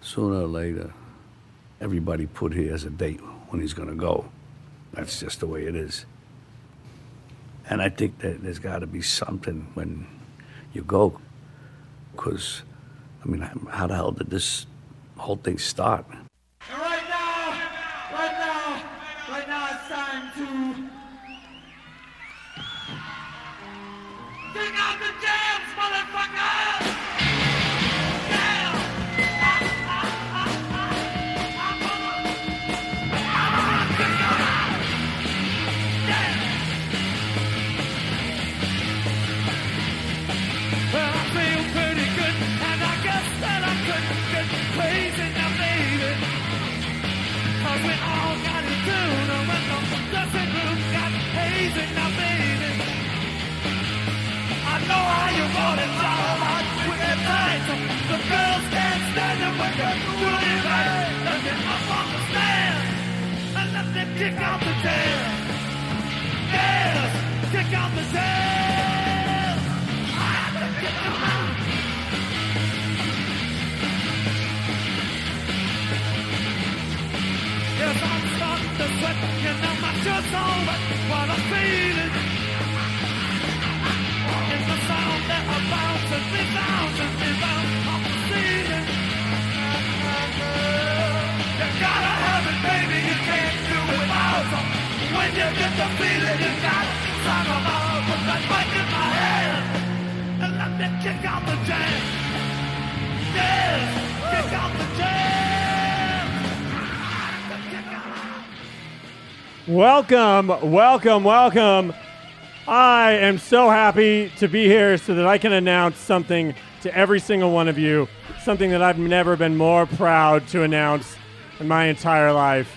sooner or later, everybody put here as a date when he's gonna go. That's just the way it is. And I think that there's gotta be something when you go, because, I mean, how the hell did this whole thing start? And right now, right now, right now it's time to kick out the jams, motherfuckers! Yeah! Well, I feel pretty good, and I guess that I couldn't get crazy now, baby. 'Cause we all got in tune, and when the dressing room got hazy now, baby. I know how you want it, all hot, quick and tight. The girls can't stand it when you're doing it right. Let it up on the stand, and let them kick out the jam. Yes, kick out the jam. Yes, I'm starting to sweat, you know my shirt's all wet, but I'm feeling It's the sound that abounds and rebounds and rebounds off the ceiling You gotta have it, baby, you can't do it without it. When you get the feeling, you gotta talk about it. Put that mic in my hand and let me kick out the jam Yes, kick out the jam Welcome, welcome, welcome. I am so happy to be here so that I can announce something to every single one of you, something that I've never been more proud to announce in my entire life.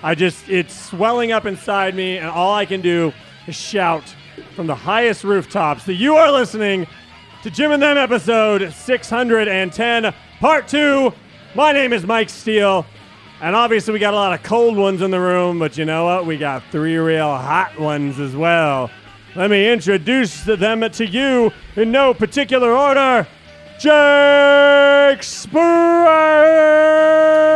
I just, it's swelling up inside me, and all I can do is shout from the highest rooftops that you are listening to Jim and Them episode 610, part two. My name is Mike Steele. And obviously, we got a lot of cold ones in the room, but you know what? We got three real hot ones as well. Let me introduce them to you in no particular order. Jake Sprague.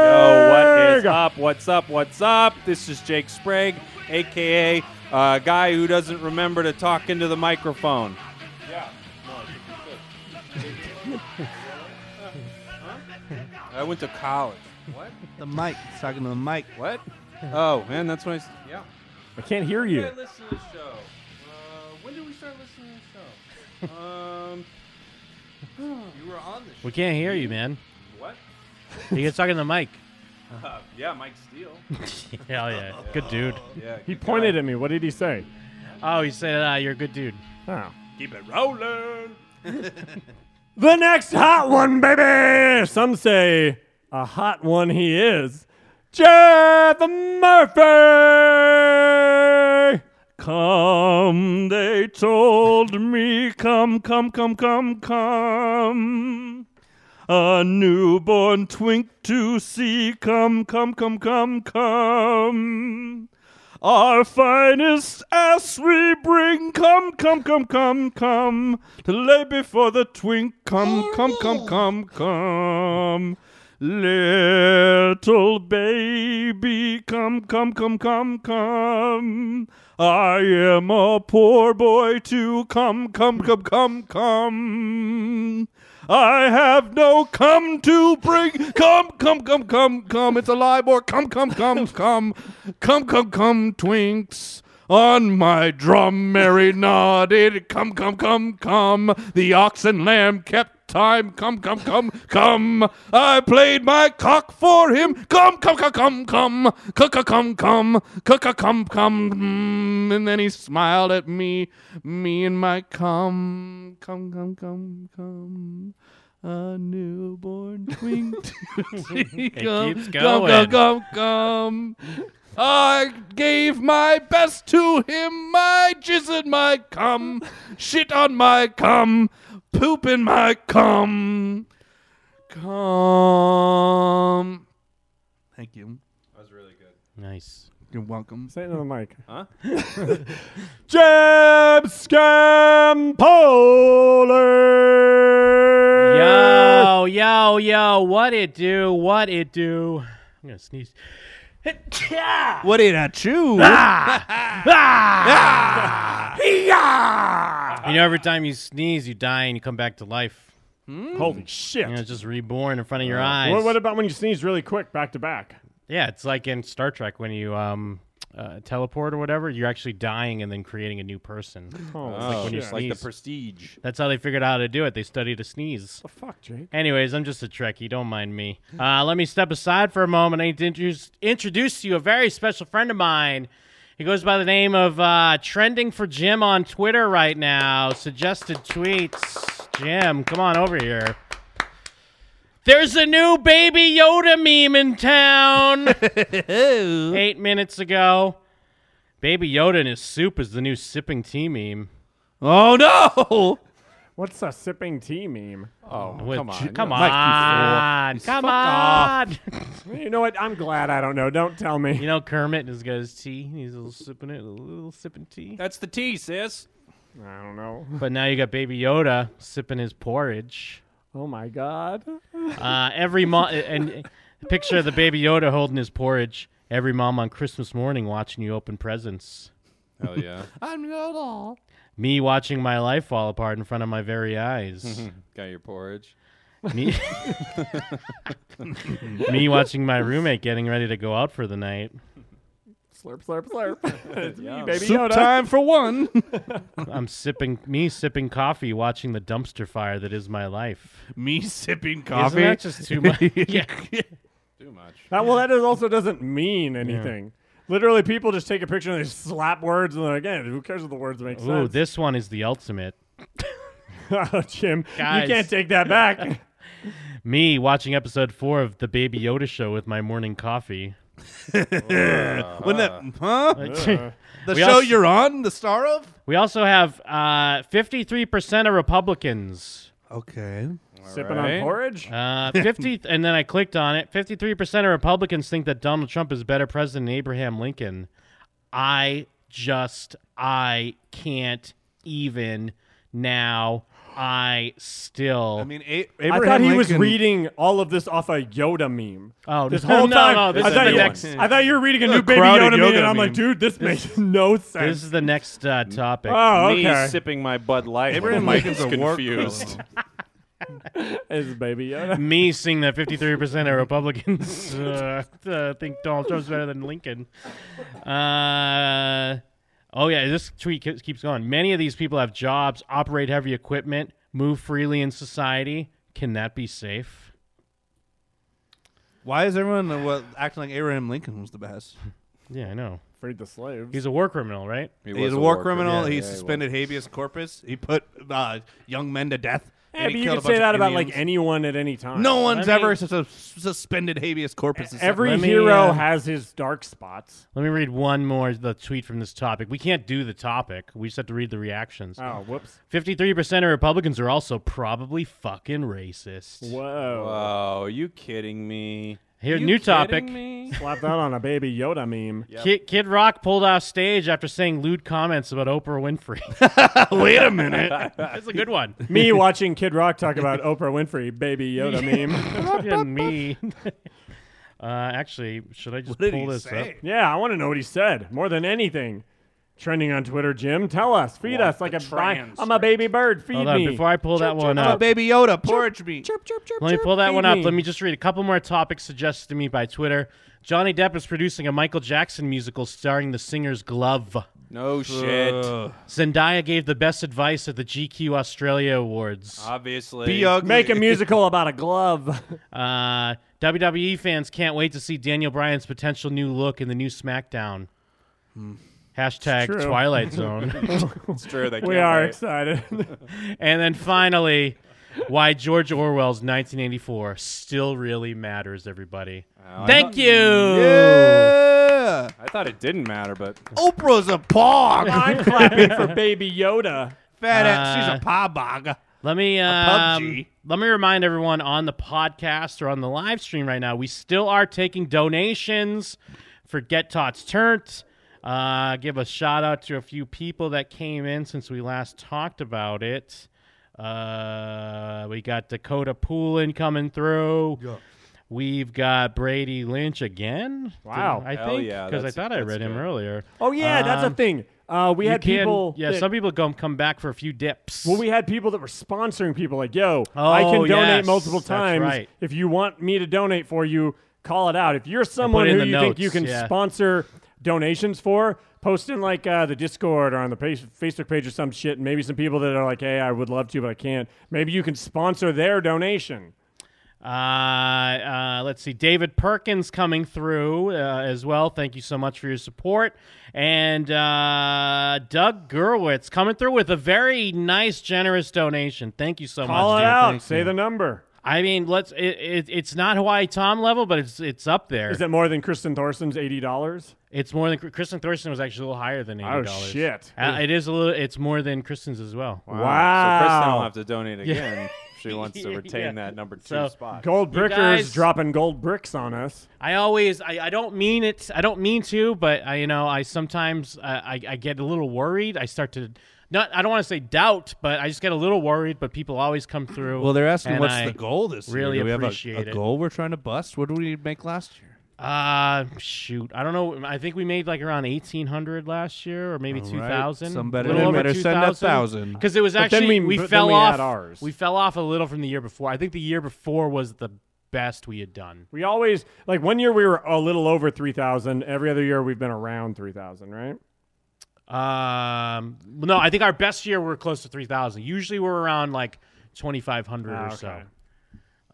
Yo, what is up? What's up? What's up? This is Jake Sprague, aka uh, guy who doesn't remember to talk into the microphone. Yeah. I went to college. What? The mic. He's talking to the mic. What? Oh man, that's when I. s- Yeah. I can't hear When did you. I listen to the show? Uh, when did we start listening to the show? Um. you were on the show. We can't hear you, man. What? You get stuck in the mic. Uh, yeah, Mike Steele. Hell yeah. Good dude. Yeah. He pointed at me. What did he say? Oh, you said uh, you're a good dude. Oh. Keep it rolling. The next hot one, baby! Some say a hot one he is. Jeff Murphy! Come, they told me, come, come, come, come, come. A newborn twink to see, come, come, come, come, come. Our finest ass we bring, come, come, come, come, come. To lay before the twink, come, come, come, come, come. Little baby, come, come, come, come, come. I am a poor boy too. Come, come, come, come, come. I have no come to bring. Come, come, come, come, come. It's a LIBOR. Come, come, come, come. Come, come, come, twinks. On my drum, Mary nodded. Come, come, come, come. The ox and lamb kept time. Come, come, come, come. I played my cock for him. Come, come, come, come, come. Cook a come, come. Um, Cook a come, come. Mm. And then he smiled at me. Me and my cum. Come, come, come, come. A newborn twink. it keeps Come, going. come, come, come. I gave my best to him, my jizz in my cum, shit on my cum, poop in my cum, cum. Thank you. That was really good. Nice. You're welcome. Say it on the mic. Huh? Jeb Scampoli! Yo, yo, yo, what it do? What it do? I'm gonna sneeze. Ah. What did I chew? Ah. You know, every time you sneeze, you die and you come back to life. Hmm. Holy shit. Uh, You know, it's just reborn in front of your eyes. What, what about when you sneeze really quick back to back? Yeah, it's like in Star Trek when you um, uh, teleport or whatever, you're actually dying and then creating a new person. Oh, Oh, when you just like the sneeze. prestige. That's how they figured out how to do it. They studied a sneeze. the fuck, Jake? Anyways, I'm just a Trekkie. Don't mind me. Uh, let me step aside for a moment. I need to introduce, introduce to you a very special friend of mine. He goes by the name of uh, Trending for Jim on Twitter right now. Suggested tweets. Jim, come on over here. There's a new Baby Yoda meme in town. Eight minutes ago. Baby Yoda in his soup is the new sipping tea meme. oh no! What's a sipping tea meme? Oh, Which- come on. Come You're- on. Come on. You know what? I'm glad I don't know. Don't tell me. You know Kermit has got his tea. He's a little sipping it, a little sipping tea. That's the tea, sis. I don't know. But now you got Baby Yoda sipping his porridge. Oh my god. Uh, every mom and a picture of the Baby Yoda holding his porridge. Every mom on Christmas morning watching you open presents. Hell yeah. Me watching my life fall apart in front of my very eyes. Got your porridge. Me, me watching my roommate getting ready to go out for the night. Slurp, slurp, slurp. it's me, baby Soup Yoda. time for one. I'm sipping me sipping coffee, watching the dumpster fire that is my life. Me sipping Isn't coffee. that just too much? yeah. Too much. That, well, that is also doesn't mean anything. Literally, people just take a picture and they slap words, and they're like, "Eh, who cares if the words make sense? Ooh, this one is the ultimate. oh, Jim, Guys. you can't take that back. Me watching episode four of the Baby Yoda show with my morning coffee. Wouldn't that? Huh? the We show also- you're on, the star of. we also have uh, 53% of Republicans. Okay. Sipping right. on porridge. Uh, 50, and then I clicked on it. 53% of Republicans think that Donald Trump is better president than Abraham Lincoln. I just, I can't even now. I still. I mean, a- I Abraham thought he was Lincoln- reading all of this off a Yoda meme. oh, This no, whole no, time, no, this I, is thought the you, next. I thought you were reading a new a baby crowded Yoda meme, yoga and I'm like, meme. dude, this, makes no This sense. is the next uh, topic. oh, Me okay. sipping my Bud Light. Abraham Mike Lincoln's is a war confused. Is baby Yoda. me seeing that 53% of Republicans uh, uh, think Donald Trump's better than Lincoln. Uh, oh, yeah, this tweet ke- keeps going. Many of these people have jobs, operate heavy equipment, move freely in society. Can that be safe? Why is everyone uh, what, acting like Abraham Lincoln was the best? Yeah, I know. Freed the slaves. He's a war criminal, right? He was He's a war Yeah, criminal. yeah, he was. suspended habeas corpus. He put uh, young men to death. yeah, and but he you killed could a bunch say of that about like Indians. anyone at any time. No one's me- ever sus- suspended habeas corpus. is Every Let me, hero uh, has his dark spots. Let me read one more the tweet from this topic. We can't do the topic. We just have to read the reactions. Oh, whoops. 53% of Republicans are also probably fucking racist. Whoa. Oh, are you kidding me? Here, You new kidding topic. me? Slap that on a baby Yoda meme. Kid, Kid Rock pulled off stage after saying lewd comments about Oprah Winfrey. Wait a minute. That's a good one. Me watching Kid Rock talk about Oprah Winfrey, baby Yoda meme. Fucking me. Uh, actually, should I just What did pull he this say? up? Yeah, I want to know what he said more than anything. Trending on Twitter, Jim. Tell us. Feed us like a bi- I'm a baby bird. Feed Hold on, me. before I pull that one I'm a up, baby Yoda. Porridge me. let me pull that feed one up. me. Let me just read a couple more topics suggested to me by Twitter. Johnny Depp is producing a Michael Jackson musical starring the singer's glove. No shit. Uh, Zendaya gave the best advice at the GQ Australia Awards. Obviously. be ugly. Make a musical about a glove. Uh, WWE fans can't wait to see Daniel Bryan's potential new look in the new SmackDown. Hmm. Hashtag true. Twilight Zone. It's true. They we can't are wait. excited. and then finally, why George Orwell's 1984 still really matters, everybody. Thank you. Yeah. I thought it didn't matter, but Oprah's a pog. I'm clapping for baby Yoda. Fat ass. She's Uh, a pabog. Let me PUBG. um, let me remind everyone on the podcast or on the live stream right now, we still are taking donations for Get Tots Turnt. Uh, give a shout out to a few people that came in since we last talked about it. Uh, we got Dakota Poolin coming through. We've got Brady Lynch again. Wow. I Hell think yeah, because I that's- thought I that's read him good. earlier. Oh yeah, that's a Um, thing. Uh, we you had can- people. Yeah, that- some people come come back for a few dips. Well, we had people that were sponsoring people like, "Yo, I can Oh, donate yes, multiple that's times. right. If you want me to donate for you, call it out. If you're someone who in the you think you notes, can yeah. sponsor donations for, post in like uh, the Discord or on the page, Facebook page or some shit, and maybe some people that are like, "Hey, I would love to, but I can't." Maybe you can sponsor their donation. Uh, uh, let's see. David Perkins coming through uh, as well. Thank you so much for your support. And uh, Doug Gerwitz coming through with a very nice, generous donation. Thank you so Call much. it dude. out. Thank Say you. the number. I mean, let's. It, it, it's not Hawaii Tom level, but it's it's up there. Is that more than Kristen Thorson's eighty dollars? it's more than Kristen Thurston was actually a little higher than eighty Oh dollars. shit! Uh, it is a little. It's more than Kristen's as well. Wow. So Kristen will have to donate again. if She wants to Yeah. retain that number two So- spot. Gold You brickers guys- dropping gold bricks on us. I always, I, I don't mean it. I don't mean to, but I, you know, I sometimes uh, I, I get a little worried. I start to not, I don't want to say doubt, but I just get a little worried. But people always come through. Well, they're asking and what's I- the goal this really year. Do we have appreciate a- a, it. goal we're trying to bust? What did we make last year? Uh, shoot, I don't know. I think we made like around eighteen hundred last year, or maybe All two right. thousand. Somebody better send a thousand. because it was But then actually we- we, but then fell we off. had ours. We fell off a little from the year before. I think the year before was the best we had done. We always like one year we were a little over three thousand. Every other year we've been around three thousand, right? Um, no, I think our best year we're close to three thousand. Usually we're around like twenty five hundred Ah, or okay. so.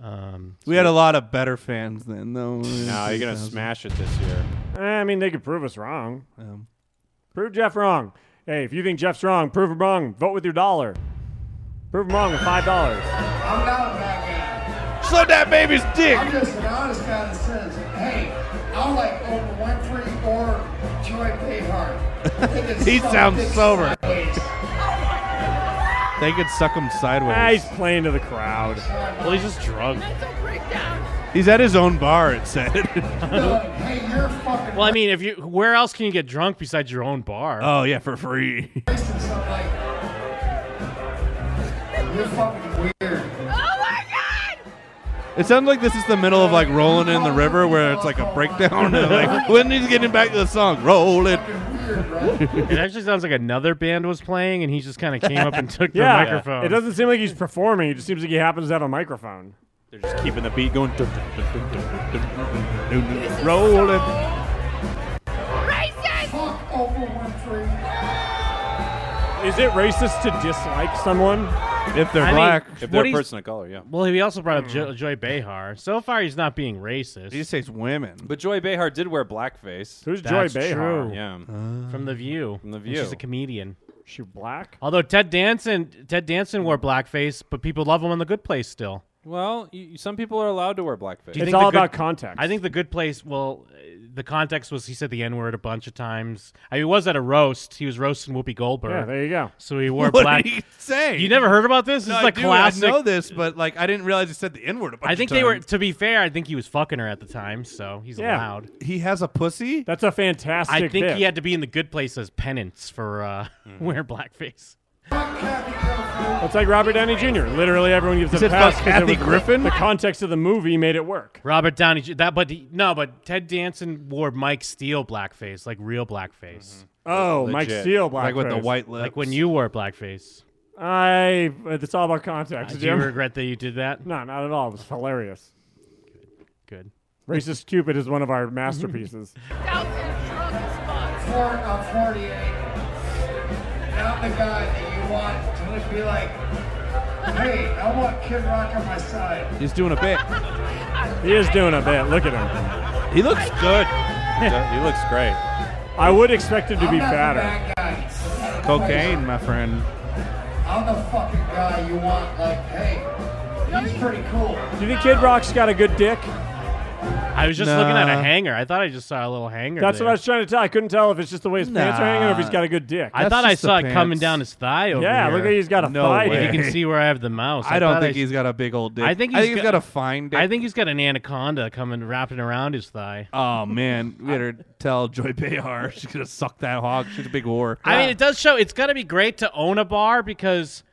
Um, We had a lot of better fans then, though. No, you're gonna smash it this year. Eh, I mean, they could prove us wrong. Um, Prove Jeff wrong. Hey, if you think Jeff's wrong, prove him wrong. Vote with your dollar. Prove him wrong with five dollars. I'm not a bad Slow that baby's dick. guy. I'm just an honest guy that says, hey, I like Oprah Winfrey or Joy Behar. I think it's He some sounds dick sober. sideways. They could suck him sideways. Ah, he's playing to the crowd. well, he's just drunk. He's at his own bar. It said. Like, hey, you're fucking Well, I mean, if you where else can you get drunk besides your own bar? oh yeah, for free. racist. I'm like, you're fucking weird. It sounds like this is the middle of like rolling in the river, where it's like a breakdown. And, like when he's getting back to the song, roll it. Weird, bro. It actually sounds like another band was playing, and he just kind of came up and took Yeah, the microphone. it doesn't seem like he's performing. It just seems like he happens to have a microphone. They're just keeping the beat going. Dun, dun, dun, dun, dun. Roll it. Fuck Oprah Winfrey. Is it racist to dislike someone? If they're I mean, black, Mm. If What they're a he's- person of color, yeah. Well, he also brought up jo- Joy Behar. So far, he's not being racist. he just says women. But Joy Behar did wear blackface. Who's That's Joy Behar? true. Yeah. from The View. From The And View. she's a comedian. She black? Although Ted Danson, Ted Danson wore blackface, but people love him on The Good Place still. Well, you, you- some people are allowed to wear blackface. you It's think all the good- about context. I think The Good Place. Well, uh, the context was he said the N word a bunch of times. I mean, he was at a roast. He was roasting Whoopi Goldberg. Yeah, there you go. so he wore what black. did he say? You never heard about this? This No, is I like do, classic. I know this, but like I didn't realize he said the N word. I think they were. To be fair, I think he was fucking her at the time, so he's Yeah. allowed. He has a pussy. That's a fantastic. I think bit. he had to be in the good place as penance for uh, Mm-hmm. wear blackface. Fuck Kathy Griffin. It's like Robert Downey Jr. Literally, everyone gives a said, pass. "Fuck 'cause it Kathy was- Griffin?" The context of the movie made it work. Robert Downey. Jr. That, but he- no, but Ted Danson wore Mike Steele blackface, like real blackface, Oh, Mike Legit. Steele, black Like with the face. white lips. like when you wore blackface. I. It's all about context. Uh, Do you Jim. regret that you did that? no, not at all. It was hilarious. Good. Racist Cupid is one of our masterpieces. Ford, I'm 48. And I'm the guy that you want to be like, hey, I want Kid Rock on my side. He's doing a bit. he is doing a bit. Look at him. He looks good. he looks great. I would expect him to I'm be not the fatter. bad guy. Cocaine, my friend. I'm the fucking guy you want. Like, hey, he's pretty cool. Do you think Kid Rock's got a good dick? I was just looking at Nah. a hanger. I thought I just saw a little hanger. That's there. what I was trying to tell. I couldn't tell if it's just the way his pants are hanging or if Nah. he's got a good dick. I That's thought I just the saw it coming pants. down his thigh over yeah, here. look at he's got a No thigh. way. If dick. you can see where I have the mouse. I don't thought think s- he's got a big old dick. I think I he's think he's got- got a fine dick. I think he's got an anaconda coming wrapping around his thigh. Oh man, we better tell Joy Behar she's gonna suck that hog. She's a big whore. I mean, it does show. It's got to be great to own a bar because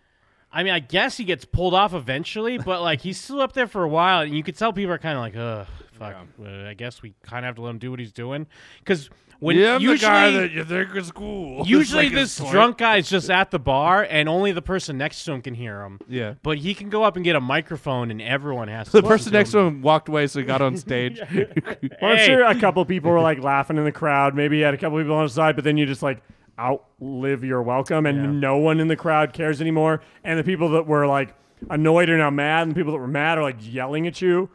I mean, I guess he gets pulled off eventually, but like he's still up there for a while, and you could tell people are kind of like, "Ugh, fuck." uh, I guess we kind of have to let him do what he's doing because when Yeah, I'm usually the guy that you think is cool. usually It's like this a slight- drunk guy's just at the bar, and only the person next to him can hear him. Yeah. But he can go up and get a microphone, and everyone has to. The listen person next to him. him walked away, so he got on stage. Well, I'm Hey. sure a couple people were like laughing in the crowd. Maybe you had a couple people on the side, but then you just like outlive your welcome, and no one in the crowd cares anymore. And the people that were like annoyed are now mad, and the people that were mad are like yelling at you.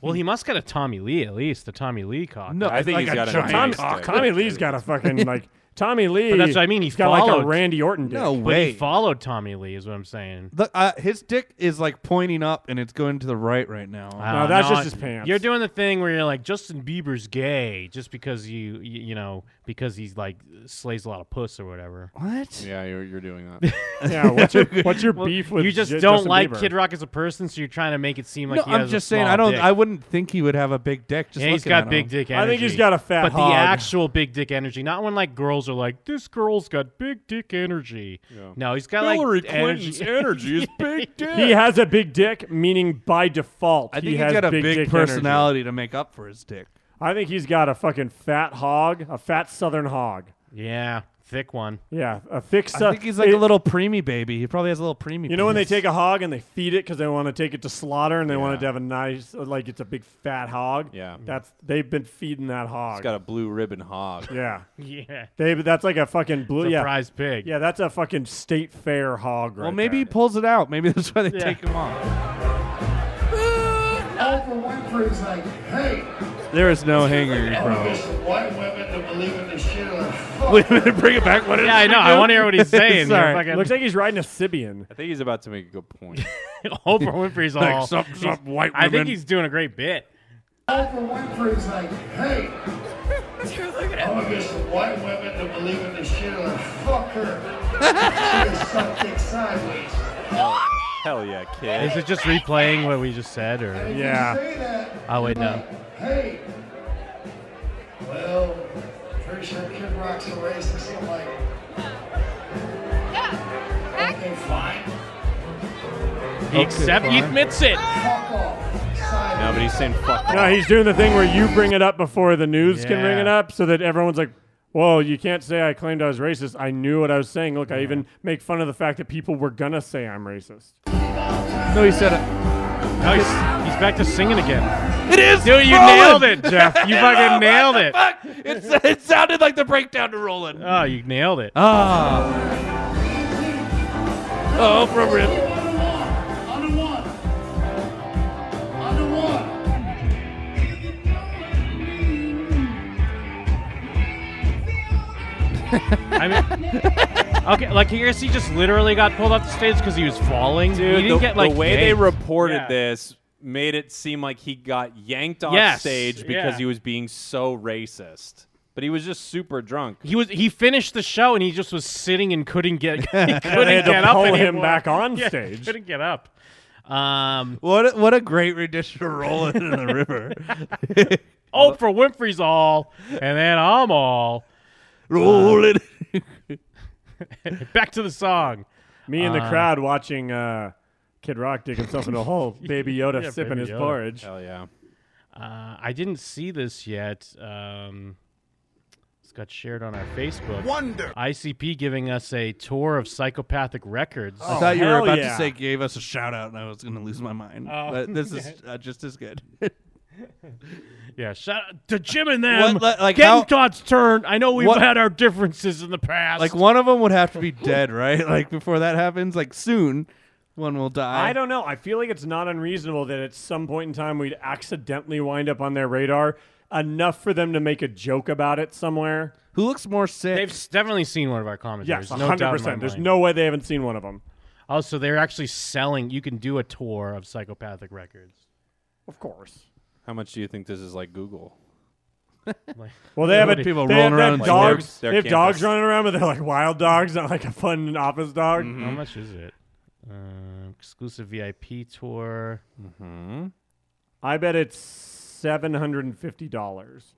Well, he must got a Tommy Lee at least, the Tommy Lee cock. No, I think like he's a got an giant amazing cock. stick. Tommy Lee's got a fucking like Tommy Lee. that's what I mean, he He's got like followed. a Randy Orton. Dick. No but way. he followed Tommy Lee, is what I'm saying. The, uh, his dick is like pointing up, and it's going to the right right now. Wow, No, that's just his pants. You're doing the thing where you're like Justin Bieber's gay just because you y- you know because he's like slays a lot of puss or whatever. What? Yeah, you're, you're doing that. Yeah, what's your what's your beef with you just J- don't Justin like Bieber? Kid Rock as a person, so you're trying to make it seem like no, he has I'm a just saying. small I don't. dick. I wouldn't think he would have a big dick. Just yeah, he's looking got at big him. dick I energy. think he's got a fat But hog. the actual big dick energy, not when like girls are like, "This girl's got big dick energy." No, he's got Hillary like Clinton's energy. energy is big he dick. has a big dick, meaning by default I he think has he's got a big, dick energy. personality to make up for his dick. I think he's got a fucking fat hog, a fat southern hog. yeah, thick one. Yeah, a thick. I sou- think he's like it- a little preemie baby. He probably has a little preemie. You know when they penis. take a hog and they feed it because they want to take it to slaughter and they want it to have a nice, uh, like it's a big fat hog. Yeah. that's they've been feeding that hog. He's got a blue ribbon hog. yeah, Yeah, they. That's like a fucking blue. Yeah, surprise pig. yeah, that's a fucking state fair hog. Right Well, maybe he there. pulls it out. Maybe that's why they Yeah. take him off. Oprah Winfrey's like, hey, There is no hanger, all bro. these white women that believe in this shit are Wait a fucked. minute, bring it back. What is Yeah, I know. I want to hear what he's saying. Sorry. You're fucking- looks like he's riding a Sibian. I think he's about to make a good point. Oprah Winfrey's all. Like some, some white I think women. he's doing a great bit. Oprah Winfrey's like, hey, all these white women that believe in this shit are fuck her. She is sucked dick sideways. Hell yeah, kid. Is it just replaying what we just said, or If Yeah. You say that, oh wait, no. hey, well, pretty sure Kid Rock's a racist. I'm like, okay, fine. He accept, he admits it. Fuck off. Sideways. No, but he's saying fuck. No, he's doing the thing where you bring it up before the news can bring Yeah. it up, so that everyone's like, "Whoa, you can't say I claimed I was racist. I knew what I was saying. Look, I even make fun of the fact that people were gonna say I'm racist." no, he said it. No, he's, he's back to singing again. It is. Dude, you nailed Roland! it, Jeff. You fucking nailed it. Fuck! It's, it sounded like the breakdown to Roland. Oh, you nailed it. Ah. Oh, appropriate. On the one. On the one. I mean, okay, like I guess he just literally got pulled off the stage because he was falling. he Dude, didn't the, get like the way they yanked. reported Yeah. this made it seem like he got yanked off Yes, stage because yeah. he was being so racist. But he was just super drunk. He was he finished the show and he just was sitting and couldn't get he couldn't They had get to up pull him anymore. back on Yeah, stage. couldn't get up. Um, What a, what a great rendition of Roland in the river. Oprah Winfrey's all, and then I'm all. Roland. Back to the song. Me and the Uh, crowd watching uh, Kid Rock dig himself into a hole, Baby Yoda Yeah, sipping Baby his Yoda. porridge. Hell yeah. Uh, I didn't see this yet. Um, this got shared on our Facebook. Wonder. ICP giving us a tour of psychopathic records. I thought you were Oh, hell about yeah. to say gave us a shout out, and I was going to lose my mind. Oh. But this is uh, just as good. Yeah, shout out to Jim and them. What, li- like Getting how- Todd's turn. I know we've What- had our differences in the past. like one of them would have to be dead, right? Like before that happens, like soon, one will die. I don't know. I feel like it's not unreasonable that at some point in time we'd accidentally wind up on their radar enough for them to make a joke about it somewhere. Who looks more sick? They've s- definitely seen one of our comments. Yes, There's no hundred doubt in my percent. There's mind. no way they haven't seen one of them. Also, they're actually selling. You can do a tour of psychopathic records. Of course. How much do you think this is like Google? Like, Well, they have a- people they rolling have, they have around in dogs. their- they their have dogs campus. running around, but they're like wild dogs, not like a fun office dog. Mm-hmm. Mm-hmm. How much is it? Uh, exclusive VIP tour. Mm-hmm. I bet it's seven hundred and fifty dollars,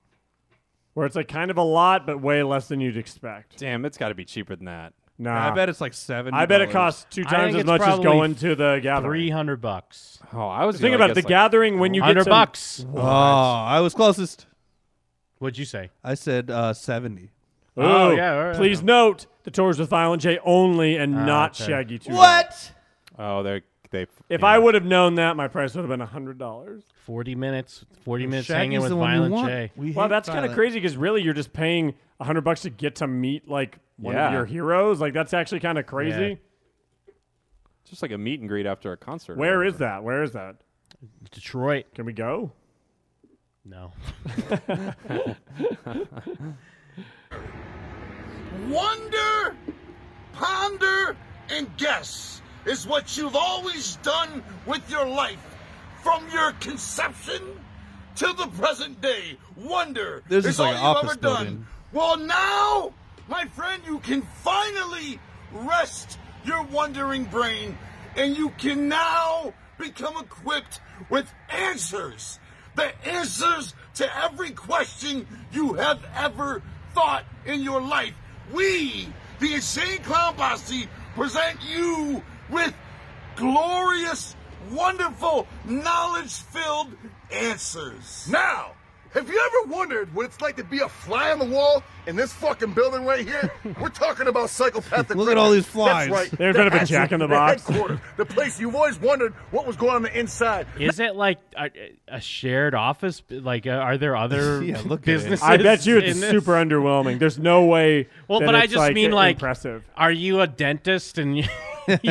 where it's like kind of a lot, but way less than you'd expect. Damn, it's got to be cheaper than that. Nah. I bet it's like seven. I bet it costs two I times think as it's much as probably going to the Three gathering. hundred bucks. Oh, I was Think gonna about it, the guess, like, gathering when you get Hundred some- bucks. Oh, I was closest. What'd you say? I said uh, seventy. Ooh. Oh, yeah, all right. Please note the tours with Violent J only and not okay. Shaggy Two. Oh, they they. If yeah. I would have known that, my price would have been hundred dollars. Forty minutes. Forty minutes Shaggy's hanging with the one you Violent want. J. We Wow, hate that's kind of Violet. crazy because really you're just paying hundred bucks to get to meet like one of Yeah. your heroes. Like that's actually kind of crazy. Yeah. just like a meet and greet after a concert. Where is that? Where is that? Detroit. Can we go? No. Wonder, ponder, and guess is what you've always done with your life from your conception to the present day. Wonder This is is all like an you've office ever done. building. Well, now, my friend, you can finally rest your wandering brain and you can now become equipped with answers. The answers to every question you have ever thought in your life. We, the Insane Clown Posse, present you with glorious, wonderful, knowledge filled answers. Now, have you ever wondered what it's like to be a fly on the wall in this fucking building right here? We're talking about psychopathic. Look at all these flies. That's right. There's a bit of a That's Jack in the their Box. headquarters, the place you've always wondered what was going on the inside. Is it like a, a shared office? Like, uh, are there other Yeah, look at it. businesses? I bet you it's in this? super underwhelming. There's no way. Well, that but I it's, just mean i- like, impressive. are you a dentist and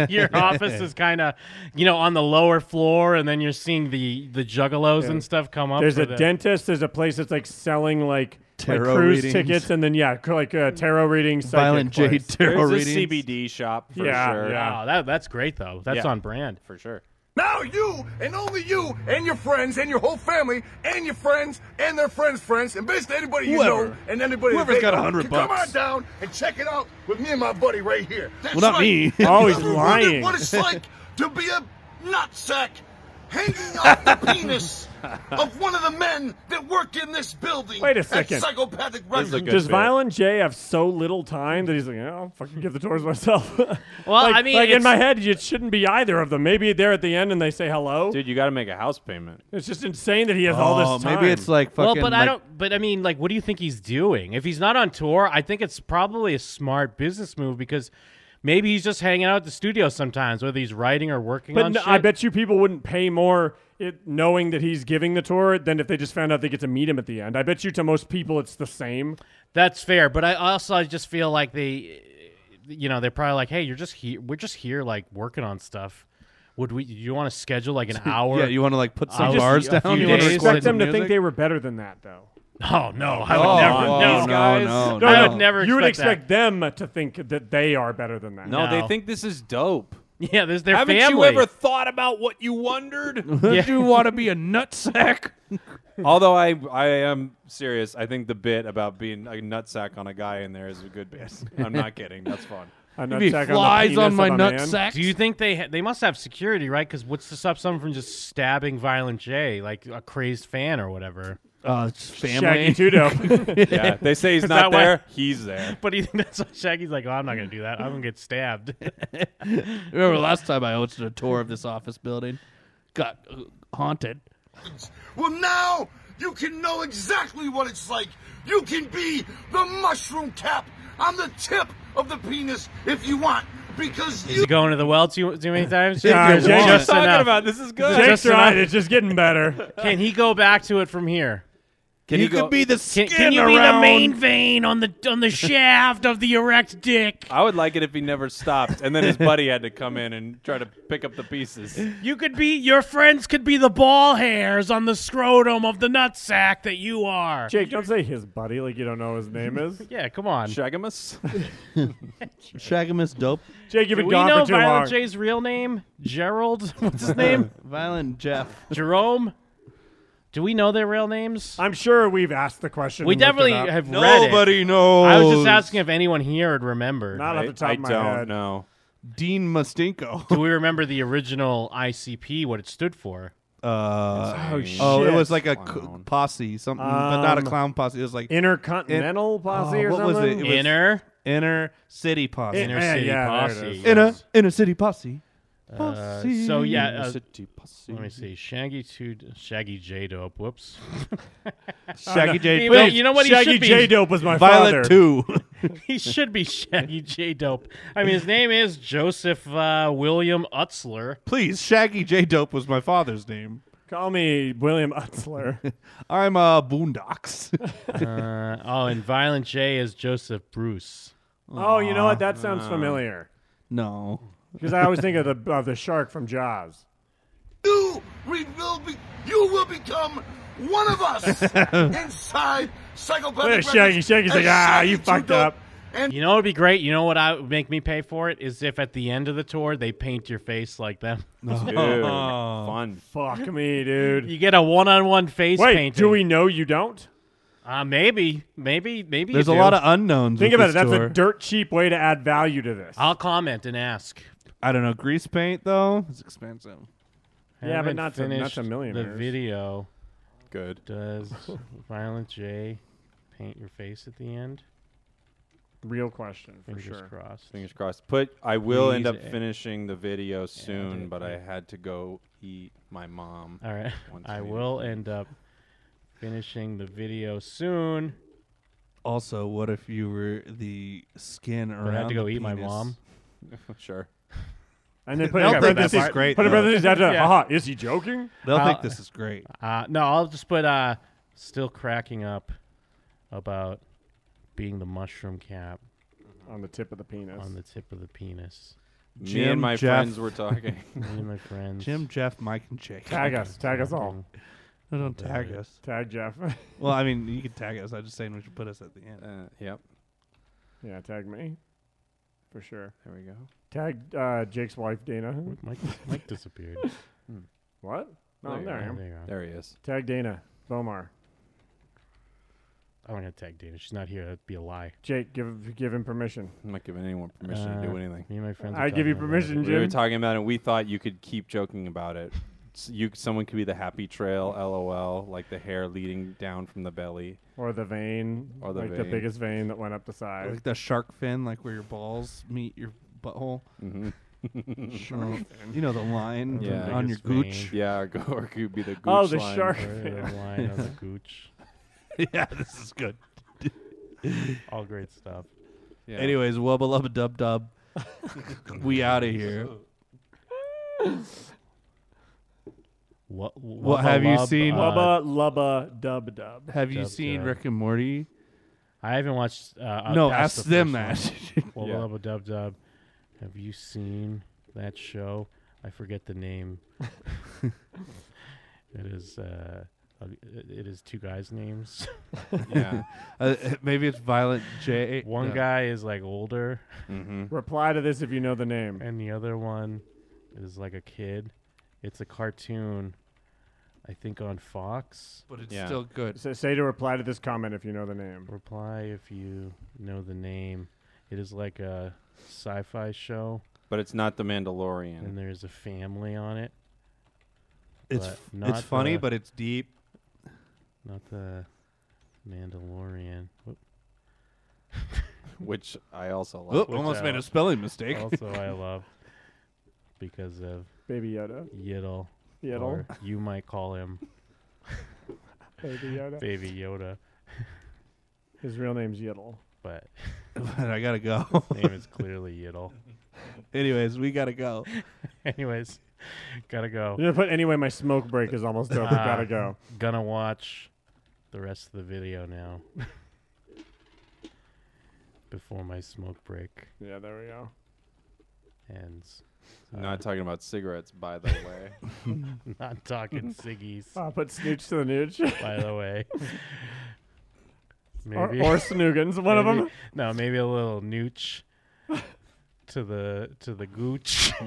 your office is kind of, you know, on the lower floor, and then you're seeing the the juggalos and stuff come up. There's for a the- dentist. There's a place that's like selling like, like Tarot cruise readings. tickets, and then yeah, c- like uh, tarot readings. psychic Violent J place. tarot There's readings. a CBD shop for Yeah, sure. yeah. Wow, that that's great though. That's Yeah. on brand. for sure. Now you and only you and your friends and your whole family and your friends and their friends' friends and basically anybody you Whoever. know and anybody that they Whoever's got a know hundred can Come bucks. on down and check it out with me and my buddy right here. That's Well, not right. me. Have Oh, you he's ever wondered lying. What it's like to be a nutsack hanging off the penis of one of the men that work in this building. Wait a at second. Psychopathic This is a Records. good Does bit. Violent J have so little time that he's like, yeah, I'll fucking give the tours myself? well, like, I mean, like in it's- my head, it shouldn't be either of them. Maybe they're at the end and they say hello. Dude, you got to make a house payment. It's just insane that he has Oh, all this time. maybe it's like fucking. Well, but I like- don't. But I mean, like, what do you think he's doing? If he's not on tour, I think it's probably a smart business move because maybe he's just hanging out at the studio sometimes, whether he's writing or working But on no, shit. I bet you people wouldn't pay more it, knowing that he's giving the tour than if they just found out they get to meet him at the end. I bet you to most people it's the same. That's fair, but I also I just feel like they, you know, they're probably like, hey, you're just here. We're just here like working on stuff. Would we? You want to schedule like an hour? Yeah, you want to like put some Just bars a few down. You You want days. to expect record them some to think music? they were better than that, though. oh no, I would Oh, never. oh, no, no, guys. no, No, I no. would never. You would expect expect them to think that they are better than that. No, No. they think this is dope. that. Yeah, there's their Haven't you family. ever thought about what you wondered? Would you want to be a nutsack? Although I, I am serious. I think the bit about being a nutsack on a guy in there is a good bit. I'm not kidding. That's fun. A Be nutsack flies on, the penis on, my of a man. nutsack. Do you think they ha- they must have security, right? Because what's to stop someone from just stabbing Violent J, like a crazed fan or whatever? Uh, it's family. Shaggy Tudo. Yeah, they say he's Is that not why- there. He's there. But he, that's why Shaggy's like, "Oh, I'm not gonna do that. I'm gonna get stabbed." Remember last time I hosted a tour of this office building? Got uh, haunted. Well, now you can know exactly what it's like. You can be the mushroom cap on the tip of the penis if you want, because Is he you going to the well too too many times? Yeah, Or is it Jake's just talking enough? about? This is good. Jake's Just right. enough. It's just getting better. Can he go back to it from here? Can you you go- could be the Can, skin can you be the around. main vein on the on the shaft of the erect dick? I would like it if he never stopped, and then his buddy had to come in and try to pick up the pieces. You could be your friends could be the ball hairs on the scrotum of the nutsack that you are. Jake, don't say his buddy like you don't know his name is. Yeah, come on. Shagamus? Shagamus dope. Jake, you've Do been we gone know for too long. Violent J's real name? Gerald? What's his name? Violent Jeff. Jerome? Do we know their real names? I'm sure we've asked the question. we and looked it definitely up. have read it. Nobody knows. I was just asking if anyone here would remember. Not off the top I of my don't head. know. Dean Mustinko. Do we remember the original ICP, what it stood for? Uh, Oh, oh, it shit. was like a c- posse, something, but not a Um, clown posse. It was like Intercontinental posse Oh, or what was something. it? It was- Inner inner city posse. Inner Yeah, City yeah, there it Posse. is. inner, inner city posse. Uh, so yeah, uh, City posse. let me see. Shaggy two, Shaggy J Dope. Whoops. Shaggy J. Hey, wait, Dope, you know what? He Shaggy should be J Dope was my Violet father. two. He should be Shaggy J Dope. I mean, his name is Joseph uh, William Utzler. Please, Shaggy J. Dope was my father's name. Call me William Utzler. I'm uh, Boondocks. Uh, oh, and Violent J is Joseph Bruce. oh, you know what? That sounds Uh, familiar no. because I always think of the of the shark from Jaws. You we will be you will become one of us inside psychopathic. Look at Shaggy. Records Shaggy's like, as "Ah, you Uh, Shaggy fucked Two-Dope up." And You know, it'd be great. You know what I would make me pay for it is if at the end of the tour they paint your face like them. Dude, fun. Fuck me, dude. You get a one-on-one face Wait, painting. do we know you don't? Uh, maybe, maybe, maybe. There's you a do. lot of unknowns. Think with about it. this That's tour. a dirt cheap way to add value to this. I'll comment and ask. I don't know. Grease paint though. It's expensive. Yeah, but Haven't not to- not finished to millionaires. The video Good. does Violent J paint your face at the end? Real question for Fingers sure. crossed. Fingers crossed. Put. I will end Please, up eh. finishing the video soon, dude, but I had to go eat my mom. All right, Once I we- will end up finishing the video soon. Also, what if you were the skin around? But I have to go the eat my penis? mom. sure. And then put They'll a think this parenthesis. is great, Put a though. parenthesis after that. Yeah. Haha, is he joking? They'll Uh, think this is great. Uh, no, I'll just put uh, still cracking up about being the mushroom cap On the tip of the penis. on the tip of the penis. Me Jim, and my Jeff- friends were talking. Me and my friends. Jim, Jeff, Mike, and Jake. tag us. Tag us all. No, don't tag us. Tag Jeff. Well, I mean, you can tag us. I'm just saying we should put us at the end. uh, yep. yeah, tag me. For sure. There we go. Tag uh, Jake's wife, Dana. Mike, Mike disappeared. What? No, There I'm you there. I Oh, am. there you are. There he is. Tag Dana. Bomar. I'm not gonna tag Dana. She's not here. That'd be a lie. Jake, give give him permission. I'm not giving anyone permission to Uh, do anything. Me and my friends. are I give you talking about permission, it. We were Jim. talking about it. We thought you could keep joking about it. S- You, someone could be the happy trail, lol, like the hair leading down from the belly. Or the vein. Or the like the vein. biggest vein that went up the side. Like the shark fin, like where your balls meet your butthole. hmm Oh, you know the line Yeah. on your Biggest gooch. Yeah, or, go, or could be the gooch Oh, the line. shark. Or the line on the gooch. yeah, this is good. All great stuff. Yeah. Anyways, wubba lubba dub dub. we out of here. What? What have you seen? Uh, Lubba lubba dub dub. Have you Dub seen dub. Rick and Morty? I haven't watched. Uh, uh, no, past ask the them first one. Wubba that. Yeah. Lubba Dub Dub. Have you seen that show? I forget the name. it is uh, uh, it is two guys' names. Yeah. uh, maybe it's Violent J. Mm-hmm. one no. guy is like older, hmm Reply to this if you know the name. and the other one is like a kid. It's a cartoon, I think on Fox. but it's Yeah. still good. Say, say to reply to this comment if you know the name. Reply if you know the name. It is like a Uh, sci-fi show, But it's not the Mandalorian. and there's a family on it. It's But f- not it's funny, the- but it's deep. Not the Mandalorian. Whoop. which I also Oh, like. almost made out. a spelling mistake. Also, I love because of Baby Yoda. Yiddle. Yiddle. Or you might call him Baby Yoda. Baby Yoda, His real name's Yiddle. but but I gotta go. his name is clearly Yiddle. Anyways, we gotta go. Anyways, gotta go. You know, but anyway, my smoke break is almost over. Oh. Ah. Gotta go. Gonna watch the rest of the video now before my smoke break Yeah, there we go. ends. uh, not talking about cigarettes, by the way. Not talking Siggies, I'll Ah, put Snooch to the Nooch. by the way. or, Maybe. or Snoogans. One of Maybe- them. No, maybe a little nooch to the to the gooch.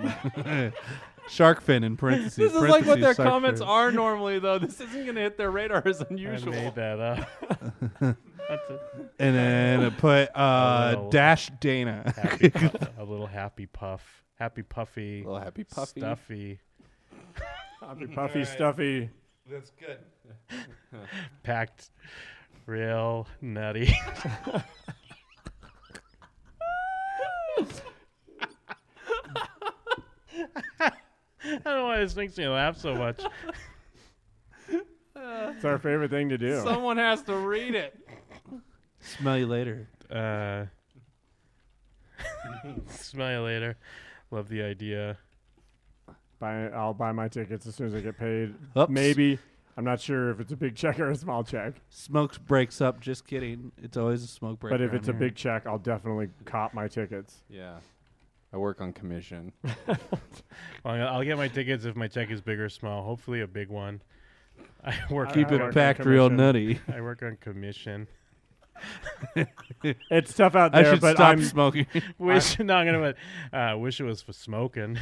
Shark fin in parentheses. this is like what parentheses, their shark comments fin. are normally, though. This isn't going to hit their radar as I unusual. made that up. That's a, And then it put uh, little- dash Dana. happy puff, a little happy puff, happy puffy, little happy puffy. stuffy, Puffy, puffy stuffy. That's good. packed, real nutty. I don't know why this makes me laugh so much. It's our favorite thing to do. Someone has to read it. Smell you later. Uh, smell you later. Love the idea. buy, I'll buy my tickets as soon as I get paid. Oops. Maybe. I'm not sure if it's a big check or a small check, Smoke breaks up. Just kidding. It's always a smoke break. but if around it's a here. big check, I'll definitely cop my tickets. Yeah. I work on commission. Well, Oh, I'll I'll get my tickets if my check is big or small. Hopefully, a big one. I work. keep I it work, packed real commission. nutty. I work on commission. It's tough out I there, should but stop I'm smoking. Wish no, I'm gonna. put, Uh, wish it was for smoking,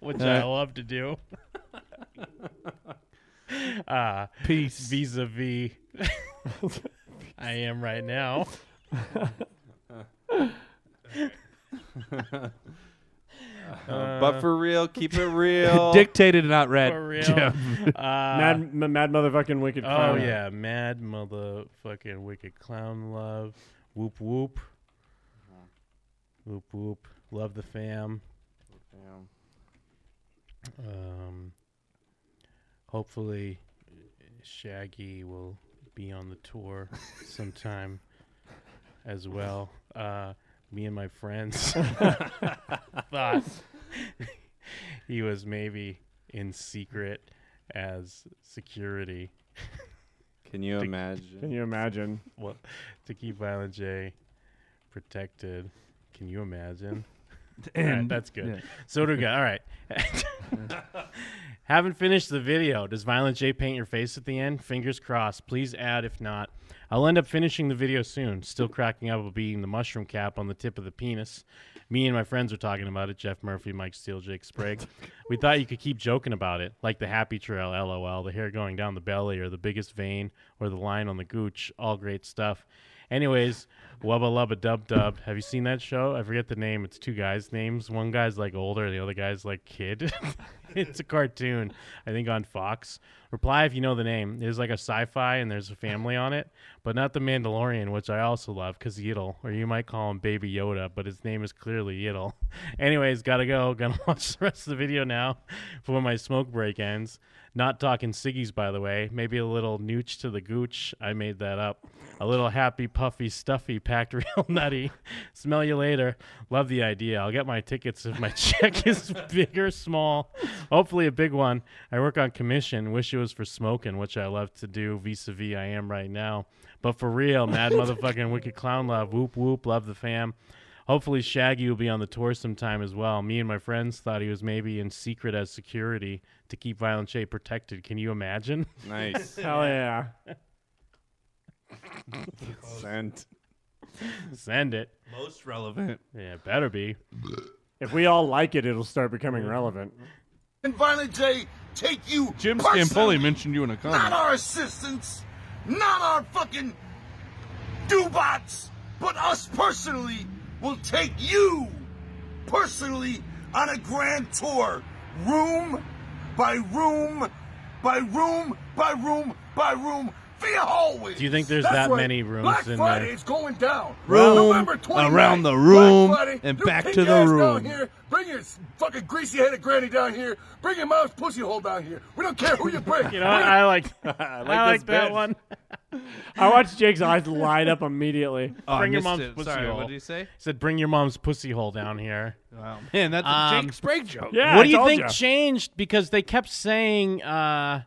which I Uh, love to do. uh, Peace. vis-a-vis I am right now. Uh, but for real, keep it real. Dictated, not read. For real. Jeff. Uh, mad, m- mad motherfucking wicked. Oh clown. yeah, mad motherfucking wicked clown love. Whoop whoop. Whoop whoop. Love the fam. Um, hopefully, Shaggy will be on the tour sometime as well. Uh, me and my friends thought he was maybe in secret as security. Can you Can imagine? you imagine? Well, to keep Violent J protected. Can you imagine? All right, And that's good. So do guy. All right. Haven't finished the video. Does Violent J paint your face at the end? Fingers crossed. Please add if not. I'll end up finishing the video soon. Still cracking up about beating the mushroom cap on the tip of the penis. Me and my friends were talking about it. Jeff Murphy, Mike Steele, Jake Sprague. we thought you could keep joking about it, like the happy trail, lol, the hair going down the belly, or the biggest vein, or the line on the gooch. All great stuff. Anyways, Wubba Lubba Dub Dub. Have you seen that show? I forget the name. It's two guys' names. One guy's like older, the other guy's like kid. it's a cartoon, I think on Fox. Reply if you know the name. There's like a sci fi and there's a family on it, but not The Mandalorian, which I also love because Yiddle, or you might call him Baby Yoda, but his name is clearly Yiddle. Anyways, gotta go. Gonna watch the rest of the video now before my smoke break ends. Not talking Siggy's, by the way. Maybe a little nooch to the gooch. I made that up. A little happy, puffy, stuffy, packed real nutty. Smell you later. Love the idea. I'll get my tickets if my check is big or small. Hopefully, a big one. I work on commission. Wish it was for smoking, which I love to do vis a vis I am right now. But for real, mad motherfucking wicked clown love. Whoop whoop. Love the fam. Hopefully, Shaggy will be on the tour sometime as well. Me and my friends thought he was maybe in secret as security to keep Violent J protected. Can you imagine? Nice. Hell yeah. Sent. Send it. most relevant. Yeah, it better be. If we all like it, it'll start becoming relevant. And Violent J take you Jim personally. Scampoli mentioned you in a comment. Not our assistants, not our fucking Dubots, but us personally will take you personally on a grand tour, room by room, by room, by room, by room, via hallways. Do you think there's That's that right. many rooms Black in Friday there? is going down. Room, November 29th, around the room, Black Friday, and you back pink to the ass down room. here. Bring your fucking greasy headed granny down here. Bring your mom's pussy hole down here. We don't care who you bring. You know, what? I like, I like, this that bit. one. I watched Jake's eyes light up immediately. Oh, I Bring your missed mom's it. pussy Sorry, hole. what did you say? said, "Bring your mom's pussy hole down here." Wow, man, that's a Um, Jake Sprague joke. Yeah, what I do you told think ya. changed? Because they kept saying, uh,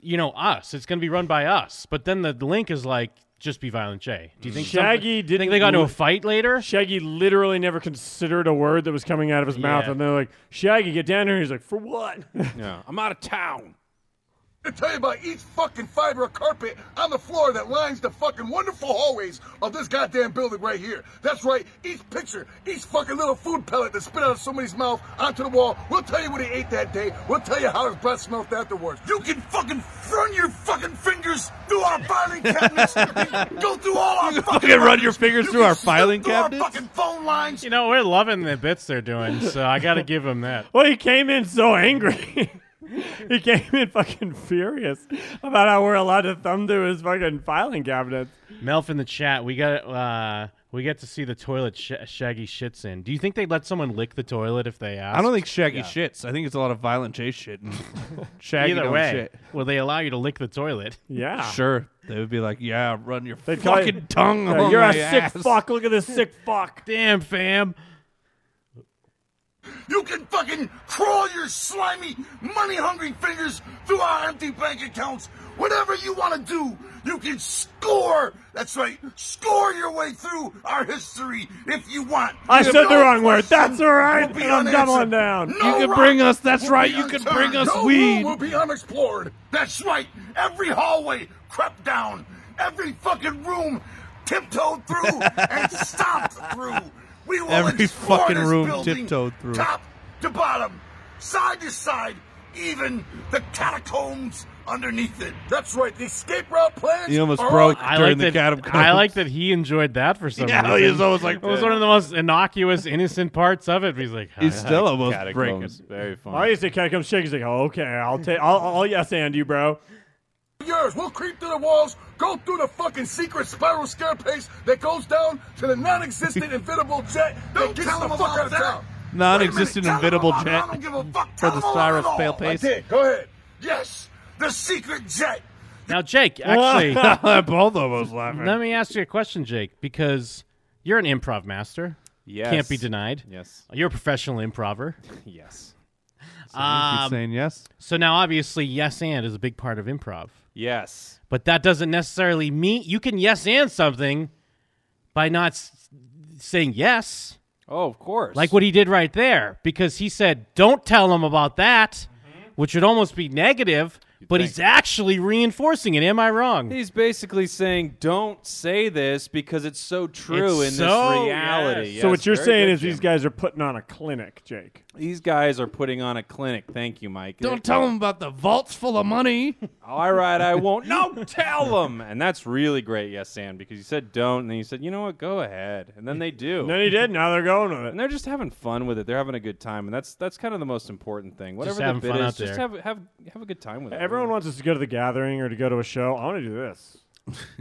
you know, us. It's going to be run by us. But then the link is like, just be Violent J. Do you think Mm. Shaggy something- didn't think they got into a look- fight later? Shaggy literally never considered a word that was coming out of his mouth, Yeah. and they're like, "Shaggy, get down here." He's like, "For what?" Yeah. I'm out of town. to tell you about each fucking fiber of carpet on the floor that lines the fucking wonderful hallways of this goddamn building right here. That's right, each picture, each fucking little food pellet that spit out of somebody's mouth onto the wall. We'll tell you what he ate that day. We'll tell you how his breath smelled afterwards. You can fucking run your fucking fingers through our filing cabinets. go through all our fucking. fucking run your records. fingers You through can our filing snoop through our cabinets? fucking phone lines. You know, we're loving the bits they're doing, so I got to give them that. well, he came in so angry. he came in fucking furious about how we're allowed to thumb through his fucking filing cabinets. Melf in the chat, we got uh, We get to see the toilet sh- Shaggy shits in. Do you think they'd let someone lick the toilet if they asked? I don't think Shaggy shits. I think it's a lot of violent J shit. and Shaggy Either don't way, shit. will they allow you to lick the toilet? Yeah. Sure, they would be like, "Yeah, run your They'd call you- fucking tongue Yeah, along you're my a sick ass." fuck. Look at this sick fuck. Damn, fam. You can fucking crawl your slimy, money hungry fingers through our empty bank accounts. Whatever you want to do, you can score. That's right, score your way through our history if you want. I No said the wrong word. question That's all right. will be I'm doubling unanswered. down. No You can rock bring us. That's will right. be You can unturned. bring us no weed. room will be unexplored. That's right. Every hallway crept down. Every fucking room tiptoed through and stomped through. We will Every explore fucking this room building, tiptoed through. Top to bottom, side to side, even the catacombs underneath it. That's right. The escape route plans. He almost are broke I like during the that. catacombs. I like that he enjoyed that for some Yeah, reason. he was always like, it was one of the most innocuous, innocent parts of it. He's like, He's "Huh." still almost breaking. Catacombs. Very I funny. used to kind of come shake. He's like, oh, okay, I'll take, I'll, I'll yes and you, bro. Yours. We'll creep through the walls, go through the fucking secret spiral staircase that goes down to the non-existent invisible jet that Don't gets tell the them fuck about out of that. town. Non-existent Wait a minute, invitable tell them about it. I jet don't give a fuck. for Tell the them about it Cyrus all. pale I pace. did. Go ahead. Yes, the secret jet. Now, Jake, actually, Both of us laughing. let me ask you a question, Jake, because you're an improv master. Yes. Can't be denied. Yes. You're a professional improver. Yes. Um, Keep saying yes. So now, obviously, yes and is a big part of improv. Yes. But that doesn't necessarily mean you can yes and something by not s- saying yes, Oh, of course. like what he did right there, because he said, "Don't tell him about that," which would almost be negative, but Mm-hmm. think. he's actually reinforcing it. Am I wrong? He's basically saying, "Don't say this because it's so true It's in so- this reality." yes. so Yes, what you're very saying good, is these Jim. guys are putting on a clinic, Jake. these guys are putting on a clinic. Thank you, Mike. Don't tell him about the vaults full of money. All right, I won't. No, tell them. And that's really great, yes, Sam, because you said don't, and then you said, you know what, go ahead, and then they do. And then he did. Now they're going with and it. they're just having fun with it. They're having a good time, and that's that's kind of the most important thing. Whatever the having bit fun is, out just there. have have have a good time with it. Everyone wants us to go to the gathering or to go to a show. I want to do this.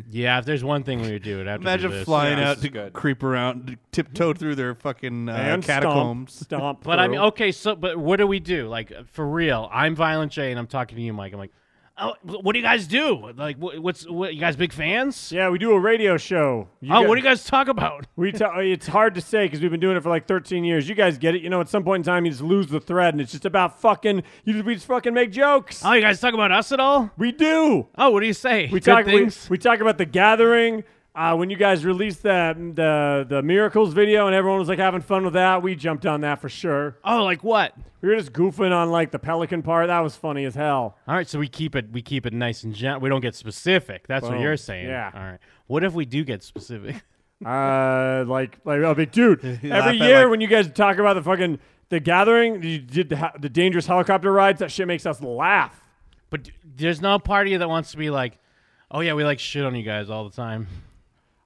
yeah, if there's one thing we would do, it would have to be Imagine this. flying Yeah, out this to is good. creep around, to tiptoe through their fucking uh, and catacombs. stomp, stomp. But I mean, through. okay, so but what do we do? Like for real, I'm Violent J, and I'm talking to you, Mike. I'm like, oh, what do you guys do? Like, wh- what's what, you guys big fans? yeah, we do a radio show. You oh, guys- what do you guys talk about? We ta- uh, it's hard to say because we've been doing it for like 13 years. You guys get it. You know, at some point in time, you just lose the thread, and it's just about fucking. You just, we just fucking make jokes. Oh, you guys talk about us at all? we do. Oh, what do you say? We Good talk. We, things. we talk about the gathering. Uh, when you guys released that the the miracles video and everyone was like having fun with that, we jumped on that for sure. oh, like what? We were just goofing on like the pelican part. That was funny as hell. All right, so we keep it we keep it nice and gen- we don't get specific. That's what Boom. you're saying. Yeah. All right. What if we do get specific? Uh, like like I'll be dude. Every laugh at, year like- when you guys talk about the fucking the gathering, you did the, ha- the dangerous helicopter rides. That shit makes us laugh. But d- there's no part of you that wants to be like, "Oh yeah, we like shit on you guys all the time."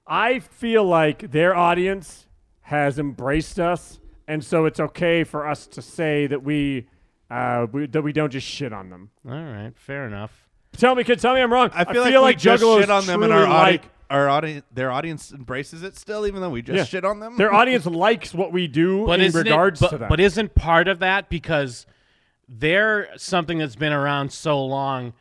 I feel like their audience has embraced us, and so it's okay for us to say that we, uh, we that we don't just shit on them. All right, fair enough. Tell me, kid. Tell me I'm wrong. I feel, like, like, we just Juggalos shit on them, and truly our audi- like our audience, their audience embraces it still, even though we just Yeah. shit on them. their audience likes what we do But in isn't it- regards but, to that. but isn't part of that because they're something that's been around so long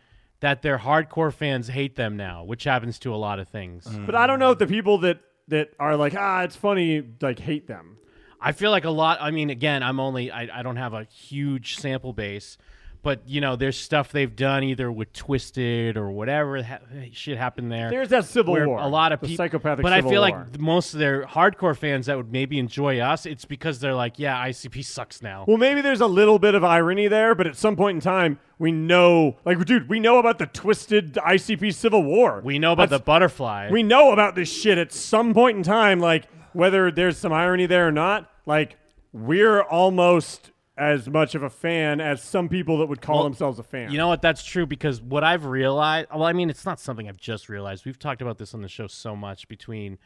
that their hardcore fans hate them now, which happens to a lot of things. But I don't know if the people that that are like ah, it's funny, like hate them. I feel like a lot. I mean, again, I'm only I, I don't have a huge sample base, but you know, there's stuff they've done either with Twisted or whatever ha- shit happened there. There's that civil where war. a lot of the people psychopathic. But I Civil feel like War. th- most of their hardcore fans that would maybe enjoy us, it's because they're like, yeah, ICP sucks now. Well, maybe there's a little bit of irony there, but at some point in time, we know, like, dude, we know about the twisted ICP Civil War. we know about That's- the butterfly. We know about this shit at some point in time, like whether there's some irony there or not. Like we're almost as much of a fan as some people that would call themselves a fan. You know what? That's true because what I've realized. Well, I mean, it's not something I've just realized. We've talked about this on the show so much between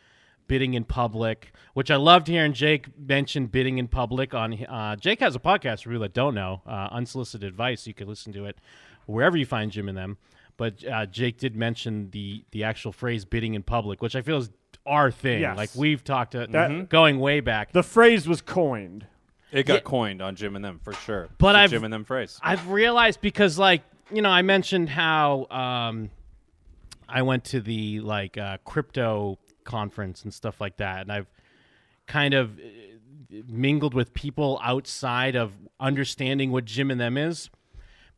bidding in public, which I loved hearing Jake mention bidding in public. On uh, Jake has a podcast for people that don't know, uh, unsolicited advice. You can listen to it wherever you find Jim and them. But uh, Jake did mention the the actual phrase "bidding in public," which I feel is our thing. Yes. Like we've talked to mm-hmm, That- going way back. The phrase was coined. It got Yeah. coined on Jim and them for sure. But It's a I've- Jim and them phrase. I've realized because like you know I mentioned how um, I went to the like uh, crypto conference and stuff like that, and I've kind of uh, mingled with people outside of understanding what Jim and them is.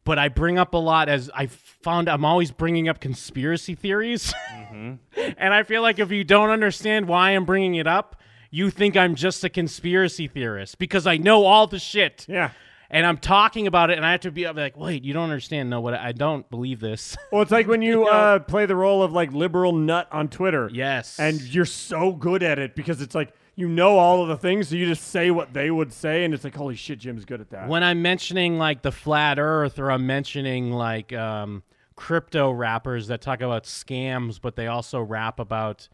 But I bring up a lot as I found I'm always bringing up conspiracy theories. Mm-hmm. and I feel like if you don't understand why I'm bringing it up, you think I'm just a conspiracy theorist because I know all the shit Yeah. and I'm talking about it, and I have to be I'm like, wait, you don't understand? No, what I don't believe this. Well, it's like when you uh, play the role of like liberal nut on Twitter. yes, And you're so good at it because it's like you know all of the things, so you just say what they would say, and it's like, holy shit, Jim's good at that. when I'm mentioning like the flat Earth, or I'm mentioning like um, crypto rappers that talk about scams, but they also rap about,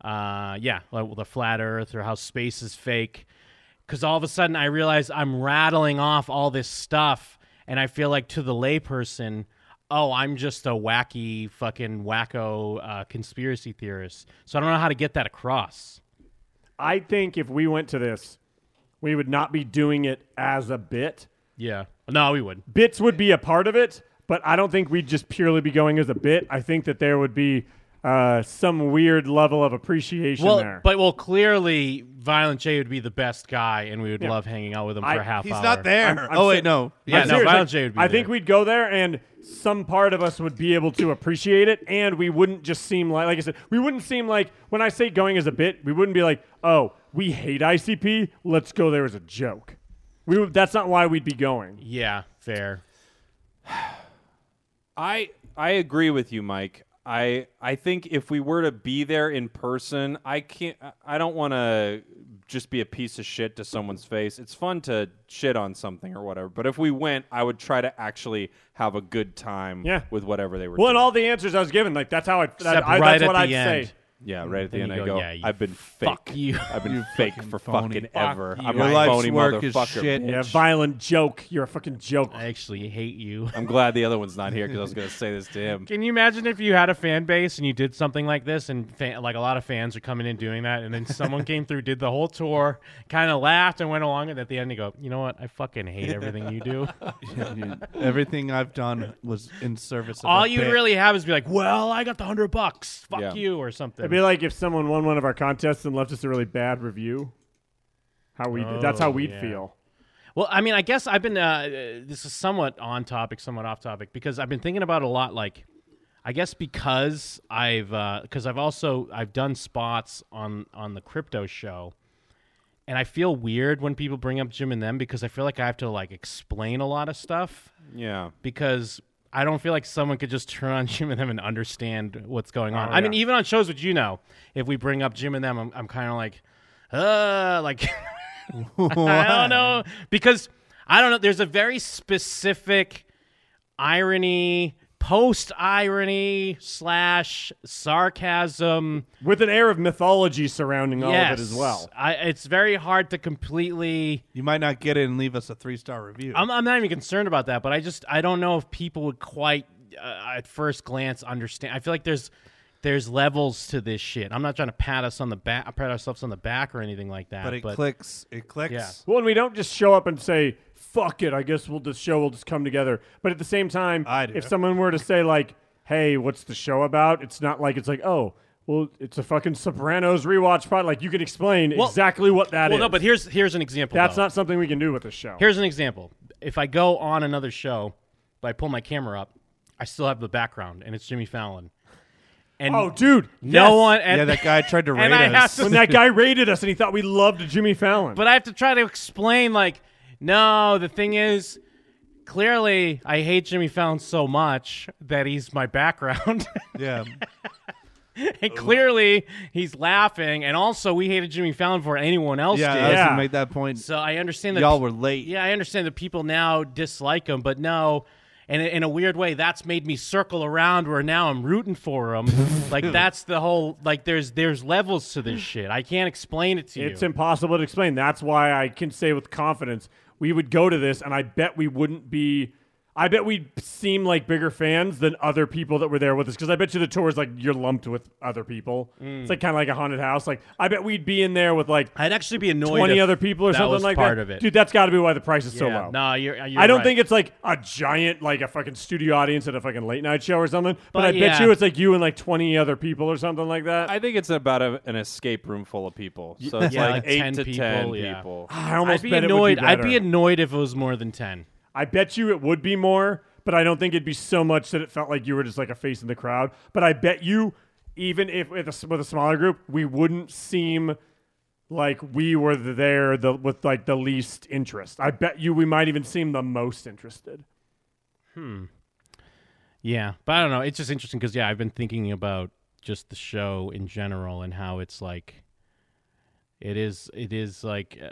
uh, yeah, like the flat Earth or how space is fake. Because all of a sudden I realize I'm rattling off all this stuff, and I feel like to the layperson. Oh, I'm just a wacky fucking wacko uh, conspiracy theorist. So I don't know how to get that across. I think if we went to this, we would not be doing it as a bit. Yeah. No, we would. Bits would be a part of it, but I don't think we'd just purely be going as a bit. I think that there would be uh, some weird level of appreciation Well, there. but well, clearly, Violent J would be the best guy, and we would Yeah. love hanging out with him I- for a half He's hour. not there. I'm- I'm oh wait, ser- no. Yeah, I'm no, serious. Violent J would be I think there. we'd go there, and some part of us would be able to appreciate it, and we wouldn't just seem like, like I said, we wouldn't seem like when I say going as a bit, we wouldn't be like, oh, we hate ICP, let's go there as a joke. We would, that's not why we'd be going. Yeah, fair. I I agree with you, Mike. I I think if we were to be there in person, I can't. I- I don't want to just be a piece of shit to someone's face. It's fun to shit on something or whatever. But if we went, I would try to actually have a good time Yeah. with whatever they were. Well, and doing. all the answers I was given, like that's how I, that, Except I right that's what at I'd the say. end. yeah, right at the Then end, you I go, go. "Yeah, you I've been fuck fake. you." I've been fake for phony. fucking ever. I'm Your a life's phony work is motherfucker. shit. Yeah, violent joke. You're a fucking joke. I actually hate you. I'm glad the other one's not here because I was going to say this to him. Can you imagine if you had a fan base and you did something like this, and fa- like a lot of fans are coming in doing that, and then someone came through, did the whole tour, kind of laughed and went along, and at the end they go, you know what? I fucking hate everything you do. Everything I've done was in service. Of all a you bit. really have is be like, well, I got the hundred bucks. Fuck Yeah. you or something. It'd be like if someone won one of our contests and left us a really bad review. How we that's how Oh, we'd yeah. feel. Well, I mean, I guess I've been. Uh, uh, this is somewhat on topic, somewhat off topic, because I've been thinking about it a lot. Like, I guess because I've because I've also I've done spots on on the crypto show, and I feel weird when people bring up Jim and them because I feel like I have to like explain a lot of stuff Yeah. because I don't feel like someone could just turn on Jim and them and understand what's going on. Oh, I mean, yeah. even on shows with you know, if we bring up Jim and them, I'm, I'm kind of like, uh, like I don't know because I don't know. There's a very specific irony, post irony slash sarcasm With an air of mythology surrounding all of it as well. I, it's very hard to completely. You might not get it and leave us a three star review. I'm, I'm not even concerned about that, but I just I don't know if people would quite uh, at first glance understand. I feel like there's there's levels to this shit. I'm not trying to pat us on the back, pat ourselves on the back or anything like that. but it clicks. It clicks. Yeah. Well, and we don't just show up and say, "Fuck it, I guess we'll just show will just come together." But at the same time, I do. if someone were to say like, "Hey, what's the show about?" It's not like it's like, "Oh, well, it's a fucking Sopranos rewatch pod." Like you can explain Well- exactly what that well, is. no, but here's here's an example. that's though. not something we can do with this show. Here's an example. If I go on another show, but I pull my camera up, I still have the background, and it's Jimmy Fallon. And oh, dude, no yes. one. And, Yeah, that guy tried to And raid I have us. to- when that guy rated us and he thought we loved Jimmy Fallon. but I have to try to explain, like, no, the thing is, clearly, I hate Jimmy Fallon so much that he's my background. yeah. and clearly, he's laughing. And also, we hated Jimmy Fallon before anyone else Yeah. I did. was Yeah. gonna make that point. So I understand that Y'all were late. Yeah, I understand that people now dislike him, but no, and in a weird way, that's made me circle around where now I'm rooting for him. like that's the whole like there's there's levels to this shit. I can't explain it to you. It's impossible to explain. That's why I can say with confidence we would go to this, and I bet we wouldn't be. I bet we seem like bigger fans than other people that were there with us because I bet you the tour is like you're lumped with other people. It's like kind of like a haunted house. Like I bet we'd be in there with like I'd actually be annoyed. twenty if other people or that something was like part that. of it. Dude, that's got to be why the price is so Yeah, low. no, you're- you're I don't right. think it's like a giant, like a fucking studio audience at a fucking late night show or something. But, But I bet yeah. you it's like you and like twenty other people or something like that. I think it's about a, an escape room full of people. So it's Yeah, like, like eight 10 to people, ten yeah. people. Ah, I almost I'd be bet annoyed. It would be I'd be better. annoyed if it was more than ten. I bet you it would be more, but I don't think it'd be so much that it felt like you were just like a face in the crowd. But I bet you, even if with a, with a smaller group, we wouldn't seem like we were there the, with like the least interest. I bet you we might even seem the most interested. Hmm. Yeah, but I don't know. It's just interesting because yeah, I've been thinking about just the show in general and how it's like. It is. It is like uh,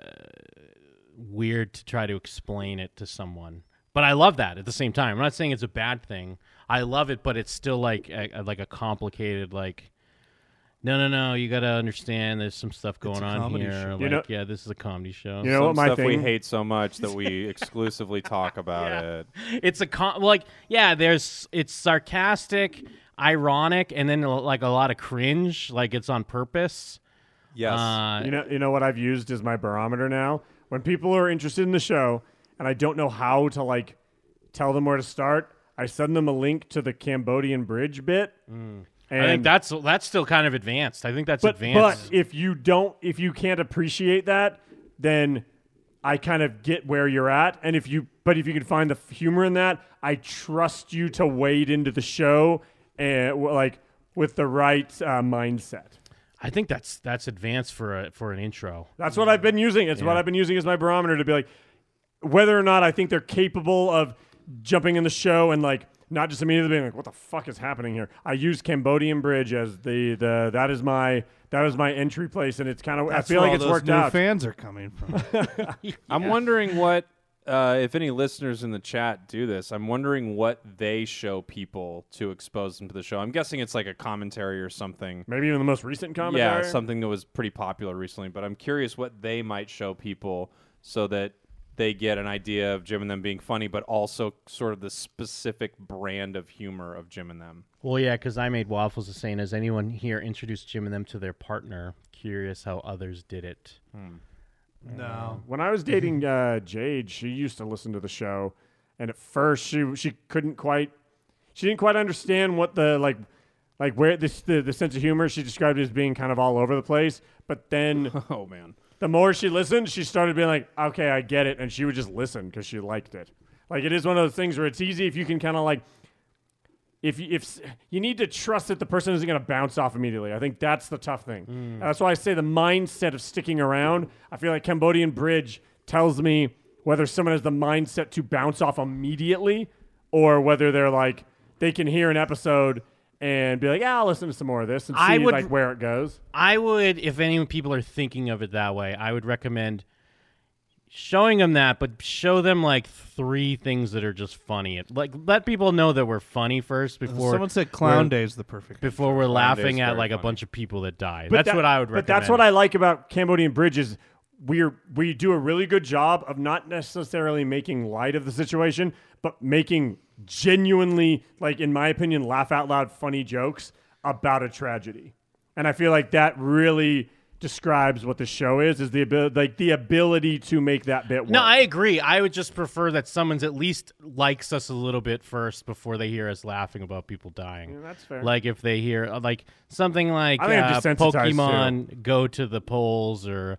weird to try to explain it to someone, but I love that at the same time. I'm not saying it's a bad thing. I love it, but it's still like a, like a complicated like. No, no, no! You gotta understand. There's some stuff going on comedy here. show. Like, You know- yeah, this is a comedy show. You know what Some my stuff thing? we hate so much that we exclusively talk about it. it's a con- like yeah there's it's sarcastic ironic and then like a lot of cringe like it's on purpose Yes. uh, You know, you know what I've used as my barometer now. When people are interested in the show and I don't know how to like tell them where to start, I send them a link to the Cambodian bridge bit. And Mm. i think that's that's still kind of advanced i think that's but, advanced But if you don't, if you can't appreciate that, then I kind of get where you're at. And if you, but if you can find the f- humor in that, I trust you to wade into the show and w- like with the right uh, mindset. i think that's that's advanced for a for an intro That's what I've been using. It's what I've been using as my barometer to be like whether or not I think they're capable of jumping in the show and like not just immediately being like, what the fuck is happening here? I use Cambodian Bridge as the the that is my that is my entry place, and it's kind of I That's feel where like it's all those worked new out. Fans are coming from. I'm wondering what, uh, if any listeners in the chat do this, I'm wondering what they show people to expose them to the show. I'm guessing it's like a commentary or something. Maybe even the most recent Yeah, commentary. something that was pretty popular recently. But I'm curious what they might show people so that they get an idea of Jim and them being funny, but also sort of the specific brand of humor of Jim and them. well yeah because i made waffles the saying has anyone here introduced jim and them to their partner curious how others did it no. When I was dating uh, Jade, she used to listen to the show, and at first she she couldn't quite she didn't quite understand what the like like where this the, the sense of humor she described as being kind of all over the place. But then Oh, man. the more she listened, she started being like, okay, I get it. And she would just listen because she liked it. Like, it is one of those things where it's easy if you can kind of like, if you, if s- you need to trust that the person isn't going to bounce off immediately. I think that's the tough Mm. thing. And that's why I say the mindset of sticking around. I feel like Cambodian Bridge tells me whether someone has the mindset to bounce off immediately or whether they're like, they can hear an episode and be like, yeah, I'll listen to some more of this and see I would- like where it goes. I would, if any people are thinking of it that way, I would recommend showing them that, but show them like three things that are just funny. It- Like let people know that we're funny first before Someone said Clown we're- Day is the perfect. Before we're Day's laughing at very like a funny. bunch of people that die. But that's that- what I would recommend. But that's what I like about Cambodian Bridge is we're we do a really good job of not necessarily making light of the situation, but making genuinely, like in my opinion, laugh out loud funny jokes about a tragedy. And I feel like that really describes what the show is: is the ability, like the ability to make that bit. Work. No, I agree. I would just prefer that someone's at least likes us a little bit first before they hear us laughing about people dying. that's fair. Like if they hear uh, like something like I think I'm uh, desensitized, too. Pokemon go to the polls or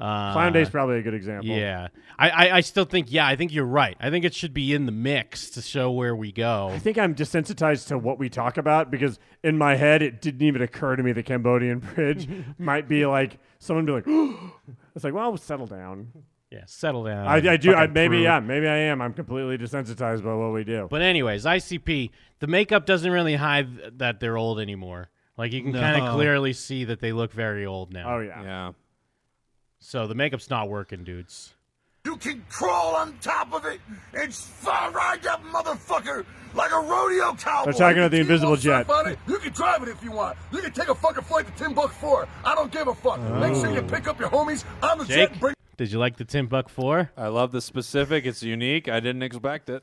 uh, Clown Day's probably a good example. Yeah, I, I, I still think yeah, I think you're right. I think it should be in the mix to show where we go. I think I'm desensitized to what we talk about because in my head it didn't even occur to me the Cambodian bridge might be like someone be like, it's like, well, settle down. Yeah, settle down. I, I do. I, Fucking maybe prude. yeah. Maybe I am. I'm completely desensitized by what we do. But anyways, ICP, the makeup doesn't really hide th- that they're old anymore. Like you can kind of No. clearly see that they look very old now. oh yeah. Yeah. So the makeup's not working, dudes. You can crawl on top of it and fly right up, motherfucker, like a rodeo cowboy. They're talking about the You invisible want jet. surf on it, You can drive it if you want. You can take a fucking flight to Timbuktu. Four. I don't give a fuck. Make sure you pick up your homies on the jet. Jake, and Bring did you like the Tim Buck Four? I love the specific. It's unique. I didn't expect it.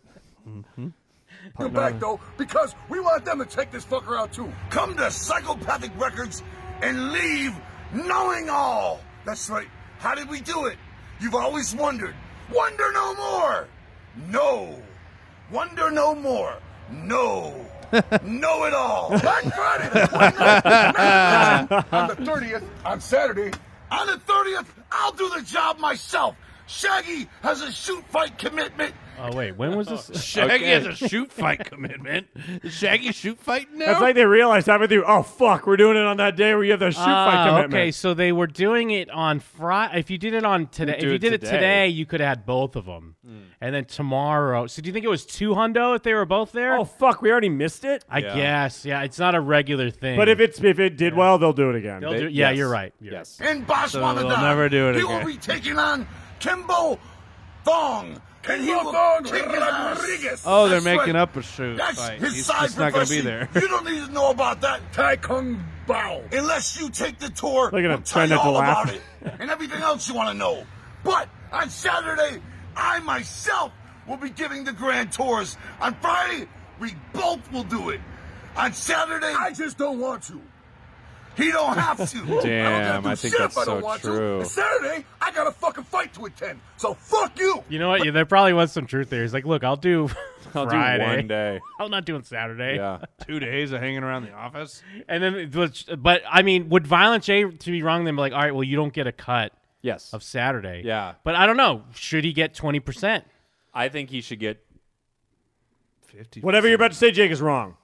You're back though, because we want them to check this fucker out too. Come to Psychopathic Records and leave knowing all. That's right. How did we do it? You've always wondered. Wonder no more. No. Wonder no more. No. know it all. Black Friday, the 29th, on the 30th, on Saturday. On the 30th, I'll do the job myself. Shaggy has a shoot fight commitment. Oh wait, when was this? Shaggy has a shoot fight commitment. Is Shaggy shoot fight now? That's like they realized halfway through. Oh fuck, we're doing it on that day where you have the shoot fight Ah, commitment. okay, so they were doing it on Friday. If you did it on today, if do you it did it today. today, you could add both of them, and then tomorrow. So do you think it was two hundo if they were both there? Oh fuck, we already missed it. I Yeah. guess. Yeah, it's not a regular thing. But if it's if it did well, they'll do it again. They'll do- They- yeah, yes. you're right. You're yes. And Bosch So Ramadan. they'll never do it He again. will be taking on Kimbo Thong. And he will Thong kick his ass. Rodriguez. oh, they're That's making right. up a shoot That's fight. his He's side just not going to be profession. there. you don't need to know about that Tai Kung Bao. unless you take the tour. at him, we'll tell you trying not to all laugh. about it and everything else you want to know. But on Saturday, I myself will be giving the grand tours. On Friday, we both will do it. On Saturday, I just don't want to. he don't have to. Damn, I I think shit that's if I don't so want to. true. And Saturday, I got a fucking fight to attend. So fuck you. You know what? Yeah, there probably was some truth there. He's like, look, I'll do I'll Friday. do one day. I'm not doing Saturday. Yeah. Two days of hanging around the office. And then, it was- but I mean, would Violent J to be wrong? Then be like, all right, well, you don't get a cut Yes. of Saturday. Yeah. But I don't know. Should he get twenty percent? I think he should get. Whatever you're about to say, Jake, is wrong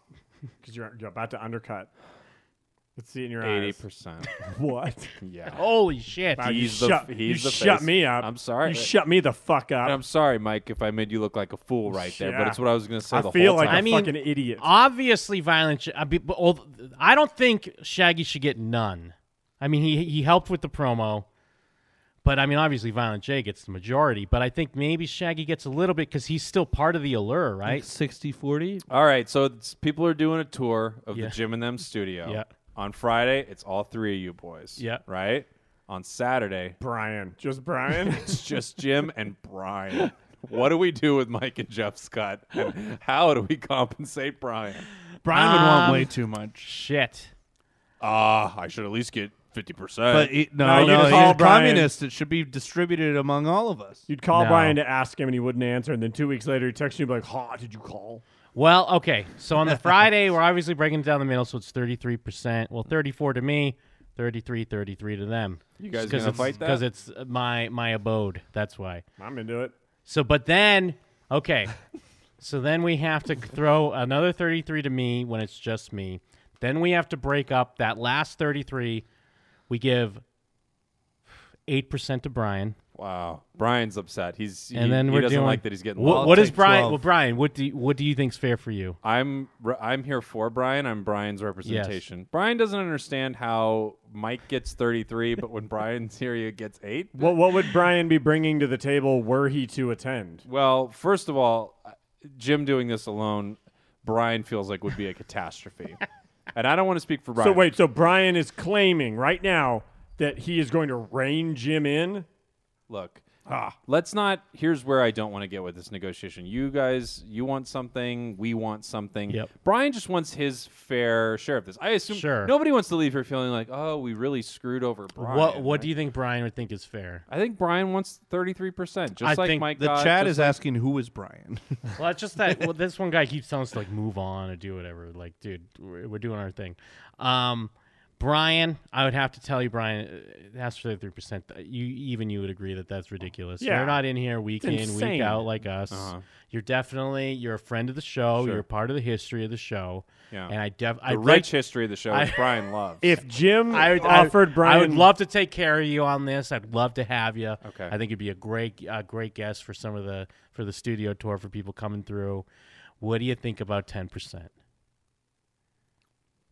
because you're, you're about to undercut. Let's see it in your Eighty eyes. percent. What? Yeah, Holy shit! Wow, He's you the- shut, he's you the shut face. me up. I'm sorry. You shut me the fuck up. And I'm sorry, Mike, if I made you look like a fool right there, but Yeah. it's what I was gonna say. I the feel whole like time. a I mean- fucking idiot. Obviously, Violent. J- I, be- but all- I don't think Shaggy should get none. I mean, he he helped with the promo, but I mean, obviously, Violent J gets the majority. But I think maybe Shaggy gets a little bit because he's still part of the allure, right? 60 40? All right, so it's, people are doing a tour of Yeah. the Jim and Them studio. Yeah. On Friday, it's all three of you boys. Yeah. Right? On Saturday, Brian, just Brian. it's just Jim and Brian. What do we do with Mike and Jeff Scott? And how do we compensate Brian? Brian would want Um, way too much. Shit. Ah, I should at least get 50%. But he, No, no, you no, just he's call a Brian. communist. It should be distributed among all of us. You'd call No. Brian to ask him, and he wouldn't answer. And then two weeks later, he texts you, and be like, "Ha, did you call?" Well, okay. So on the Friday, we're obviously breaking it down the middle, so it's 33%. Well, 34 to me, 33, 33 to them. You guys gonna fight that? Because it's uh, my, my abode. That's why. I'm into it. So, but then, okay. so then we have to throw another 33 to me when it's just me. Then we have to break up that last 33. We give 8% to Brian. wow. Brian's upset. He's And he, then he we're doesn't doing like that he's getting Wh- lost. what is take Brian? 12. Well, Brian, what do you, what do you think's fair for you? I'm re- I'm here for Brian. I'm Brian's representation. Brian doesn't understand how Mike gets 33, but when Brian's here, he gets 8. What What would Brian be bringing to the table were he to attend? Well, first of all, uh, Jim doing this alone, Brian feels like would be a catastrophe. and I don't want to speak for Brian. So wait, so Brian is claiming right now that he is going to rein Jim in. Look. Ah. Let's not here's where I don't want to get with this negotiation. You guys, you want something, we want something. Yep. Brian just wants his fair share of this. I assume Sure. nobody wants to leave here feeling like, "Oh, we really screwed over Brian." what what right? do you think Brian would think is fair? I think Brian wants 33%, just I like think Mike The got, chat just is asking who is Brian. Well, it's just that well, this one guy keeps telling us to, like move on or do whatever. Like, dude, we're, we're doing our thing. Um, Brian, I would have to tell you, Brian, uh, that's thirty three percent. You even you would agree that that's ridiculous. Yeah. You're not in here week in insane. week out like us. Uh-huh. You're definitely you're a friend of the show. You're a part of the history of the show. Yeah. and I def I the like. rich history of the show, which I- Brian loves. If Jim I would, I- offered Brian, I would love to take care of you on this. I'd love to have you. Okay. I think you'd be a great, uh, great guest for some of the for the studio tour for people coming through. What do you think about ten percent?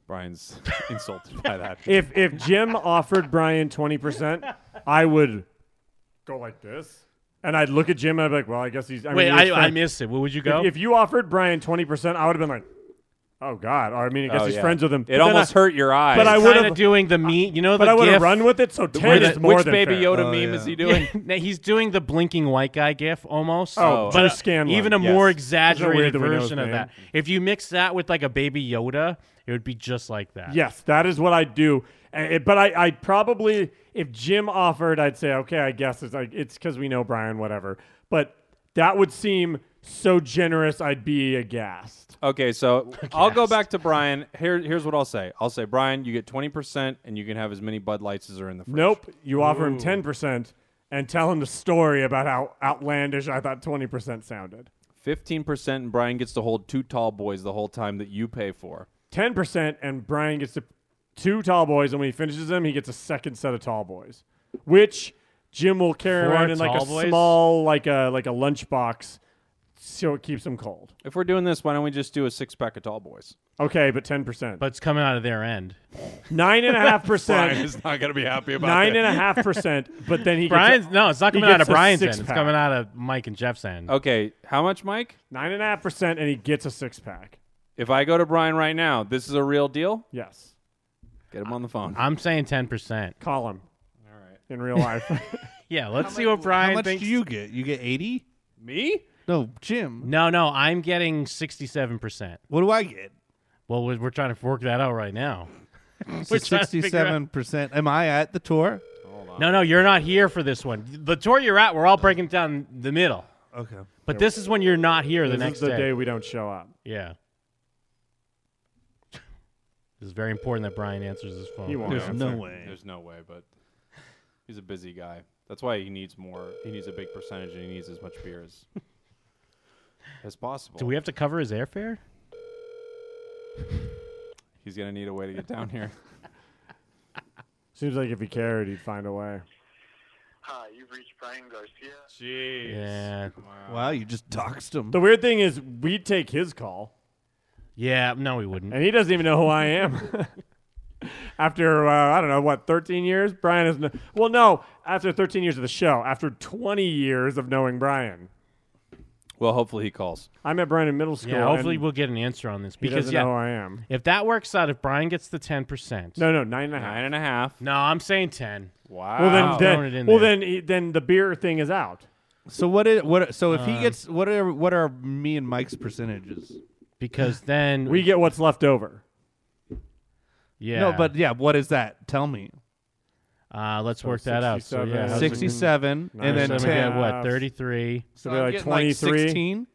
Brian's insulted by that. If if Jim offered Brian twenty percent, I would go like this, and I'd look at Jim and I'd be like, "Well, I guess he's." I mean, Wait, he was I, I friend- missed it. What would you go? If, if you offered Brian twenty percent, I would have been like, Oh God! Or, I mean, I guess Oh, he's yeah. friends with him. But It then almost I- hurt your eyes. But I would Kind of have. doing the me. You know But the I would have gif? run with it. So ten Which, is more which than Baby fair. Yoda Oh, meme yeah. is he doing? Nah, he's doing the blinking white guy gif almost. Oh, but Drew a- Scanlon, even a yes. more weird exaggerated that we know his version of name? that. If you mix that with like a baby Yoda, it would be just like that. Yes, that is what I do. Uh, it- but I, I probably, if Jim offered, I'd say, okay, I guess it's like it's because we know Brian, whatever. But that would seem so generous. I'd be aghast. Okay, so I'll go back to Brian. Here, here's what I'll say. I'll say, Brian, you get twenty percent, and you can have as many Bud Lights as are in the fridge. Nope. You offer him ten percent and tell him the story about how outlandish I thought twenty percent sounded. fifteen percent, and Brian gets to hold two tall boys the whole time that you pay for. Ten percent, and Brian gets to two tall boys, and when he finishes them, he gets a second set of tall boys, which Jim will carry Four around in like a tall boys? small, like a like a lunchbox, so it keeps him cold. If we're doing this, why don't we just do a six pack of tall boys? Okay, but ten percent. But it's coming out of their end. Nine and a half Brian percent. is not going to be happy about Nine that. and a half percent. But then he Brian's gets no, it's not he coming out gets a of Brian's end. six It's pack. coming out of Mike and Jeff's end. Okay, how much, Mike? nine and a half percent, and he gets a six pack. If I go to Brian right now, this is a real deal. Yes, Get him on the phone. I'm saying ten percent. call him. In real life, Yeah, let's see what Brian How much thinks. do you get? You get 80? Me? No, Jim. no, no, I'm getting sixty-seven percent. What do I get? Well, we're, we're trying to work that out right now. So trying to figure out- 67%. Am I at the tour? No, no, you're not here for this one. The tour you're at, we're all breaking down the middle. Okay. But this is when you're not here the this next is the day we don't show up. Yeah. It's very important that Brian answers his phone. He won't. There's answer. no way. There's no way, but he's a busy guy. That's why he needs more. He needs a big percentage, and he needs as much beer as as possible. Do we have to cover his airfare? He's gonna need a way to get down here. Seems like if he cared, he'd find a way. Hi, you've reached Brian Garcia. Jeez. Yeah. Wow, you just doxed him. The weird thing is, we take his call, Yeah, no, we wouldn't. and he doesn't even know who I am. after uh, I don't know what, thirteen years, Brian is no- well, no, after thirteen years of the show, after twenty years of knowing Brian, Well, hopefully he calls. I met Brian in middle school. Yeah, hopefully and we'll get an answer on this he because doesn't yeah, know who I am. if that works out, if Brian gets the ten percent, No, no, nine and a half. Nine and a half. no, I'm saying ten. Wow. Well Wow. then, Throwing it then in well there. then, he- then the beer thing is out. So what is what? So if he gets what are what are me and Mike's percentages? Because then We get what's left over. yeah, No, but yeah, what is that? Tell me. uh, let's work that out. So yeah, 67. sixty. Sixty-seven, and And then then Seven, ten. get what half. thirty-three. So I'm they're like getting, like, twenty three. 16.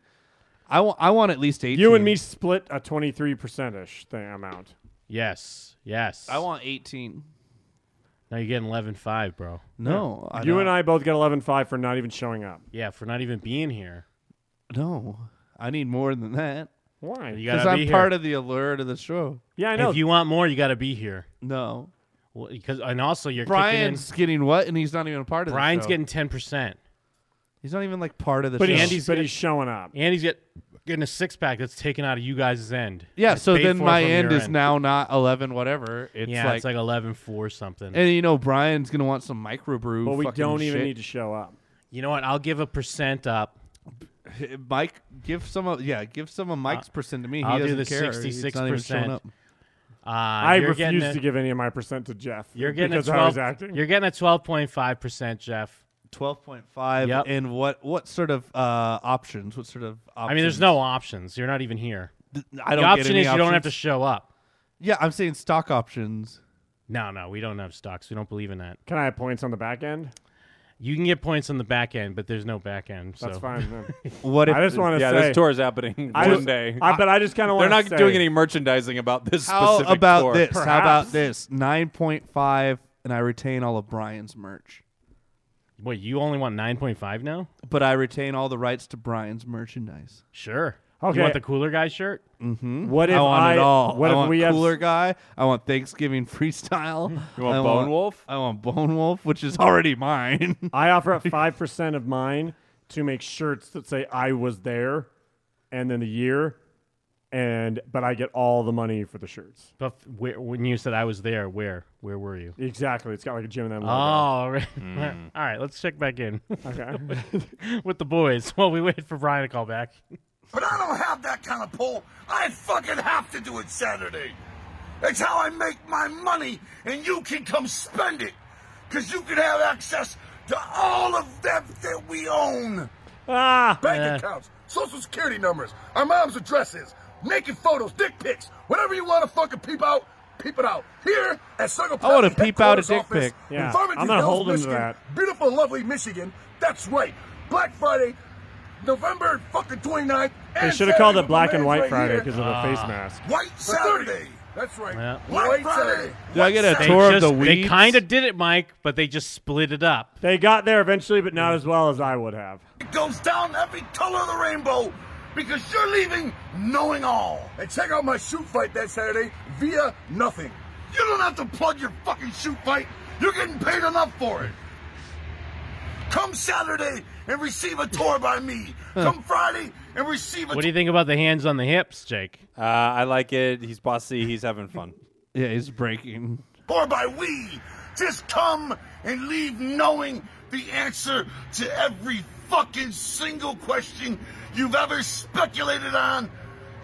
I want. I want at least eighteen. You and me split a twenty three percentish thing amount. Yes, yes. I want eighteen. Now you're getting eleven five, bro. No, I You and I both get eleven five for not even showing up. Yeah, for not even being here. No, I need more than that Why? You because gotta be I'm here. part of the allure of the show. yeah, I know. If you want more, you got to be here. No, Well, because and also you're kicking in- Brian's getting what, and he's not even a part of. Brian's the show. getting ten percent. He's not even like part of the but show. he's, Andy's but good. he's showing up. Andy's get, getting a six pack that's taken out of you guys' end. yeah, That's so paid then for my from your end is now not eleven, whatever. It's yeah, like, it's like eleven four something. and you know Brian's gonna want some microbrew. But we fucking don't even shit. need to show up. you know what? I'll give a percent up. Mike, give some of yeah, give some of Mike's percent to me. He Uh, I'll do doesn't the care. He's not even 66%. showing up. Uh, I you're getting refuse a- to give any of my percent to Jeff. You're getting because a of how he's 12, acting. You're getting a twelve point five percent, Jeff. Twelve point five. Yep. And what what sort of uh, options? What sort of? Options? I mean, there's no options. You're not even here. Th- I the don't get option any is you don't have to options. show up. yeah, I'm saying stock options. No, no, we don't have stocks. We don't believe in that. Can I have points on the back end? You can get points on the back end, but there's no back end. So. That's fine. Then. What if I just want to Yeah, say this tour is happening I one just- day. I, but I just kind of want. They're not say, doing any merchandising about this how specific about tour. this? How Perhaps. about this? Nine point five, and I retain all of Brian's merch, Wait, you only want nine point five now? but I retain all the rights to Brian's merchandise. Hmm? Sure. Okay. You want the cooler guy shirt? Mm-hmm. What if I want it all. What I if want we cooler have guy. I want Thanksgiving freestyle. You want I Bone Wolf? I want Bone Wolf, which is already mine. I offer up five percent of mine to make shirts that say I was there, and then the year, and but I get all the money for the shirts. But f- where, when you said I was there, where where were you? Exactly, it's got like a Jim and them Oh, logo. all right. Mm. all right. Let's check back in Okay. with the boys while we wait for Brian to call back. But I don't have that kind of pull. I fucking have to do it Saturday. That's how I make my money, and you can come spend it. Because you can have access to all of them that we own. Ah, Bank accounts, social security numbers, our mom's addresses, naked photos, dick pics, whatever you want to fucking peep out, peep it out. Here at Circle I wanna Patrick peep out a headquarters dick office pic. in Yeah, Farmington I'm gonna Hills, hold him to Michigan. that. Beautiful, lovely Michigan. That's right. Black Friday, November fucking 29th. They and should have called Saturday it Black with and my White man's right Friday here. because of the face mask. White For 30. Saturday. That's right. Ah. Yeah. Black Friday. Did I get a They tour just- of the They weeds? kind of did it, Mike, but they just split it up. They got there eventually, but not as well as I would have. It goes down every color of the rainbow because you're leaving knowing all. And check out my shoot fight that Saturday via nothing. You don't have to plug your fucking shoot fight. You're getting paid enough for it. Come Saturday and receive a tour by me. Come Friday and receive a What do you think about the hands on the hips, Jake? Uh, I like it. He's bossy. He's having fun. Yeah, he's breaking. tour by we. Just come and leave knowing the answer to every fucking single question you've ever speculated on.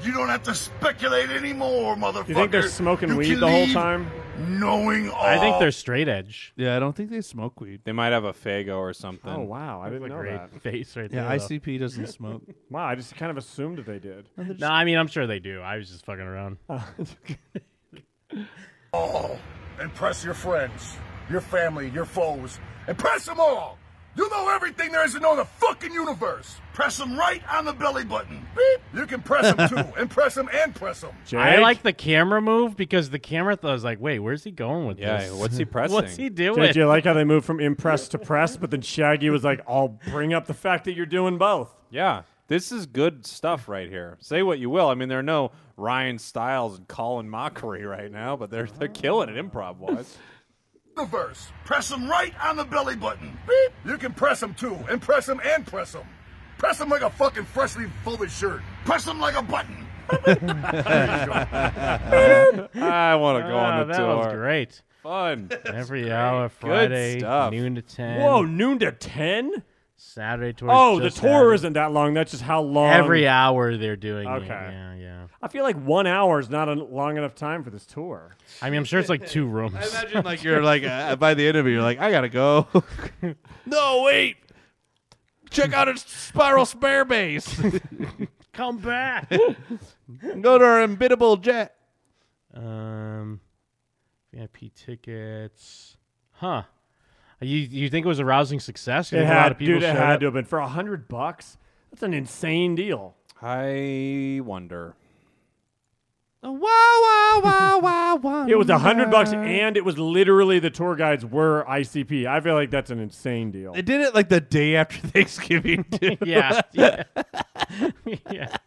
You don't have to speculate anymore, motherfucker. You think they're smoking You weed can the whole leave time? Knowing all. I think they're straight edge. Yeah, I don't think they smoke weed. Oh. They might have a Fago or something. Oh wow, I didn't know Great that. face right there. Yeah, though. ICP doesn't smoke. Wow, I just kind of assumed that they did. No, I mean I'm sure they do. I was just fucking around. all. Impress your friends, your family, your foes. Impress them all. You know everything there is to know in the fucking universe. Press them right on the belly button. Beep. You can press them too. Impress them and press them. Jake? I like the camera move because the camera th- I was like, wait, where's he going with Yeah, this? what's he pressing? what's he doing? Jake, you like how they moved from impress to press, but then Shaggy was like, "I'll bring up the fact that you're doing both." Yeah, this is good stuff right here. Say what you will. I mean, there are no Ryan Styles and Colin Mockery right now, but they're they're killing it improv wise. Universe. Press them right on the belly button. Beep. You can press them too. Impress them and press them. Press them like a fucking freshly folded shirt. Press them like a button. I want to go Ah, on the that tour. was great. Fun. Every hour, Friday, stuff. noon to ten. Whoa, noon to ten? Saturday tour. Oh, the tour isn't that long. That's just how long. every hour they're doing it. Okay. Yeah, yeah. I feel like one hour is not a long enough time for this tour. I mean, I'm sure it's like two rooms. I imagine like you're like uh, by the end of it, you're like, I gotta go. no, wait. Check out its spiral spare base. Come back. go to our imbitable jet. um, VIP tickets. Huh. You you think it was a rousing success? You It think a lot had, of people dude, it showed had up? to have been for a hundred bucks. That's an insane deal. I wonder. Wow, wow, wow, wow, wow. It was a hundred bucks, and it was literally the tour guides were ICP. I feel like that's an insane deal. They did it like the day after Thanksgiving, too. yeah. Yeah. Yeah.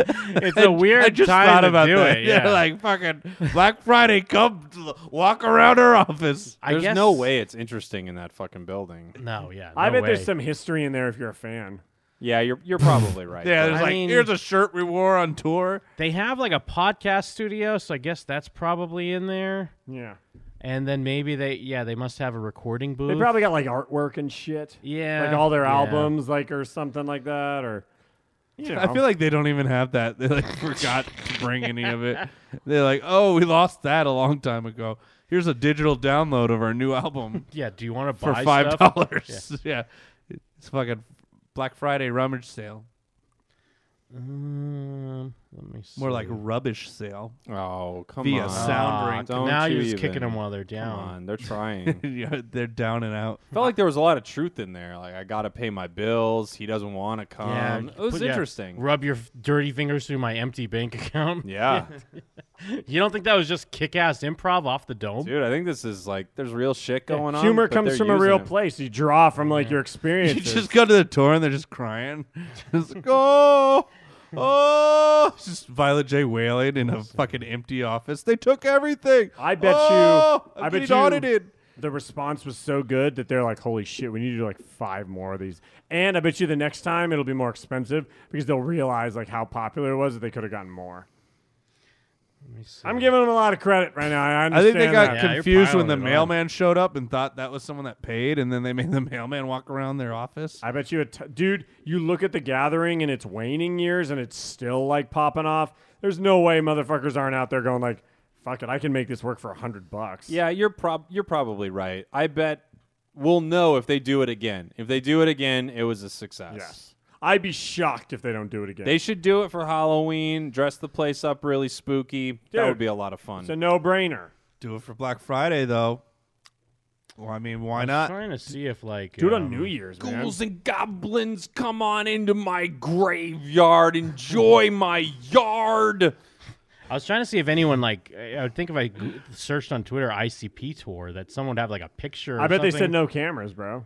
It's a weird I just time thought to about do that. it. Yeah. like fucking Black Friday. Come to the- walk around our office. I There's guess, no way it's interesting in that fucking building. No, yeah. I no bet way. there's some history in there if you're a fan. Yeah, you're you're probably right. Yeah, there. there's I like mean- here's a shirt we wore on tour. They have like a podcast studio, so I guess that's probably in there. Yeah, And then maybe they, yeah, they must have a recording booth. they probably got like artwork and shit. yeah, like all their yeah. albums, like or something like that, or you know. I feel like they don't even have that. They like forgot to bring any of it. They're like, oh, we lost that a long time ago. Here's a digital download of our new album Yeah, do you want to for buy five stuff? dollars. Yeah. it's fucking Black Friday rummage sale. Um, let me see. More like rubbish sale. Oh come Via on. sound Ah, rink. Don't now you you're just even. kicking them while they're Come down. on, they're trying. Yeah, They're down and out. Felt like there was a lot of truth in there. Like I gotta pay my bills. He doesn't want to come. Yeah, it was um, put- yeah, interesting. Rub your f- dirty fingers through my empty bank account. Yeah, You don't think that was just kick-ass improv off the dome? dude. I think this is like there's real shit going on. humor but comes they're from a using real it. place. You draw from like your You experiences. just go to the tour and they're just crying. Just like, oh, oh. It's just Violet J. Whalen in a fucking empty office. They took everything. I bet you- Oh, I'm I bet getting you- audited. the response was so good that they're like, "Holy shit, we need to do like five more of these." And I bet you the next time it'll be more expensive because they'll realize like how popular it was that they could have gotten more. Let me see. I'm giving them a lot of credit right now. I I understand think they got that. Yeah, you're confused piling when the it on. mailman showed up and thought that was someone that paid, and then they made the mailman walk around their office. I bet you, a t- dude. You look at the gathering and it's waning years, and it's still like popping off. There's no way motherfuckers aren't out there going like, "Fuck it, I can make this work for a hundred bucks." Yeah, you're prob you're probably right. I bet we'll know if they do it again. If they do it again, it was a success. Yes. I'd be shocked if they don't do it again. They should do it for Halloween, dress the place up really spooky. that Dude. would be a lot of fun. it's a no-brainer. Oh. Do it for Black Friday though. Well, I mean, why not? trying to see if like Do it um, on New Year's, man. Ghouls and goblins, come on into my graveyard. Enjoy my yard. I was trying to see if anyone like I would think if I g- searched on Twitter ICP tour that someone would have like a picture. or I bet they something. said no cameras, bro.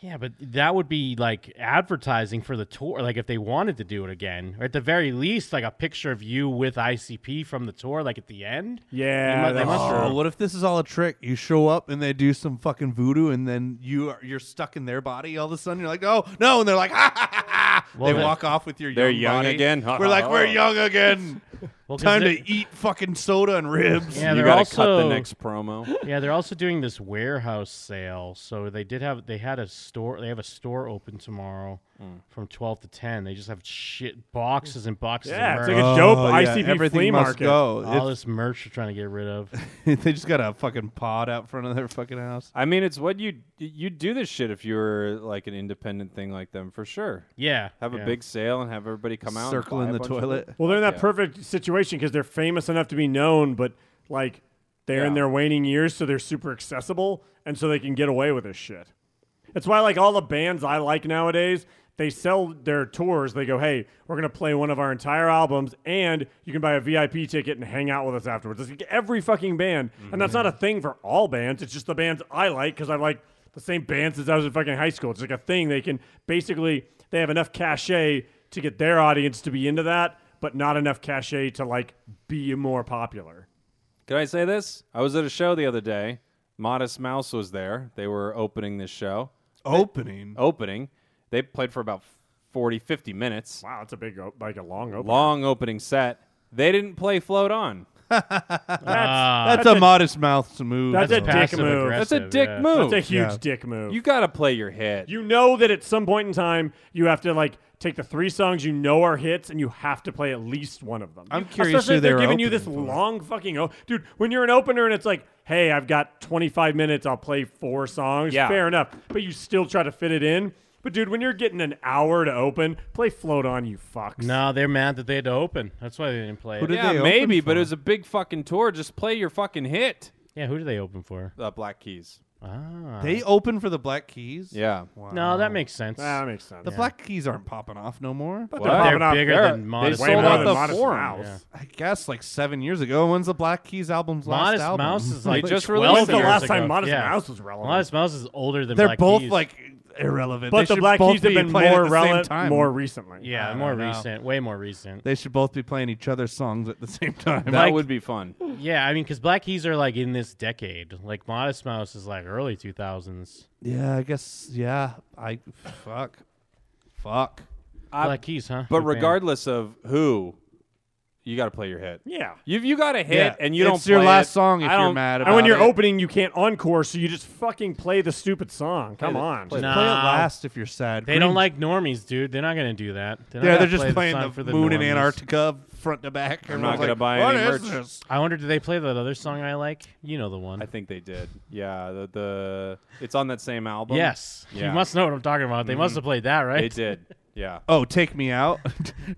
Yeah, but that would be like advertising for the tour. Like if they wanted to do it again, or at the very least, like a picture of you with ICP from the tour, like at the end. Yeah, mu- they that's must- true. Oh, what if this is all a trick? You show up and they do some fucking voodoo, and then you are, you're stuck in their body. All of a sudden, you're like, oh no, and they're like, ha ha ha. ha. Well, they then- walk off with your. They're young young body. again. Ha, We're ha, like, ha. we're young again. Well, 'cause Time they're- to eat fucking soda and ribs. Yeah, you they're gotta also, cut the next promo. Yeah, they're also doing this warehouse sale. So they did have they had a store. They have a store open tomorrow from twelve to ten. They just have shit boxes and boxes. Yeah, of it's merch. like a dope Oh, yeah, ICP everything flea must market. go. all It's- this merch they're trying to get rid of. they just got a fucking pod out front of their fucking house. I mean, it's what you you do this shit if you were like an independent thing like them for sure. Yeah, Have yeah. a big sale and have everybody come out. and Circle buy in a the bunch of toilet. it. Well, they're in that Yeah. perfect situation because they're famous enough to be known, but like they're in Yeah. their waning years, so they're super accessible, and so they can get away with this shit. That's why, like all the bands I like nowadays, they sell their tours. They go, "Hey, we're gonna play one of our entire albums, and you can buy a VIP ticket and hang out with us afterwards." It's like every fucking band, and that's not a thing for all bands. It's just the bands I like because I like the same band since I was in fucking high school. It's like a thing they can basically they have enough cachet to get their audience to be into that, but not enough cachet to like be more popular. Can I say this? I was at a show the other day. Modest Mouse was there. They were opening this show. Opening. Opening. They played for about 40, 50 minutes. Wow, that's a big op- like a long open. Long opening set. They didn't play Float On. that's, a, modest mouth move. that's a though. dick Passive move. That's a aggressive, dick yeah. move. That's a huge Yeah. dick move. you got to play your hit. You know that at some point in time you have to like take the three songs you know are hits and you have to play at least one of them. I'm You- curious Especially who if they're they're giving you this opening for. long fucking oh dude, when you're an opener and it's like, hey, I've got 25 minutes, I'll play four songs. Yeah. Fair enough. But you still try to fit it in. But dude, when you're getting an hour to open, play float on you fucks. No, they're mad that they had to open. That's why they didn't play. Who It. did yeah, they open maybe, but for? it was a big fucking tour. Just play your fucking hit. Yeah, who do they open for? Uh, Black Keys. Ah, They open for the Black Keys. Uh-huh. Yeah. no, that makes sense. That makes sense. The Black Keys aren't popping off no more. But What? popping They're up. bigger They're- than Modest they Way sold more out than the Modest forum. Mouse. Yeah. I guess like seven years ago. When's the Black Keys album's last Modest album? Mouse is They like just 12 released When was the years last ago. time Modest Yeah. Mouse was relevant? Modest Mouse is older than They're Black both Keys. like irrelevant. but They the should Black both Keys have be been playing at more the same relevant time. more recently. yeah, I more don't know. recent, way more recent. They should both be playing each other's songs at the same time. That would be fun. yeah, I mean, because Black Keys are like in this decade. Like Modest Mouse is like early two thousands. yeah, I guess. Yeah, I fuck, fuck. Black Keys, huh? But Good band. regardless of who, you got to play your hit. Yeah. You you got a hit Yeah, and you it's don't. your play last it. song if I you're don't- mad And when about you're it. opening, you can't encore, so you just fucking play the stupid song. Come on. Just Nah. play it last if you're sad. they Green- don't like normies, dude. They're not gonna do that. They're not Yeah, gonna they're just play playing the, the, song for the Moon in normies. Antarctica front to back. I'm not gonna buy any merch." I wonder, do they play that other song I like? You know the one. I think they did. Yeah, the, the it's on that same album. yes, you Yeah. Mm-hmm. must know what I'm talking about. They must have played that, right? they did. Yeah. Oh, take me out,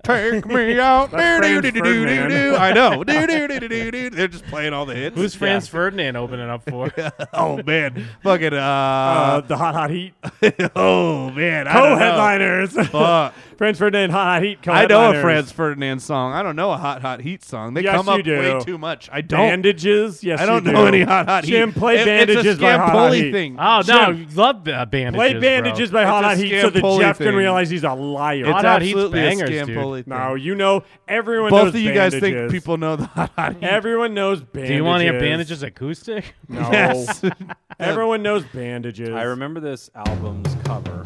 take me out. That's do, Franz do, do, do, do, do. Ferdinand. I know. Do, do, do, do, do, do. They're just playing all the hits. Who's Franz Ferdinand opening up for? oh man, fucking uh, Uh, the Hot Hot Heat oh man, I don't know. co-headliners. Fuck. Franz Ferdinand, Hot Hot Heat I know co-headliners. a Franz Ferdinand song. I don't know a Hot Hot Heat song. They Yes, come up you do. way too much. I don't. Bandages. Yes, I don't you know do. any Hot Hot Heat. Jim, play It- Bandages It's a by Hot Hot Scampoli Heat. thing. Oh no, Jim, you love uh, bandages. Play bro. Bandages by Hot a Hot Heat so that Scampoli Jeff thing. can realize he's a liar. It's Hot Hot Heat's absolutely a bangers, dude. Scampoli thing. no, you know everyone Both knows of you guys think Bandages. people know the Hot Hot Heat. Everyone knows bandages. Do you want to hear bandages acoustic? No. Yes. Everyone knows bandages. I remember this album's cover.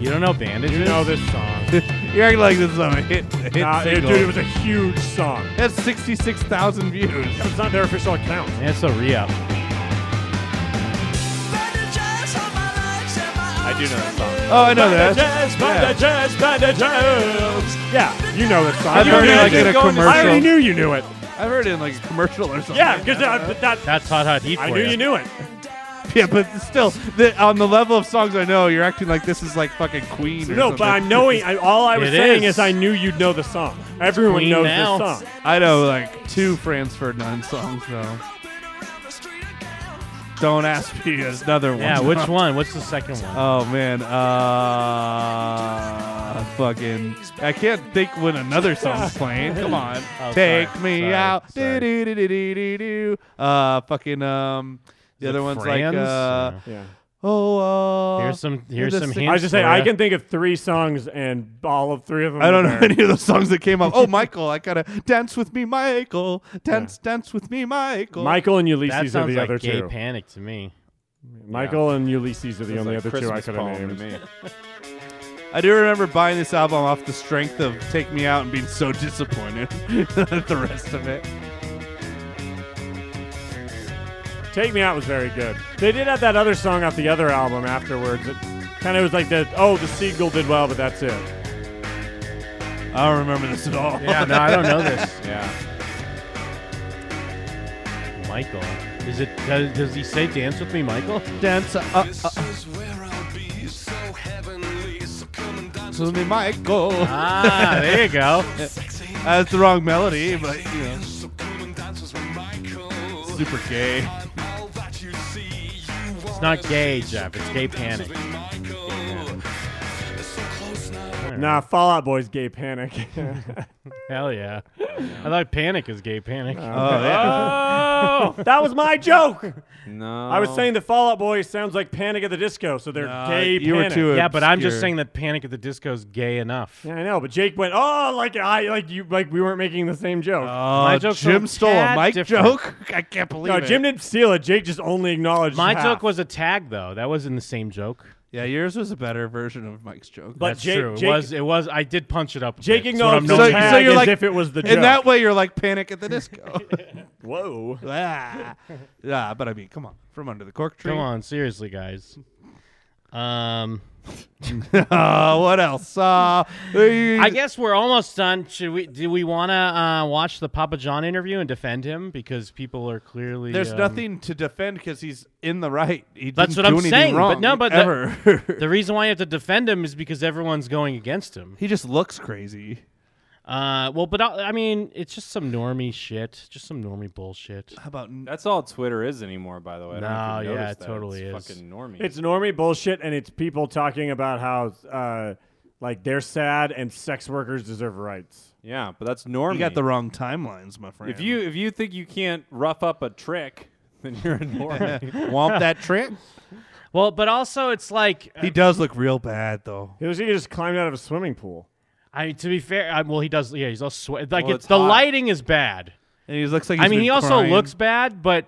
You don't know bandages? You know this song. You're acting like this is a hit, a hit Nah, dude, single. it was a huge song. That's 66,000 views. It's not their official account. It's a re-up. I do know that song. Oh, I know that. Bandages, bandages, bandages. Yeah, you know this song. I've You heard it knew like in it. a I already commercial. knew you knew it. I've heard it in like a commercial or something. Yeah, because that, that, That's hot hot heat I for knew ya. you knew it. Yeah, but still, the, on the level of songs I know, you're acting like this is like fucking Queen. Or No, something. but I'm knowing. I, all I was It saying is. is. I knew you'd know the song. Everyone Queen knows now. this song. I know like two Franz Ferdinand songs though. Don't ask me is another one. Yeah, which one? What's the second one? Oh man, uh, fucking, I can't think when another song's playing. Come on, Oh, take sorry, me sorry, out. sorry. Do do do do do do do. Uh, fucking um, the other one's Franz? like uh, Or- Yeah. oh uh, Here's some- here's the some si- hints. I was just saying, I Florida. can think of three songs, and all of three of them. I don't are know there. any of those songs that came up. Oh, Michael, I gotta dance with me, Michael. Dance, dance with me, Michael. Michael and that Ulysses are sounds the like other gay two. panic to me. Michael and Ulysses are the only like other two I Christmas could have poem to named. me. I do remember buying this album off the strength of Take Me Out and being so disappointed at the rest of it. Take Me Out was very good. They did have that other song off the other album afterwards. It kind of was like the oh, the seagull did well, but that's it. I don't remember this at all. Yeah, no, I don't know this. Yeah. Michael. Is it? Does, does he say dance with me, Michael? dance uh, uh, to me, Michael. Ah, there you go. That's the wrong melody, but you know. Super gay. It's not gay, Jeff. It's gay panic. Nah, Fallout Boys gay panic. Hell yeah. I thought panic is gay panic. Oh, yeah. oh, that was my joke. No. I was saying the Fallout Boys sounds like Panic at the Disco, so they're Uh, gay you were panic. too yeah, but I'm just obscure. saying that Panic at the Disco is gay enough. Yeah, I know, but Jake went, "Oh, like I like you like we weren't making the same joke." Uh, joke's Jim so stole a cat mic different. joke. I can't believe no, it. Jim didn't steal it. Jake just only acknowledged My half. joke was a tag, though. That wasn't the same joke. yeah, yours was a better version of Mike's joke. But That's Jake, true. Jake, it was. It was. I did punch it up. a Jake bit. It's what I'm acknowledged So- the known so tag for. you're as like- if it was the joke. In that way, you're like Panic at the Disco. Whoa. ah, yeah, but I mean, come on, from under the cork tree. Come on, seriously, guys. Um, Uh, what else? Uh, I guess we're almost done. Should we? Do we want to uh, watch the Papa John interview and defend him because people are clearly there's um, nothing to defend because he's in the right. He That's what I'm didn't do anything saying, but Wrong, no, but the- ever. The reason why you have to defend him is because everyone's going against him. he just looks crazy. Uh, well, but I, I mean, it's just some normie shit, just some normie bullshit. How about n- That's all Twitter is anymore, by the way. I don't know if No, you yeah, noticed it that. totally it's is. Fucking normie. It's normie bullshit, and it's people talking about how uh, like they're sad and sex workers deserve rights. yeah, but that's normie. you got the wrong timelines, my friend? If you if you think you can't rough up a trick, then you're in normie. want that trick, Well, but also it's like, he does look real bad though. It was like he just climbed out of a swimming pool. I mean, to be fair, I, well, he does. Yeah, he's all sweat. Like Well, it's, it's the hot. lighting is bad. And he looks like I he's mean, been he also crying. looks bad, but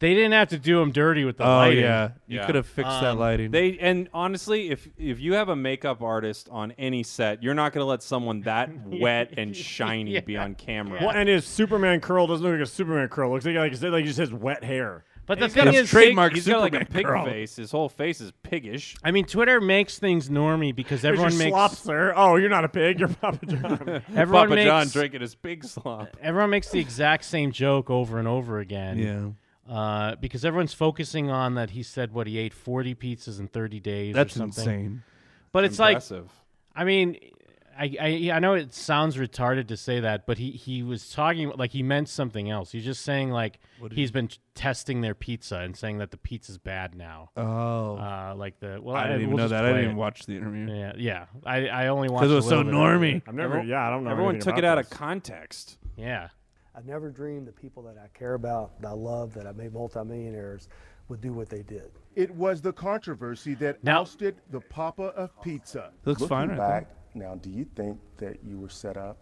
they didn't have to do him dirty with the Oh lighting. yeah, you Yeah. could have fixed that Um, lighting. they and honestly, if if you have a makeup artist on any set, you're not gonna let someone that wet and shiny be on camera. Well, and his Superman curl doesn't look like a Superman curl. It looks like like I said, like he just has wet hair. But the He's got thing a is, pig- trademark He's got like a Superman pig curl. face. His whole face is piggish. I mean, Twitter makes things normie because Here's everyone your makes slop, sir. Oh, you're not a pig. You're Papa John. everyone Papa makes John drinking his pig slop. everyone makes the exact same joke over and over again. yeah, uh, because everyone's focusing on that he said what he ate 40 pizzas in 30 days that's or something. insane. But it's Impressive. like I mean I, I I know it sounds retarded to say that, but he he was talking like he meant something else. He's just saying like he's been t- testing their pizza and saying that the pizza's bad now. Oh, Uh, like the well, I didn't even we'll know just that. play I didn't even it. watch the interview Yeah, yeah. I, I only watched because it was a so little bit of normy. I've never. Yeah, I don't know. Everyone anything took it about out of this. context. Yeah, I've never dreamed the people that I care about, that I love, that I made multimillionaires would do what they did. It was the controversy that Now- ousted the Papa of Pizza. Looks fine right there. now, do you think that you were set up?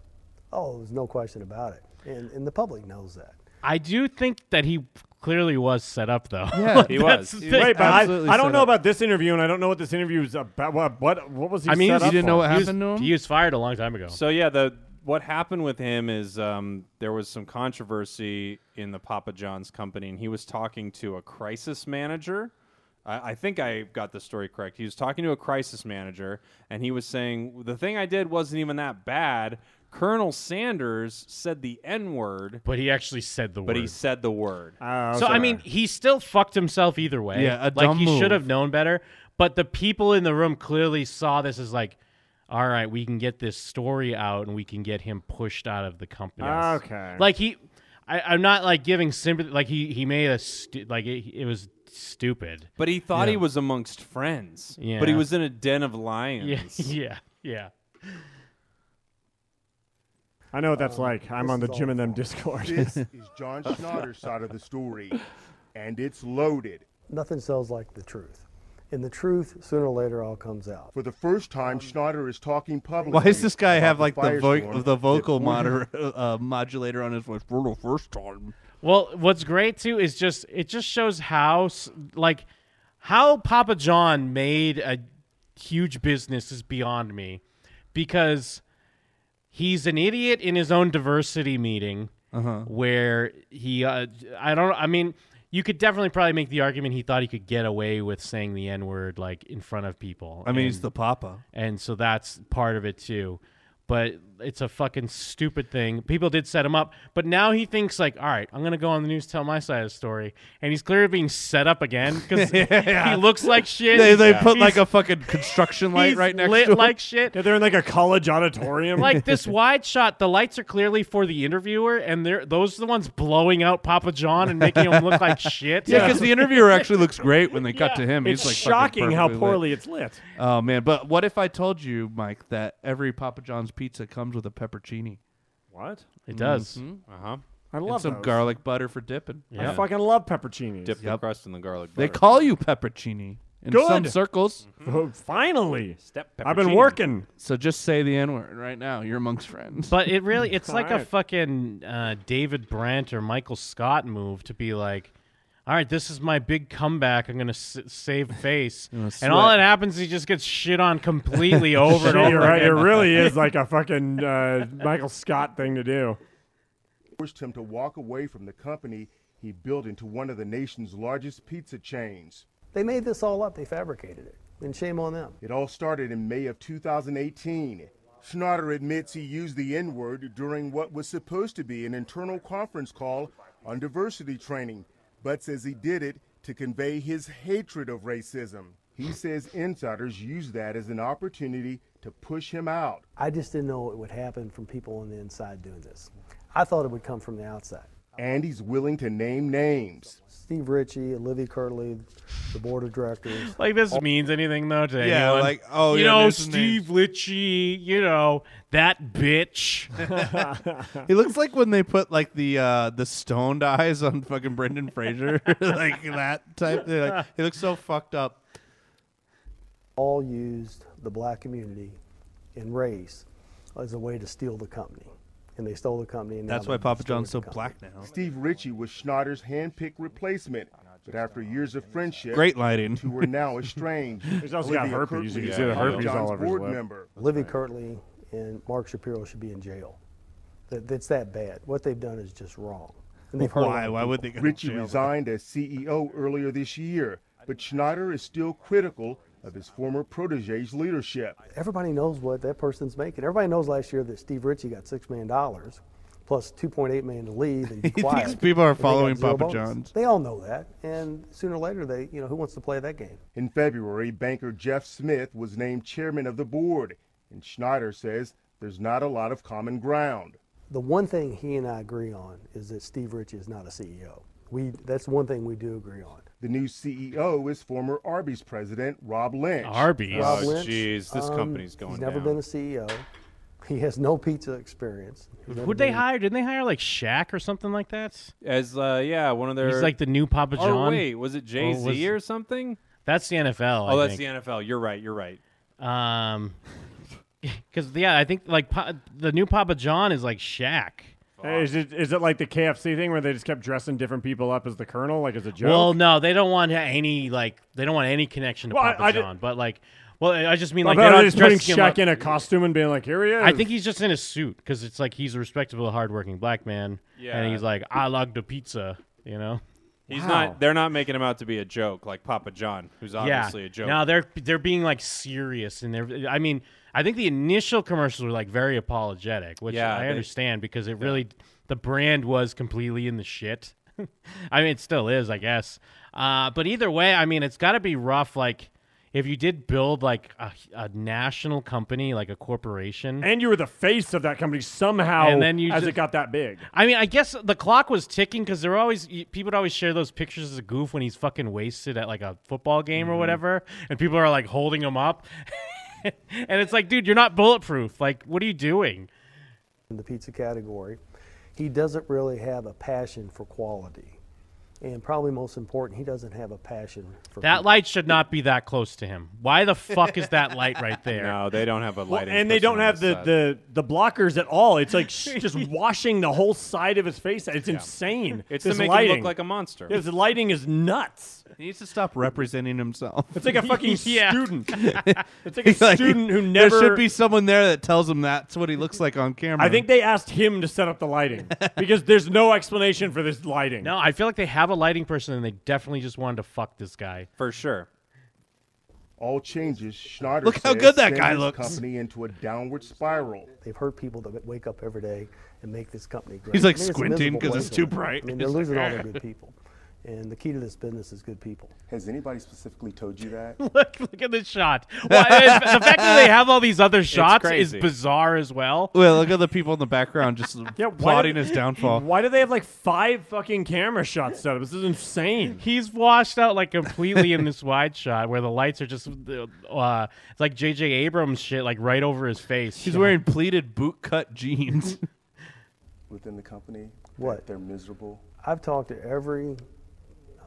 Oh, there's no question about it. And, and the public knows that. I do think that he clearly was set up though. Like, that's the thing. Right, Wait, but I, I don't know about this interview, and I don't know what this interview is about. What what, what was he? I mean, set he up didn't for? know what He was- happened to him? he was fired a long time ago. So yeah, the what happened with him is um, there was some controversy in the Papa John's company, and he was talking to a crisis manager. I, I think I got the story correct. He was talking to a crisis manager, and he was saying the thing I did wasn't even that bad. Colonel Sanders said the N word, but he actually said the But he word. said the word. so I mean, he still fucked himself either way. Yeah, a like dumb he move. should have known better. But the people in the room clearly saw this as like, all right, we can get this story out and we can get him pushed out of the company. Okay. like he, I, I'm not like giving sympathy. Like he, he made a stu- like it, it was stupid. But he thought Yeah. he was amongst friends. Yeah. But he was in a den of lions. Yeah, yeah. I know what that's like. I'm Um, This on the is all Jim and them my fault. Discord. This is John Schnatter's side of the story, and it's loaded. Nothing sells like the truth. And the truth sooner or later all comes out. Um, For the first time, Schnatter is talking publicly. Why does this guy about have like the vo- firestorm the vocal that- moder- uh, modulator on his voice for the first time? Well, what's great too is just it just shows how s- like how Papa John made a huge business is beyond me because he's an idiot in his own diversity meeting Uh-huh. where he uh, I don't I mean you could definitely probably make the argument he thought he could get away with saying the n word like in front of people. I mean, he's the Papa. and so that's part of it too. But it's a fucking stupid thing. People did set him up, but now he thinks like, all right, I'm gonna go on the news, tell my side of the story, and he's clearly being set up again because he looks like shit. They, they He's- put like he's- a fucking construction light he's right next lit to him. like shit. Yeah, they're in like a college auditorium. like this wide shot. The lights are clearly for the interviewer, and they're those are the ones blowing out Papa John and making him look like shit. Yeah, because the interviewer actually looks great when they cut to him. It's He's like fucking shocking how perfectly poorly it's lit. Oh man, but what if I told you, Mike, that every Papa John's pizza comes with a peppercini? Mm-hmm. What? Uh-huh. It does. Uh Uh-huh. huh. I And love some those. garlic butter for dipping. I fucking love pepperoncinis. Dip the crust in the garlic. They butter. call you peppercini in some Good. circles. Oh, Finally, Step I've been peppercini. working. So just say the N word right now. You're amongst friends. But it really, it's like a Alright. fucking uh, David Brandt or Michael Scott move to be like, all right, this is my big comeback. I'm going to s- save face. gonna and all sweat. that happens, he just gets shit on completely over and Shit, over you're right. It again. really is like a fucking uh, Michael Scott thing to do. Forced him to walk away from the company he built into one of the nation's largest pizza chains. They made this all up. They fabricated it. And shame on them. It all started in May of 2018. Schnatter admits he used the N word during what was supposed to be an internal conference call on diversity training, but says he did it to convey his hatred of racism. He says insiders used that as an opportunity to push him out. I just didn't know it would happen from people on the inside doing this. I thought it would come from the outside. And he's willing to name names. Steve Ritchie, Olivia Curley, the board of directors. Like, this means anything, though, to Yeah, anyone. like, oh, You yeah, know, there's his Steve Litchie, you know, that bitch. he looks like when they put like the uh the stoned eyes on fucking Brendan Fraser, like that type. they're Like, he looks so fucked up. all used the black community and race as a way to steal the company. And they stole the company. And now That's they're why Papa destroying John's the so black now. Steve Ritchie was Schnatter's handpicked replacement, but after years of friendship, Great lighting. the two were now estranged. He's also got Olivia herpes. Kirkland You can is see the Papa herpes all John's over his board lip. member. Livy Curtley and Mark Shapiro should be in jail. That, that's that bad. What they've done is just wrong. And they've hurt a lot of people. Ritchie resigned as CEO earlier this year, but Schneider is still critical of his former protege's leadership. Everybody knows what that person's making. Everybody knows last year that Steve Ritchie got six million dollars, plus two point eight million to leave and be He quiet. thinks people are and they got following zero bonus. Papa John's. They all know that, and sooner or later, they you know who wants to play that game? In February, banker Jeff Smith was named chairman of the board, and Schneider says there's not a lot of common ground. The one thing he and I agree on is that Steve Ritchie is not a CEO. We that's one thing we do agree on. The new E E CEO is former Arby's president Rob Lynch. Arby's? Rob Oh, Lynch, jeez, this um, company's going He's never down. been a E CEO. He has no pizza experience. He's never Who'd they been- hire? Didn't they hire, like, Shaq or something like that? As uh, yeah, one of their. He's like the new Papa Oh John? wait, was it Jay Or was- Z or, something? That's the NFL. oh, I that's think. the NFL. You're right. You're right. Uh, Um, because yeah, I think like pa- the new Papa John is like Shaq. Hey, is it is it like the KFC thing where they just kept dressing different people up as the Colonel, like as a joke? Well, no, they don't want any like they don't want any connection to Well, I- Papa I ju- John. but like, well, I just mean Well, like but they are don't they just putting dress him Shaq up- in a costume and being like, "Here he is." I think he's just in a suit because it's like he's a respectable, hardworking black man, Yeah. and he's like, I like the pizza, you know. He's not. They're not making him out to be a joke like Papa John, who's obviously yeah. a joke. No, they're they're being like serious, and they're. I mean, I think the initial commercials were like very apologetic, which Yeah, I they- understand because it really the brand was completely in the shit. I mean, it still is, I guess. Uh, but either way, I mean, it's got to be rough. Like, if you did build like a, a national company, like a corporation, and you were the face of that company somehow. And then you as just- it got that big. I mean, I guess the clock was ticking because there were always y- people would always share those pictures as a goof when he's fucking wasted at like a football game Mm-hmm. or Mhm. whatever, and people are like holding him up, and it's like, dude, you're not bulletproof. Like, what are you doing? in the pizza category. He doesn't really have a passion for quality. And probably most important, he doesn't have a passion for That light should not be that close to him. Why the fuck is that light right there? No, they don't have a Well, and they don't have the, the, the blockers at all. It's like sh- just washing the whole side of his face. It's insane. It's to this make him look lighting. like a monster. His lighting is nuts. He needs to stop representing himself. It's like a fucking Yeah. student. It's like a student who never. There should be someone there that tells him that's what he looks like on camera. I think they asked him to set up the lighting because there's no explanation for this lighting. No, I feel like they have a lighting person, and they definitely just wanted to fuck this guy for sure. All changes Schneider Look how says, good that send guy his looks. company into a downward spiral. They've hurt people that wake up every day and make this company great. He's, like, I mean, it's a squinting miserable 'cause it's place to too work. bright. I mean, they're It's losing like, all their "Ah." good people. And the key to this business is good people. Has anybody specifically told you that? look, look at this shot. Well, I- the fact that they have all these other shots is crazy. bizarre as well. Well, look at the people in the background just why plotting do- his downfall. Why do they have like five fucking camera shots set up? This is insane. He's washed out like completely in this wide shot where the lights are just uh, it's like JJ Abrams shit like right over his face. He's wearing pleated boot cut jeans. Within the company? What? They're miserable. I've talked to every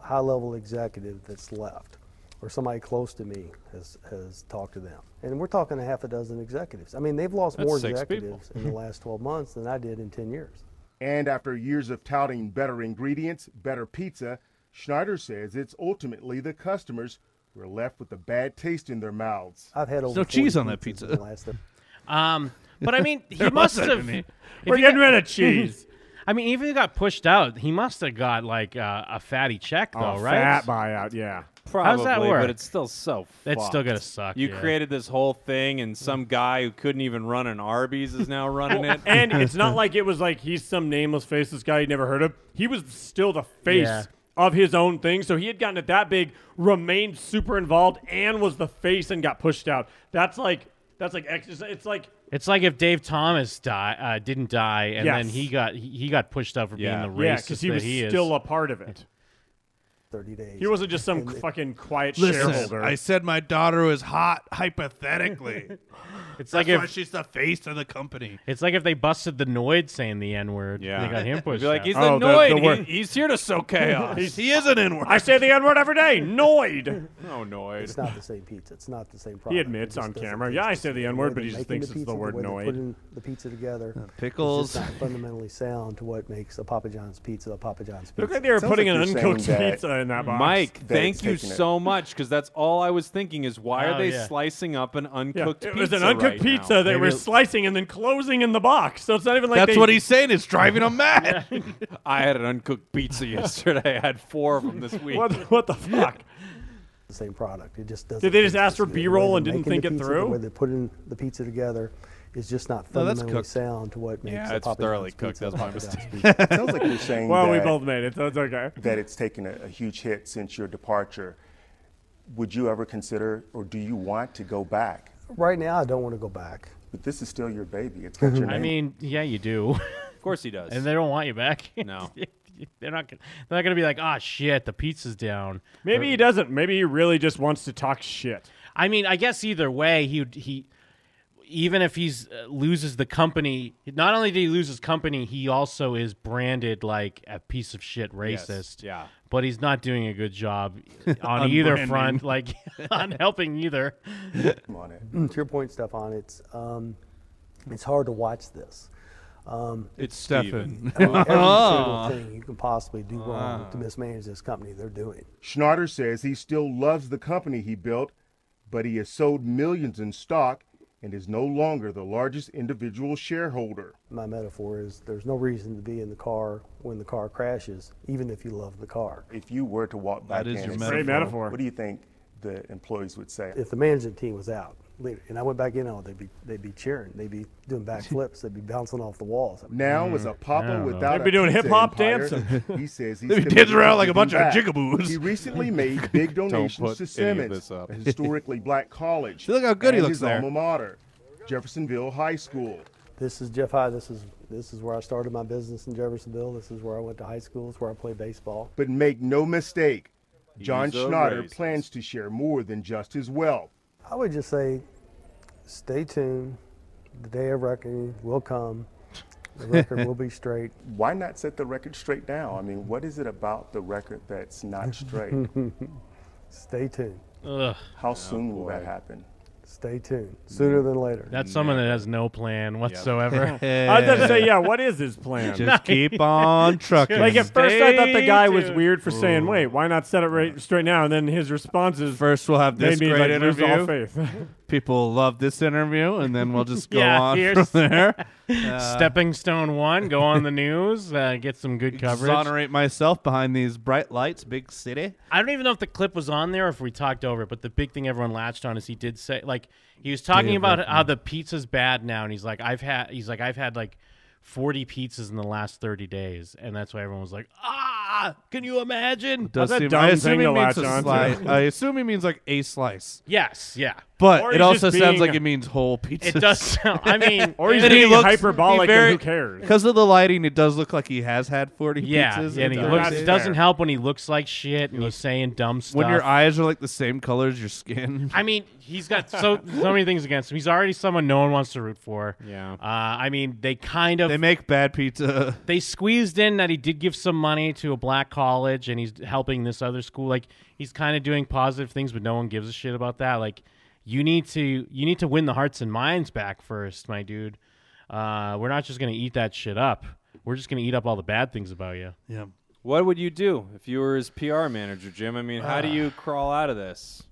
high level executive that's left or somebody close to me has, has talked to them. And we're talking a half a dozen executives. I mean, they've lost That's more six people. executives in the last 12 months than I did in 10 years. And after years of touting better ingredients, better pizza, Schneider says it's ultimately the customers who are left with a bad taste in their mouths. I've had There's over no cheese 40 on that pizzas in pizza. the last Um, but I mean, he There must wasn't have. any. if We're he getting got- rid of cheese. I mean, even if he got pushed out, he must have got like uh, a fatty check though, A right? fat buyout, yeah. Probably, How's that work? but it's still so. It's still fucked. gonna suck, You yeah. created this whole thing, and some guy who couldn't even run an Arby's is now running it. and it's not like it was like he's some nameless faceless guy you never heard of. He was still the face Yeah. of his own thing. So he had gotten it that big, remained super involved, and was the face and got pushed out. That's like that's like ex- it's- it's like It's like if Dave Thomas die, uh, didn't die, and then Yes. he got he, he got pushed out for yeah, being the racist because he that was he is. still a part of it. 30 days. He wasn't just some fucking quiet shareholder. I said my daughter was hot hypothetically. It's it's like like if- why she's the face of the company. It's like if they busted the Noid saying the N word. Yeah. They got him They'd be pushed like, out. "He's the Oh, the- Noid. the He- word- he's here to sow chaos." He's- he is an N word. I say the N word every day. Noid. Oh, Noid. It's not the same pizza. It's not the same product. He It admits just on doesn't camera. taste Yeah, I the say same. the way N word, they're but he just making thinks it's pizza, the word way they're Noid. Putting the pizza together. Uh, it's just pickles. not fundamentally sound to what makes a Papa John's pizza a Papa John's pizza. Looked like they were putting an uncooked pizza in that box. Mike, That thank it's you taking it. so much because that's all I was thinking is why Oh, are they yeah. slicing up an uncooked it pizza? was an uncooked right now? pizza that we're slicing and then closing in the box. So it's not even like That's they- what he's saying, it's driving him mad. I had an uncooked pizza yesterday. I had four of them this week. What, what the fuck? the same product. It just doesn't. Did they just taste ask for as good. The way B-roll they're and didn't making think the it pizza, through? The way they're putting the pizza together is just not No, that's fundamentally cooked. sound to what makes Yeah, a it's Papa thoroughly John's cooked. Pizza a That's my Papa John's mistake. pizza. Sounds like you're saying Well, we that- both made it, so it's okay. That it's taken a, a huge hit since your departure. Would you ever consider or do you want to go back? Right now, I don't want to go back. But this is still your baby. It's got your name. I mean, yeah, you do. Of course he does. And they don't want you back. No. they're not gonna they're not gonna be like, ah shit, the pizza's down. Maybe he doesn't. Maybe he really just wants to talk shit. I mean, I guess either way, he would- he even if he's uh, loses the company, not only did he lose his company, he also is branded like a piece of shit Yes, racist. yeah. But he's not doing a good job on On either branding. front, like on helping either. Mm, to your point, Stefan, it's um, it's hard to watch this. Um, It's Stefan. Ah. I mean, every Oh. single thing you can possibly do wrong to mismanage this company, they're doing. Schnatter says he still loves the company he built, but he has sold millions in stock and is no longer the largest individual shareholder. My metaphor is there's no reason to be in the car when the car crashes, even if you love the car. If you were to walk back That is in your and metaphor. say, Great metaphor. What do you think the employees would say? If the management team was out, later, and I went back in on it, they'd be, they'd be cheering, they'd be doing backflips, they'd be bouncing off the walls. Now, as a papa without Mm. They'd a pizza empire, he says he's They'd be committed dancing around to like a giving bunch of back. jigaboos. He recently made big Don't donations put any to of Simmons, this up. a historically black college. See, look how good he and looks his there. alma mater, Jeffersonville High School. This is Jeff High. This is this is where I started my business in Jeffersonville. This is where I went to high school. It's where I played baseball. But make no mistake, John a Schnatter racist. plans to share more than just his wealth. I would just say, stay tuned. The day of reckoning will come. The record will be straight. Why not set the record straight now? I mean, what is it about the record that's not straight? stay tuned. Oh, How soon will that happen? Stay tuned. Sooner than later. That's someone that has no plan whatsoever. I was going to say, yeah, what is his plan? Just keep on trucking. Like, at first, I thought the guy was Stay weird for saying, tuned. wait, why not set it right, straight now? And then his response is, First, we'll have this made me, great like, lose interview. all faith. People love this interview, and then we'll just go yeah, on here's from there. Uh, Stepping Stone One, go on the news, uh, get some good coverage. Exonerate myself behind these bright lights, big city. I don't even know if the clip was on there or if we talked over it, but the big thing everyone latched on is he did say like he was talking Dave about Ruffin. how the pizza's bad now and he's like I've had he's like I've had like 40 pizzas in the last 30 days and that's why everyone was like ah can you imagine Does seem- I assume he means a slice. I assume he means like a slice. Yes, yeah. But Or it he's also just sounds being- like it means whole pizza. It does sound- I mean, Or he's And being hyperbolic and who cares? Because of the lighting, it does look like he has had 40 yeah, pizzas. and he does. looks, it doesn't help when he looks like shit and he's saying dumb stuff. When your eyes are like the same color as your skin. I mean, he's got so so many things against him. He's already someone no one wants to root for. Yeah. Uh, I mean, they kind of They make bad pizza. They squeezed in that he did give some money to a black college and he's helping this other school. Like he's kind of doing positive things, but no one gives a shit about that. Like you need to you need to win the hearts and minds back first, my dude. Uh, we're not just gonna eat that shit up. We're just gonna eat up all the bad things about you. Yeah. What would you do if you were his PR manager, Jim? I mean, how do Ah. you crawl out of this?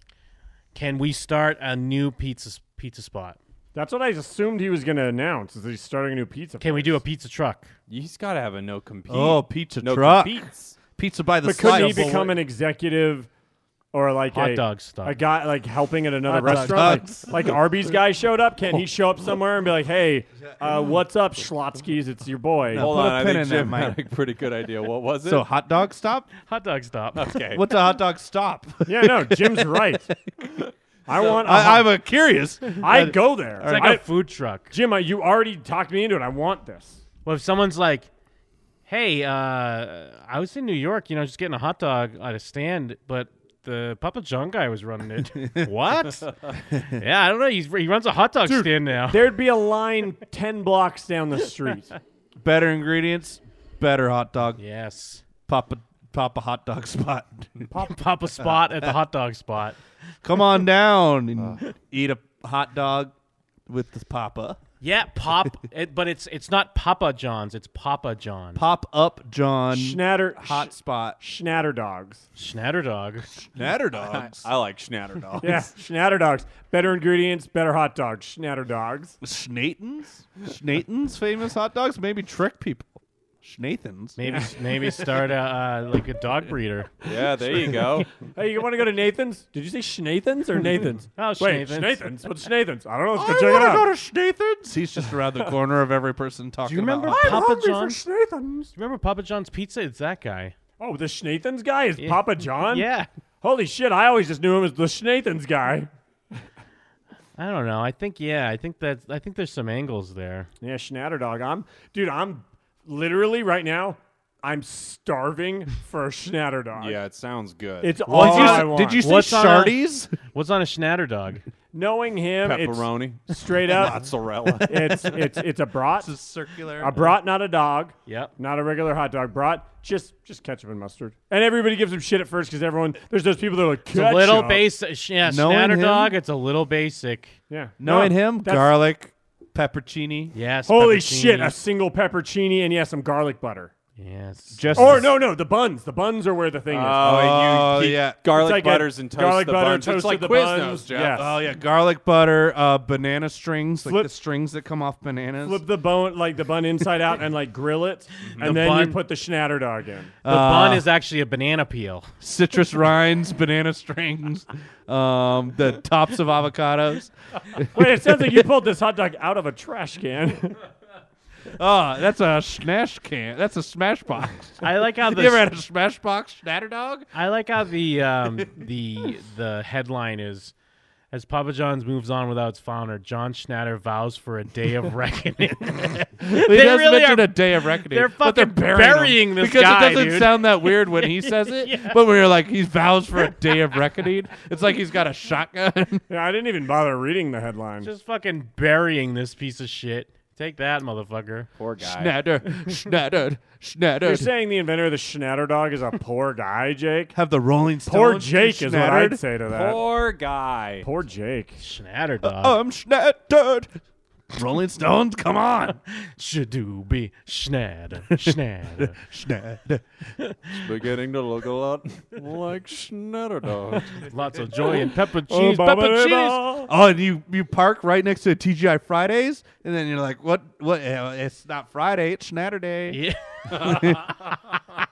Can we start a new pizza pizza spot? That's what I assumed he was going to announce, is he's starting a new pizza Can we do a pizza truck? He's got to have a no compete. Oh, pizza no truck. Competes. Pizza by the but could he slice. become an executive or like Hot a dog stuff. a guy like helping at another Hot dog restaurant? stuff. Like, like Arby's guy showed up. Can Oh. he show up somewhere and be like, "Hey, uh, what's up, Schlotzky's? It's your boy." Hold on, I think Jim had a pretty good idea. What was it? So hot dog stop? Hot dog stop. Okay. What's a hot dog stop? Yeah, no, Jim's right. I So- want. a I- hot- I'm a curious. I go there. It's like a a food truck. Jim, uh, you already talked me into it. I want this. Well, if someone's like, "Hey, uh, I was in New York, you know, just getting a hot dog at a stand, but the Papa John guy was running it." what? yeah, I don't know. He's, he runs a hot dog stand now. There'd be a line ten blocks down the street. better ingredients, better hot dog. Yes. Pop a pop a hot dog spot. Pop, pop a spot at the hot dog spot. Come on down and Uh. eat a hot dog with the papa. Yeah, pop. it, but it's it's not Papa John's. It's Papa John. Pop up John Schnatter hot spot. Schnatter dogs. Schnatter dog. Schnatter dogs. I like schnatter dogs. Yeah, schnatter dogs. Better ingredients, better hot dogs. Schnatter dogs. Schnattens? Schnattens famous hot dogs maybe trick people. Schnathens. Maybe maybe start a uh, like a dog breeder. Yeah, there you go. Hey, you want to go to Nathan's? Did you say Schnathans or Nathan's? Oh, Wait, Schnathans. Schnathans. What's Schnathans? I don't know. Let's I go check want it out. to go to Schnathens. He's just around the corner of every person talking. Do you remember about, Papa hungry for John's? Do you remember Papa John's pizza? It's that guy. Oh, the Schnathans guy is Papa John? Yeah. Holy shit, I always just knew him as the Schnathans guy. I don't know. I think yeah. I think that I think there's some angles there. Yeah, Schnatterdog. I'm dude, I'm literally right now, I'm starving for a Schnatterdog. Yeah, it sounds good. It's all I want. What's on a- shardies? what's on a schnatter dog? Knowing him, it's Pepperoni. straight up Mozzarella. It's it's it's a brat. It's a circular- A brat, not a dog. Yep. Not a regular hot dog. Brat, just just ketchup and mustard. And everybody gives him shit at first because everyone there's those people that are like It's a little "Ketchup." basic. Yeah, Knowing schnatter him- dog. It's a little basic. Yeah. Knowing No, him, that's- garlic, peppercini. Yes. Holy shit, a single peppercini and yeah, some garlic butter. Yes. Just or no, no, the buns. The buns are where the thing is. Oh, you- yeah. garlic It's like a- butters and toast garlic the butter, buns. toast it's like the Quiznos, buns. Jeff. Yes. Oh yeah, garlic butter, uh, banana strings, like Flip- the strings that come off bananas. Flip the bone, like the bun inside out, and like grill it, and The then you bun- put the schnatterdog in. The bun Uh, is actually a banana peel. citrus rinds, banana strings, um, the tops of avocados. Wait, it sounds like you pulled this hot dog out of a trash can. Oh, that's a snash can. That's a smash box. I like how you the ever had a smash box schnatter dog? I like how the um, the the headline is as Papa John's moves on without its founder, John Schnatter vows for a day of reckoning. Well, he does mention a day of reckoning. They're but fucking burying, burying him this because guy, it doesn't dude. sound that weird when he says it. Yeah. But when you're like, he vows for a day of reckoning. It's like he's got a shotgun. yeah, I didn't even bother reading the headline. Just fucking burying this piece of shit. Take that, motherfucker. Poor Schnatter, schnatter, You're schnatter. saying the inventor of the schnatterdog is a poor guy, Jake? Have the Rolling Stones. Poor Jake is what schnattered? I'd say to that. Poor, Poor guy. Jake. Schnatter dog. Uh, I'm schnattered. Rolling Stones, come on. Should be Schnatter. Schnatter. Schnatter. Beginning to look a lot like Schnatterdog. Lots of joy and pepper Oh, cheese. Baba pepper cheese. Deba. Oh, and you, you park right next to TGI Fridays, and then you're like, what? What? uh, It's not Friday. It's Schnatterday. Yeah.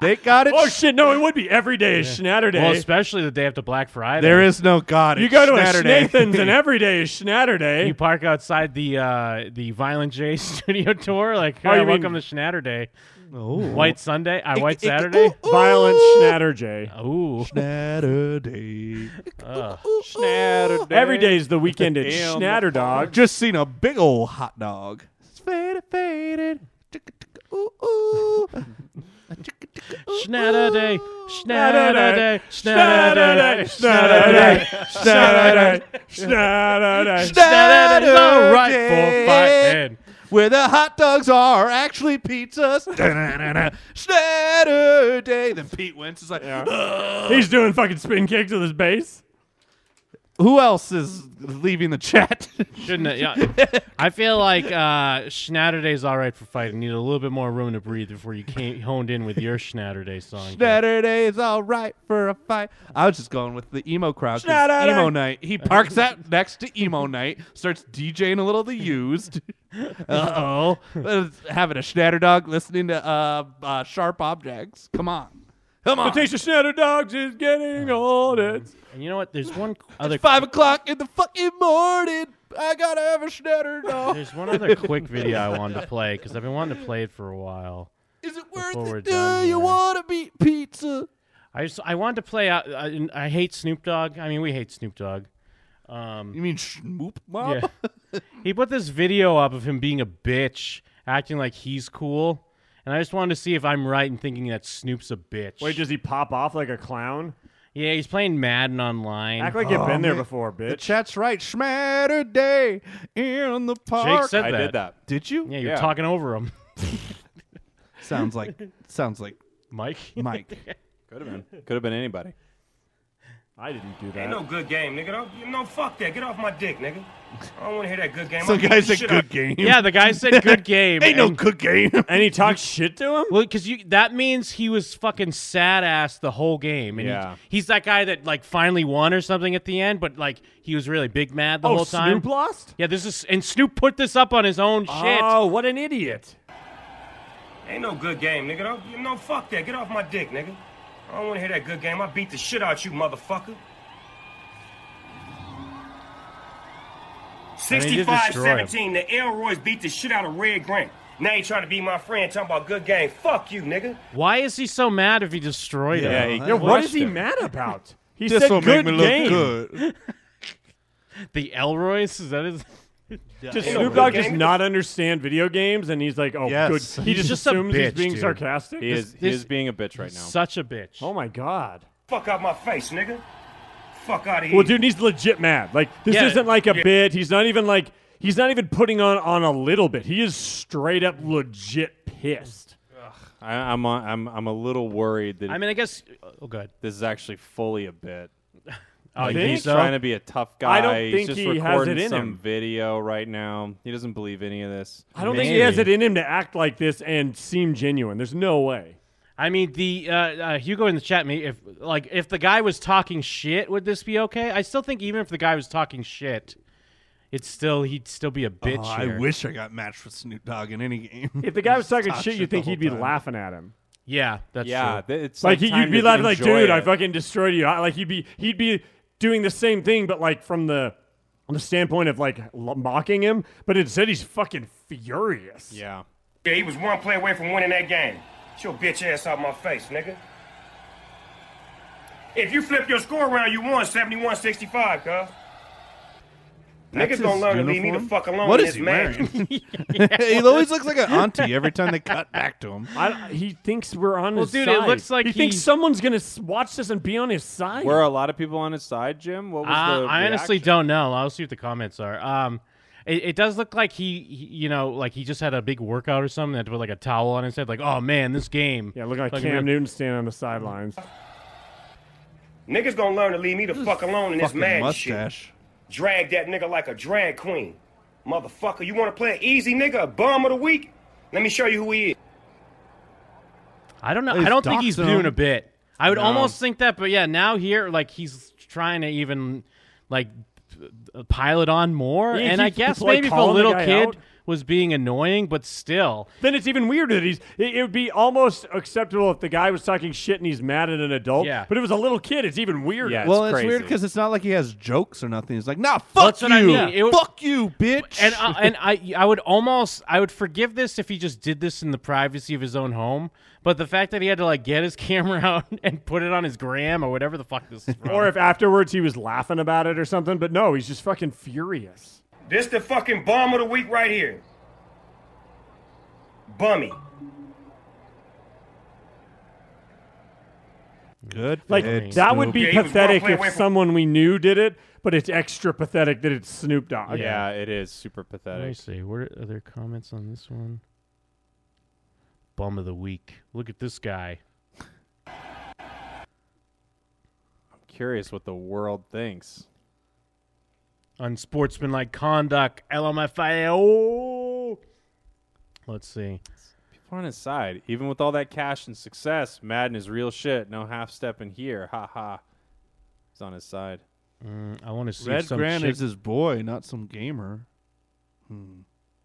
They got it. Oh shit! No, it would be every day is Schnatter Well, Day. especially the day after Black Friday. There is no God. you It's go to a Schnatterday. Snathen's and every day is Schnatter Day. You park outside the uh, the Violent J studio tour, like Oh, "Hey, you mean- welcome to Schnatter Day, White Sunday, uh, White Saturday, Ooh, Violent Schnatter Day. ooh, Schnatterday. Ugh. Schnatter Every day is the weekend at Damn. Schnatter Dog. Just seen a big old hot dog. It's faded, faded. Chicka, chicka, Ooh, ooh. Schnatter Day, Schnatter Day, Schnatter Schnatter Day, Schnatter Day, Schnatter Day. Schnatter Day. Schnatter Day's all right Day. for fighting. Where the hot dogs are actually pizzas. Da-na-na-na. Schnatterday. Then Pete Wentz is like, He's doing fucking spin kicks with his bass. who else is leaving the chat? Shouldn't it? Yeah. I feel like uh, Schnatter Day's all right for fighting. Need a little bit more room to breathe before you came, honed in with your Schnatter Day song. Saturday is all right for a fight. I was just going with the emo crowd. 'cause Saturday. Emo night. He parks out next to emo night, starts DJing a little of the used. Uh oh, having a schnatter dog, listening to uh, uh sharp objects. Come on, come The on. taste of Schnatter Dogs is getting old. It's And you know what? There's one other Oh. Five o'clock in the fucking morning. I gotta have a schnatter dog. There's one other quick video I wanted to play because I've been wanting to play it for a while. Is it Before worth we're it? Do done you here. wanna beat pizza? I just, I wanted to play. I, I, I hate Snoop Dogg. I mean, we hate Snoop Dogg. Um, You mean schmoop, mom? yeah. he put this video up of him being a bitch, acting like he's cool, and I just wanted to see if I'm right in thinking that Snoop's a bitch. Wait, does he pop off like a clown? yeah, he's playing Madden online. Act like you've Oh, been there man. before, The bitch. chat's right. Schmatter day in the park. Jake said I that. did that. Did you? Yeah, you're Yeah. talking over him, Sounds like sounds like Mike. Mike. Could have been. Could have been anybody. I didn't do Ain't no that. good game, nigga. Don't, no, fuck that. Get off my dick, nigga. I don't want to hear that good game. Some I'll beat guy the said shit out good game. yeah, the guy said good game. Ain't no and- good game. And he talks shit to him? Well, because you that means he was fucking sad ass the whole game, and he- Yeah. he's that guy that like finally won or something at the end, but like he was really big mad the Oh, whole time. Snoop lost? yeah, this is and Snoop put this up on his own shit. Oh, what an idiot. Ain't no good game, nigga. Don't, no, fuck that. Get off my dick, nigga. I don't want to hear that good game. I beat the shit out you, motherfucker. And he did 65 destroy him. 17, the Elroys beat the shit out of Red Grant. Now you trying to be my friend, talking about good game. Fuck you, nigga. Why is he so mad if he destroyed Yeah, him? he- Yeah, what is crushed he him. mad about? He This said will good make me look game. good. The Elroys is that his? Does Ain't no Snoop good Dogg just game. not understand video games? And he's like, oh, Yes. good. He He's just, just a assumes he's bitch, being dude. sarcastic. He is. He this- is being a bitch right now. Such a bitch. Oh, my God. Fuck out my face, nigga. Fuck out of here. Well, dude, he's legit mad. Like, this Yeah. isn't like a bit. He's not even like, he's not even putting on, on a little bit. He is straight up legit pissed. I, I'm. on- I'm. I'm a little worried that I mean, I guess. Oh, good. this is actually fully a bit. Oh, Like, you think he's so? trying to be a tough guy. I don't He's think just he has recording it in some him. video right now. He doesn't believe any of this. I don't think he has it in him to act like this and seem genuine. There's no way. I mean, the uh, uh, Hugo in the chat. Me, if like if the guy was talking shit, would this be okay? I still think even if the guy was talking shit, it's still he'd still be a bitch. Oh, I here. wish I got matched with Snoop Dogg in any game. If the guy was talking Talk shit, you shit the think he'd whole be time. laughing at him. Yeah, that's Yeah, true. th- it's like, he, you'd be laughing like, enjoy dude, I it." fucking destroyed you. I, like he'd be he'd be doing the same thing, but like from the on the standpoint of like lo- mocking him. But instead, he's fucking furious. Yeah. Yeah, he was one play away from winning that game. Get your bitch ass out my face, nigga. If you flip your score around, you won 71 65, cuz. That's Niggas gonna his learn to leave me the uniform? fuck alone What in is this he marriage. wearing? he always looks like an auntie every time they cut back to him. I, he thinks we're on Well, his dude, side. it looks like he, thinks he- someone's gonna s- watch this and be on his side. Were a lot of people on his side, Jim? What was Uh, the I honestly reaction? don't know. I'll see what the comments are. Um, it, it does look like he, he- you know, like he just had a big workout or something. Had to put like a towel on his head. Like, oh man, this game. Yeah, look like Fucking Cam rip- Newton standing on the sidelines. Niggas gonna learn to leave me the fuck alone in this fucking marriage mustache. shit. Drag that nigga like a drag queen. Motherfucker, you wanna play an easy nigga, a bum of the week? Let me show you who he is. I don't know. He's I don't think he's doxing doing him. a bit. I would No. almost think that, but yeah, now here, like he's trying to even like p- pile it on more. Yeah, and I he's- guess like, maybe if a calling the little guy kid out. was being annoying, but still, Then it's even weirder that he's. It, it would be almost acceptable if the guy was talking shit and he's mad at an adult. Yeah. But it was a little kid. It's even weirder. well, it's weird because it's not like he has jokes or nothing. He's like, nah, fuck That's you, what I mean. It would- fuck you, bitch. and I, and I I would almost I would forgive this if he just did this in the privacy of his own home. But the fact that he had to like get his camera out and put it on his gram or whatever the fuck this is. from. Or if afterwards he was laughing about it or something, but no, he's just fucking furious. This the fucking bomb of the week right here. Bummy. good. Like that would be Yeah, he was one pathetic play away if from- someone we knew did it, but it's extra pathetic that it's Snoop Dogg. Yeah, it is super Let me pathetic. see. What are there comments on this one? Bum of the week. Look at this guy. Curious what the world thinks. Unsportsmanlike conduct. LMFAO. Let's see. People on his side, even with all that cash and success, Madden is real shit. No half step in here. Ha ha. He's on his side. Mm, I want to see if Red some Gran chick- is his boy, not some gamer. Hmm.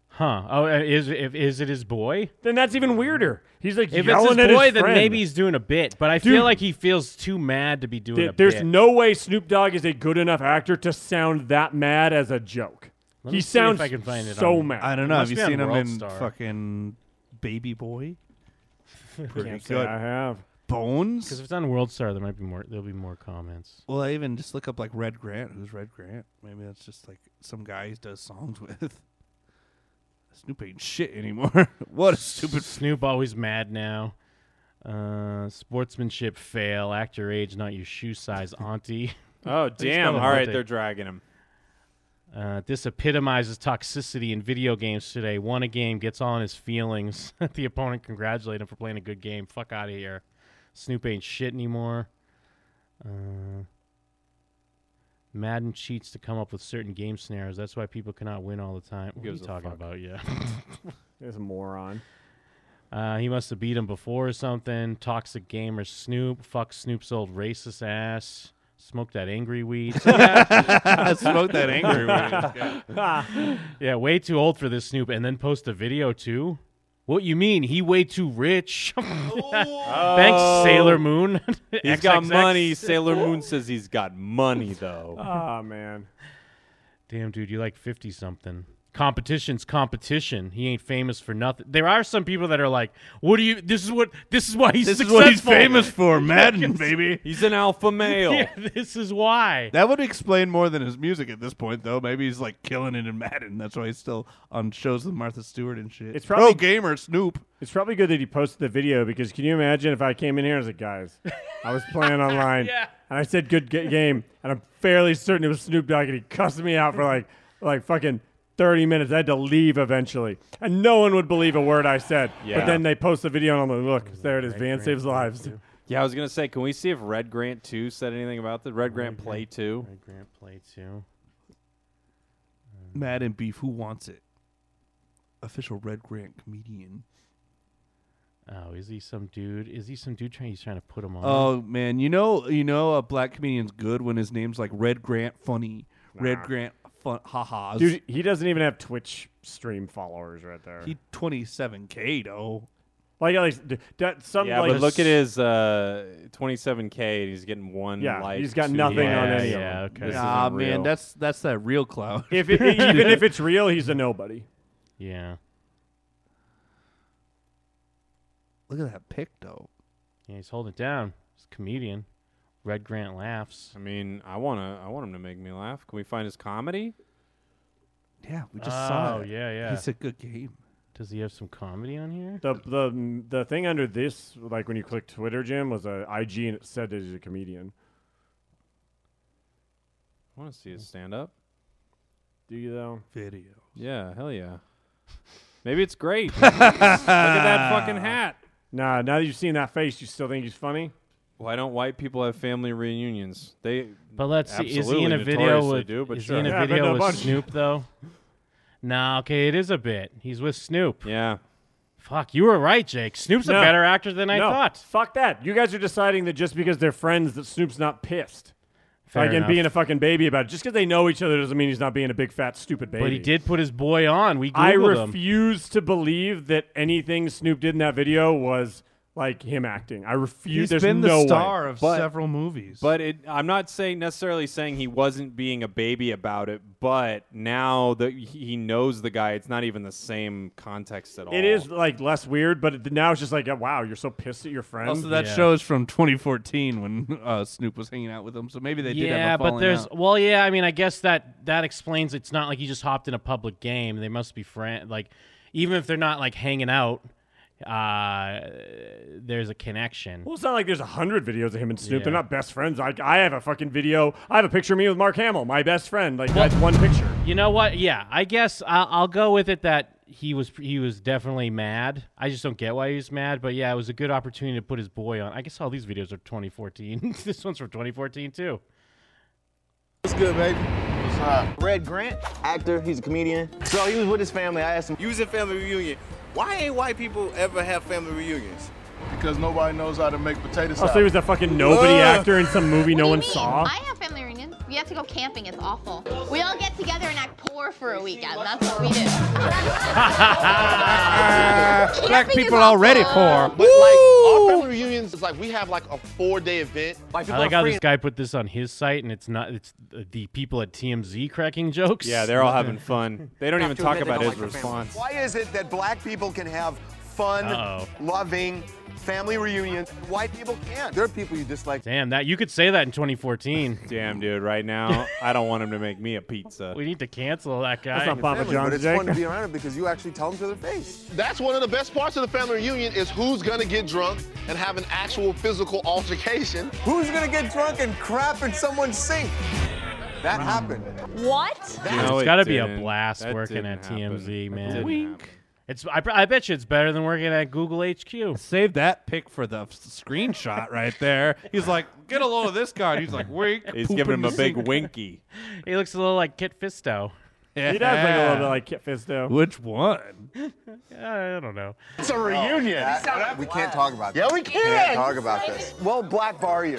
Huh? Oh, uh, is if is it his boy? Then that's even weirder. He's like If it's yelling his at boy, his then friend. maybe he's doing a bit. But I Dude. feel like he feels too mad to be doing Th- a There's bit. no way Snoop Dogg is a good enough actor to sound that mad as a joke. Let he me see if sounds I can find it so on- mad. I don't It know. Have must you be on seen him World in Star. fucking Baby Boy? Pretty Can't say good. I have Bones. Because if it's on World Star, there might be more. There'll be more comments. Well, I even just look up like Red Grant. Who's Red Grant? Maybe that's just like some guy he does songs with. Snoop ain't shit anymore. what a stupid. Snoop always mad now. Uh, sportsmanship fail. Act your age, not your shoe size, auntie. Oh, Please damn. tell him All right, auntie. they're dragging him. Uh, this epitomizes toxicity in video games today. Won a game, gets all in his feelings. the opponent congratulate him for playing a good game. Fuck out of here. Snoop ain't shit anymore. Uh, Madden cheats to come up with certain game scenarios. That's why people cannot win all the time. What are you gives a talking fuck? about? Yeah. He's a moron. Uh, he must have beat him before or something. Toxic gamer Snoop. Fuck Snoop's old racist ass. Smoke that angry weed. So, yeah. Smoke that angry weed. Yeah. yeah, way too old for this Snoop. And then post a video too. What you mean? He way too rich. Thanks, Sailor Moon. He's got XXX. money. Sailor Moon says he's got money, though. Ah man. Damn, dude, you like 50 something. Competition's competition. He ain't famous for nothing. There are some people that are like, "What do you? This is what. This is why he's This is successful. what he's famous for, Madden, baby. He's an alpha male. Yeah, this is why. That would explain more than his music at this point, though. Maybe he's like killing it in Madden. That's why he's still on shows with Martha Stewart and shit. Oh, It's probably Pro gamer Snoop. It's probably good that he posted the video because can you imagine if I came in here and was like, guys, I was playing online and I said good ga- game and I'm fairly certain it was Snoop Dogg and he cussed me out for like like fucking 30 minutes. I had to leave eventually and no one would believe a word I said. Yeah. But then they post the video and I'm like, look, there it is. Van saves lives. Yeah, I was gonna say, can we see if Red Grant Two said anything about the Red Grant Play Two? Red Grant Play Two. Mad and Beef, who wants it? Official Red Grant comedian. Oh, is he some dude? Is he some dude trying? He's trying to put him on. Uh-huh. Oh man, you know you know a black comedian's good when his name's like Red Grant Funny, Red Grant Fun Haha. Dude, he doesn't even have Twitch stream followers right there. He twenty seven k though. Like, at least d- d- some Yeah, like but look at his uh, 27k, and he's getting one. Yeah, like, he's got two nothing on likes. any of Yeah, them. okay. This Ah isn't man, real. that's that's that real cloud. If it, even if it's real, he's a nobody. Yeah. Look at that pic though. Yeah, he's holding it down. He's a comedian. Red Grant laughs. I mean, I wanna, I want him to make me laugh. Can we find his comedy? Yeah, we just saw Oh, it. yeah, yeah. It's a good game. Does he have some comedy on here? The the the thing under this, like when you click Twitter, Jim was a IG and it said that he's a comedian. I want to see his stand up. Do you though? Video. Yeah, hell yeah. Maybe it's great. Look at that fucking hat. Nah, now that you've seen that face, you still think he's funny? Why don't white people have family reunions? They But let's see. Is he absolutely in a video notoriously with? Do, but is sure. he in a video with Snoop though? Nah, okay, it is a bit. He's with Snoop. Yeah. Fuck, you were right, Jake. Snoop's No. a better actor than I No, thought. Fuck that. You guys are deciding that just because they're friends that Snoop's not pissed. Fair like, and enough. being a fucking baby about it. Just because they know each other doesn't mean he's not being a big fat stupid baby. But he did put his boy on. We Googled I him. refuse to believe that anything Snoop did in that video was like him acting. I refuse. He's There's been the no way. star of several movies. But it, I'm not saying necessarily saying he wasn't being a baby about it, but now that he knows the guy, it's not even the same context at all. It is like less weird, but it, now it's just like, oh, wow, you're so pissed at your friend. Also, that shows from 2014 when uh, Snoop was hanging out with him, so maybe they did yeah, have a falling but there's out. well, yeah. I mean, I guess that that explains. It's not like he just hopped in a public game. They must be friend. Like, even if they're not like hanging out, uh, there's a connection. Well, it's not like there's a hundred videos of him and Snoop. They're Yeah. not best friends. I, I have a fucking video. I have a picture of me with Mark Hamill, my best friend. Like that's one picture. You know what? Yeah, I guess I'll, I'll go with it that he was he was definitely mad. I just don't get why he was mad, but yeah, it was a good opportunity to put his boy on. I guess all these videos are 2014. this one's from 2014 too. What's good, baby? What's up? Red Grant, actor, he's a comedian. So he was with his family. I asked him, You was in family reunion. Why ain't white people ever have family reunions? Because nobody knows how to make potato Also, Oh, he was that fucking nobody actor in some movie no one saw. I have family reunions. We have to go camping. It's awful. We all get together and act poor for a weekend. That's what we do. Black people already poor. But like our family reunions is like we have like a four-day event. Like I people like are how free this guy put this on his site, and it's not it's the people at TMZ cracking jokes. Yeah, they're all having fun. They don't Have even to talk admit they about don't his like their family. response. Why is it that black people can have fun, Uh-oh. loving family reunions? White people can't. There are people you dislike. Damn that! You could say that in 2014. Damn, dude! Right now, I don't want him to make me a pizza. We need to cancel that guy. around it because you actually tell them to their face. That's one of the best parts of the family reunion is who's gonna get drunk and have an actual physical altercation. Who's gonna get drunk and crap in someone's sink? That happened. What? No, it's it got to be a didn't. blast That working didn't at happen. TMZ, That man. didn't Wink. It's I, I bet you it's better than working at Google HQ. Save that pic for the f- screenshot right there. He's like, get a load of this guy. and He's like, wink. He's poop giving in him a the big sink. winky. He looks a little like Kit Fisto. He does look a little bit like Kit Fisto. Which one? I don't know. It's a reunion. we can't talk about this. Yeah, we can. Can't talk about this. Well, black bar you.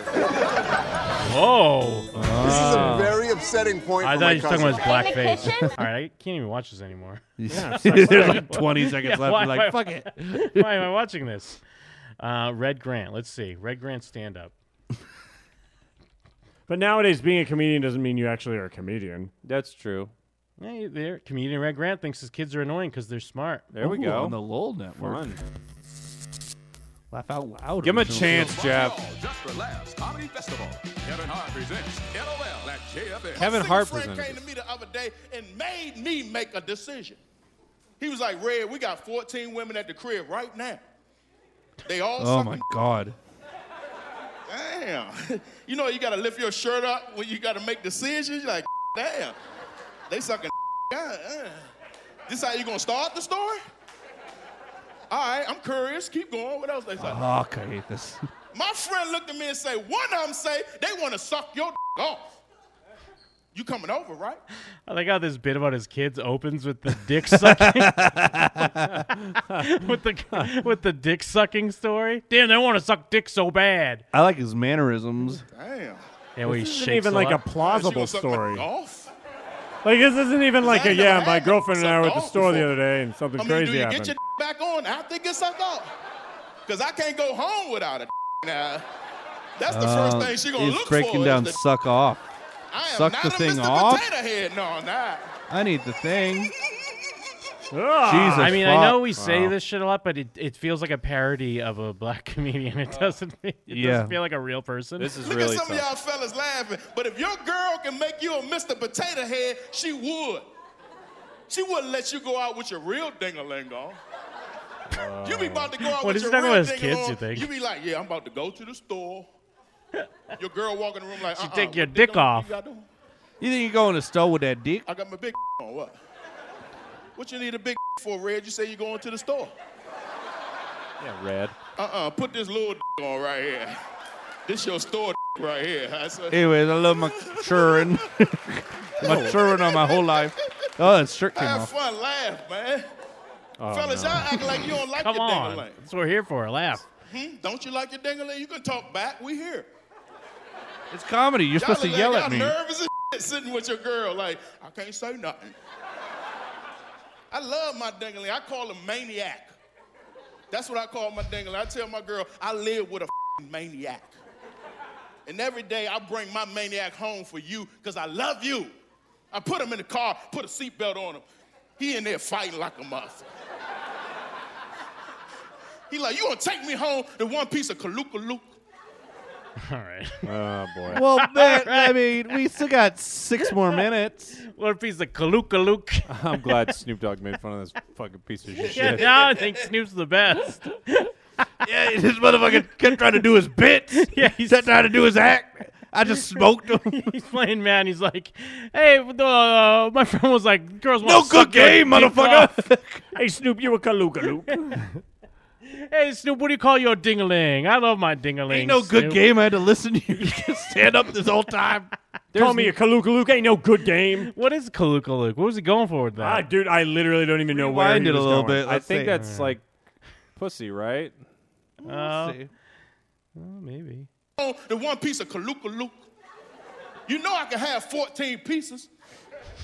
Whoa! This is a very upsetting point. I for thought my you were talking about his cousin. black face. All right, I can't even watch this anymore. Yeah, There's like 20 seconds left. why You're like, am I- fuck it. why am I watching this? Uh, Red Grant. Let's see. Red Grant stand up. But nowadays, being a comedian doesn't mean you actually are a comedian. That's true. Hey, there. Comedian Red Grant thinks his kids are annoying because they're smart. There we Ooh, go. on the LOL network. Fun. Laugh out loud. Give him a chance, Jeff. Just Relax Comedy Festival. Kevin Hart presents LOL at JFN. Kevin My Hart single friend presented came to me the other day and made me make a decision. He was like, Red, we got 14 women at the crib right now. They all Oh my god. damn. you know, you gotta lift your shirt up when you gotta make decisions. You're like, damn, they sucking. God, uh. This how you gonna start the Uh-huh. story? All right, I'm curious. Keep going. What else they say? Fuck, I hate this. My friend looked at me and say, one of them say they want to suck your off. You coming over, right? I like how Oh, this bit about his kids opens with the dick sucking, with the with the dick sucking story. Damn, they want to suck dick so bad. I like his mannerisms. Damn. Yeah, well, this he isn't shakes even a like lot. a plausible story. Off? Like this isn't even like a ain't never yeah. My had girlfriend and I were at the golf store the before. other day and something I mean, do crazy you happened. get your back on after it gets sucked off? Because I can't go home without a now. That's the Uh, first thing she gonna he's look breaking for. is down the- suck off. I am Suck not the a thing Mr. off. Potato Head. No, I'm not. I need the thing. Jesus Ah, I mean, I know fuck. we say Wow. this shit a lot, but it, it feels like a parody of a black comedian. It doesn't. It Yeah. doesn't feel like a real person. This Look at some of y'all fellas laughing. But if your girl can make you a Mr. Potato Head, she would. She wouldn't let you go out with your real dingalingo. You be about to go out What, with is he your talking real about his kids, dingalingo. you think? You be like, yeah, I'm about to go to the store. Your girl walk in the room like, She uh-uh, take your what dick dingalingo off. you got on? You think you're going to store with that dick? I got my big on. What? What you need a big for, Red? You say you going to the store. Yeah, red. Uh-uh, put this little on right here. This your store right here. That's a- Anyways, I love my children. my children are my whole life. Oh, his shirt came Have off. fun, laugh, man. Oh, Fellas, no. y'all acting like you don't like Come your on, dingaling. that's what we're here for. Laugh. Hmm? Don't you like your dingaling? You can talk back. We here. It's comedy. You're Y'all supposed to look yell like at y'all me. nervous as shit sitting with your girl. Like, I can't say nothing. I love my dingaling. I call him maniac. That's what I call my dingaling. I tell my girl, I live with a f***ing maniac. And every day I bring my maniac home for you because I love you. I put him in the car, put a seatbelt on him. He in there fighting like a motherfucker. He like, you gonna take me home to one piece of kalukaluk? All right. Oh boy. Well, that, I mean, we still got six more minutes. What if he's the kalukaluk? I'm glad Snoop Dogg made fun of this fucking piece of shit. yeah, now I think Snoop's the best. yeah, this motherfucker kept trying to do his bits. Yeah, he's kept trying to do his act. I just smoked him. he's playing man. He's like, "Hey, uh, my friend was like, girls want No good game, motherfucker." hey, Snoop, you a kalukaluk. hey, Snoop, what do you call your dingaling? I love my dingaling. Ain't no good Snoop. game. I had to listen to you stand up this whole time. Call me a kalukaluk. Ain't no good game. What is kalukaluk? What was he going for with that? Ah, dude, I literally don't even know where he was going. I think that's like pussy, right? Oh. Oh, maybe. on the one piece of kalukaluk. You know I can have 14 pieces.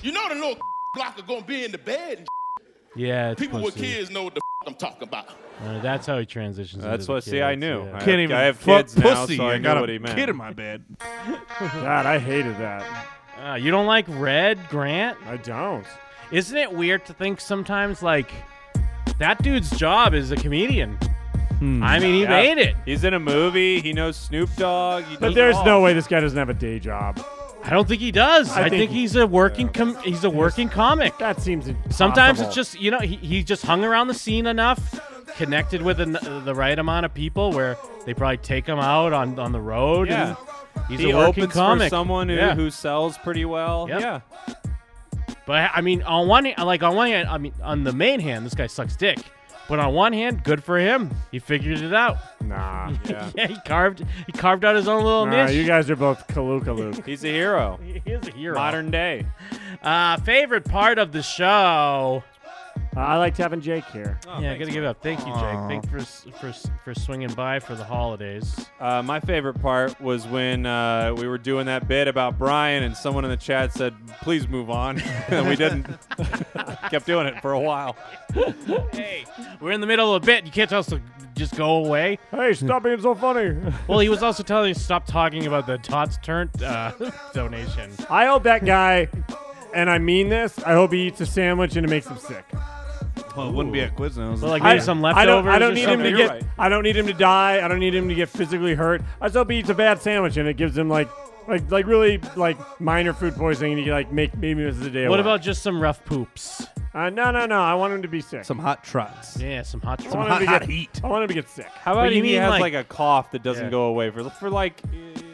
You know the little block are gonna be in the bed and Yeah, it's people with pussy. kids know what the I'm talking about. Uh, that's how he transitions. That's into the what- see, I kids, knew. yeah. I Can't have- even I have fuck kids now, pussy. so I I knew got a what he meant. Kid in my bed. God, I hated that. Uh, you don't like red, Grant? I don't. Isn't it weird to think sometimes like that dude's job is a comedian? Hmm. I mean, he Yeah. made it. He's in a movie. He knows Snoop Dogg. He But does there's it no all. way this guy doesn't have a day job. I don't think he does. I I, think- think, he's a working com- he's a working comic. That seems impossible. Sometimes it's just you know he, he just hung around the scene enough, connected with an, the right amount of people where they probably take him out on, on the road. Yeah. and he's he a working opens comic. for someone who, Yeah. who sells pretty well. Yep. Yeah. But I mean, on one hand, like on one hand, I mean, on the main hand, this guy sucks dick. But on one hand, good for him. He figured it out. Nah. yeah. he carved he carved out his own little Nah, niche. you guys are both kalukaluk. He's a hero. he is a hero. Modern day. Uh, favorite part of the show. I liked having Jake here. yeah, I gotta give it up. Thank you, Aw. Jake. Thank for s- for s- for swinging by for the holidays. Uh, my favorite part was when uh, we were doing that bit about Brian, and someone in the chat said, "Please move on," and we didn't. Kept doing it for a while. hey, we're in the middle of a bit. You can't tell us to just go away. Hey, stop being so funny. Well, he was also telling you to stop talking about the Tots turn uh, donation. I hope that guy, and I mean this, I hope he eats a sandwich and it makes him sick. Well, it wouldn't be a Quiznos. Well, like maybe I- some I don't, I leftovers don't or need him to something. get. You're right. I don't need him to die. I don't need him to get physically hurt. I just hope he eats a bad sandwich and it gives him like, like, like really like minor food poisoning and he like make maybe misses a day. What away. about just some rough poops? Uh, no, no, no. I want him to be sick. Some hot trots. Yeah, some hot. I want him to get, I want him to get sick. How about What do if you he mean, has like- like, a cough that doesn't Yeah. go away for for like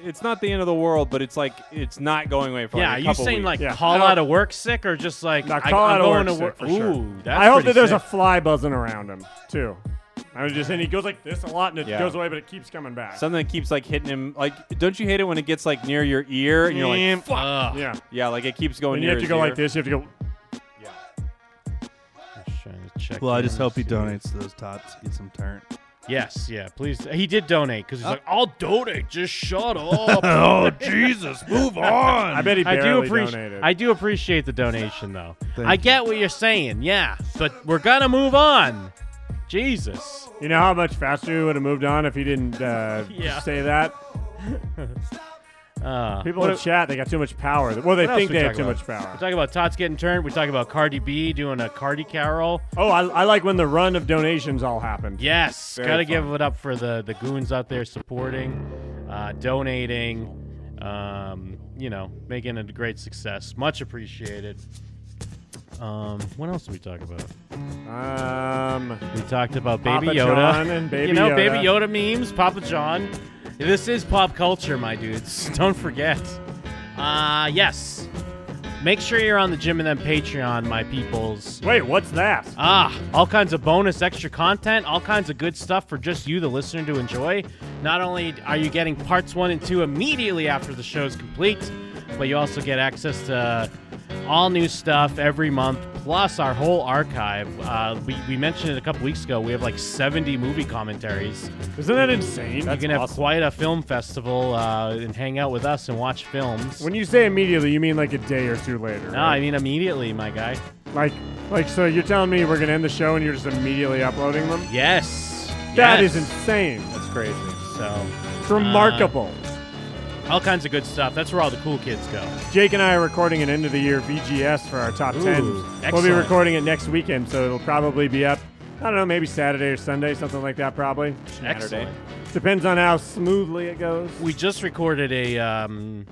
it's not the end of the world, but it's like it's not going away for Yeah, like a you couple saying weeks. like call out of work sick or just like Nah, I, call am out of work going to work? sick for sure. Ooh, that's I hope pretty that there's sick. a fly buzzing around him too. I was just saying he goes like this a lot and it Yeah. goes away, but it keeps coming back. Something that keeps like hitting him. Like, don't you hate it when it gets like near your ear and you're like, fuck. Yeah. Yeah, like it keeps going. And you near have to his go ear. like this. You have to go. Well, I just hope he donates to those tots to get some turn. Yes, yeah, please. He did donate because he's like, I'll donate. Just shut up. Oh, Jesus, move on. I bet he barely appreci- donated. I do appreciate the donation, though. Thank I get what you're saying, yeah, but we're gonna move on. Jesus. You know how much faster we would have moved on if he didn't uh, Yeah. say that? Uh, People what in e- chat, they got too much power. Well, they what else think we they have talk too about? much power. We talk about Tots getting turned. We talk about Cardi B doing a Cardi Carol. Oh, I, I like when the run of donations all happened. Yes, Very gotta fun. give it up for the the goons out there supporting, uh, donating, um, you know, making it a great success. Much appreciated. Um, what else did we talk about? Um, we talked about Papa Baby Yoda John and Baby you know, Yoda. Baby Yoda memes, Papa John. This is pop culture, my dudes. Don't forget. Uh, yes. Make sure you're on the Jim and Them Patreon, my peoples. Wait, what's that? Ah, all kinds of bonus extra content, all kinds of good stuff for just you, the listener, to enjoy. Not only are you getting parts one and two immediately after the show's complete, but you also get access to all new stuff every month, plus our whole archive. Uh, we, we mentioned it a couple weeks ago. We have like 70 movie commentaries. Isn't that insane? you can have quite a film festival uh, and hang out with us and watch films. When you say immediately, you mean like a day or two later. No, right? I mean immediately, my guy. Like, like, so you're telling me we're gonna end the show and you're just immediately uploading them? Yes. That Yes. is insane. That's crazy. So It's remarkable. uh, all kinds of good stuff. That's where all the cool kids go. Jake and I are recording an end of the year VGS for our top Ooh, 10. We'll be excellent. recording it next weekend, so it'll probably be up, I don't know, maybe Saturday or Sunday, something like that, probably. Excellent. Depends on how smoothly it goes. We just recorded a um,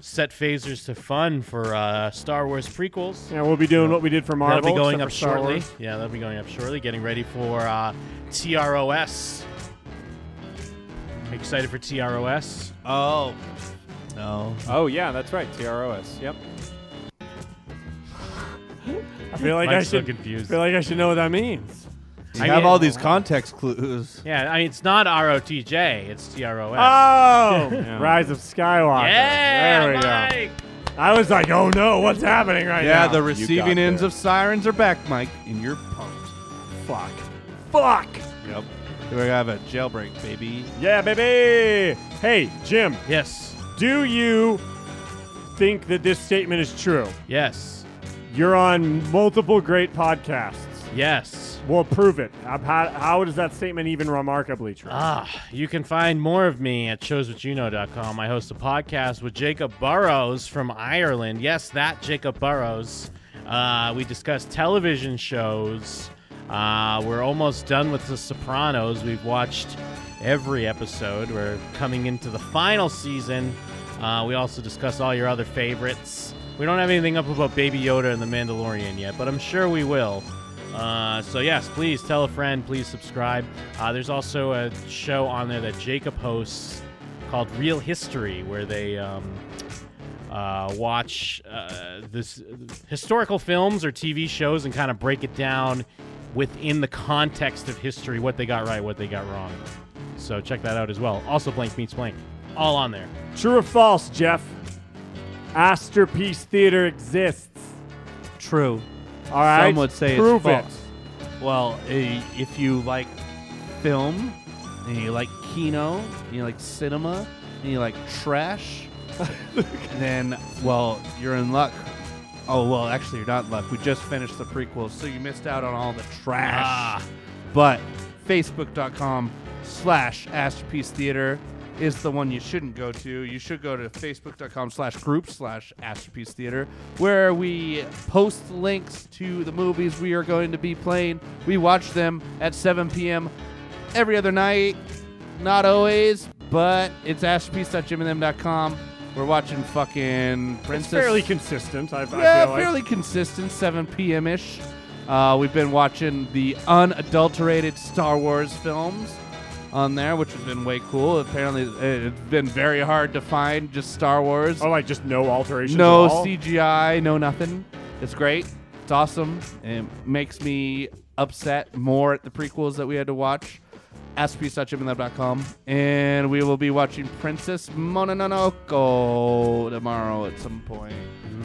set phasers to fun for uh, Star Wars prequels. Yeah, we'll be doing what we did for Marvel. That'll be going except up for Star shortly. Wars. Yeah, that'll be going up shortly. Getting ready for uh, TROS. Excited for TROS? Oh. No. Oh yeah, that's right. TROS. Yep. I feel like Mike's I so should confused. feel like I should know what that means. You have all these context clues. Yeah, I mean, it's not ROTJ, it's TROS. Oh, Rise of Skywalker. Yeah, there we go. I was like, oh no, what's happening right now? yeah, the receiving ends of sirens are back, Mike, and you're pumped. Fuck. Fuck. Yep. We have a jailbreak, baby. Yeah, baby. Hey, Jim. Yes. Do you think that this statement is true? Yes. You're on multiple great podcasts. Yes. Well, prove it. How, how- how is that statement even remarkably true? Ah, you can find more of me at showswhatyouknow.com. I host a podcast with Jacob Burrows from Ireland. Yes, that Jacob Burrows. Uh, we discuss television shows. Uh, we're almost done with The Sopranos. We've watched every episode. We're coming into the final season. Uh, we also discuss all your other favorites. We don't have anything up about Baby Yoda and The Mandalorian yet, but I'm sure we will. Uh, so yes, please tell a friend. Please subscribe. Uh, there's also a show on there that Jacob hosts called Real History, where they um, uh, watch uh, this historical films or TV shows and kind of break it down within the context of history, what they got right, what they got wrong. So check that out as well. Also, Blank Meets Blank, all on there. True or false, Jeff? Astor Peace Theater exists. True. All right. Some would say prove it's false. Well, i- if you like film and you like kino and you like cinema and you like trash, then well, you're in luck. Oh well, actually, you're not in luck. We just finished the prequel, so you missed out on all the trash. Ah. But facebook.com slash Astropiece Theater is the one you shouldn't go to. You should go to facebook.com slash group slash Astropiece Theater, where we post links to the movies we are going to be playing. We watch them at 7 p.m. every other night. Not always, but it's astropiece.jimandthem.com. We're watching fucking It's Princess. fairly consistent. I, I Yeah, feel like. fairly consistent, 7 p.m. ish. Uh, we've been watching the unadulterated Star Wars films on there, which has been way cool. Apparently, it- it's been very hard to find just Star Wars. Oh, like just no alterations. No at all? CGI, no nothing. It's great. It's awesome. It makes me upset more at the prequels that we had to watch. AskPeace.jimandlab.com. And we will be watching Princess Mononoke tomorrow at some point.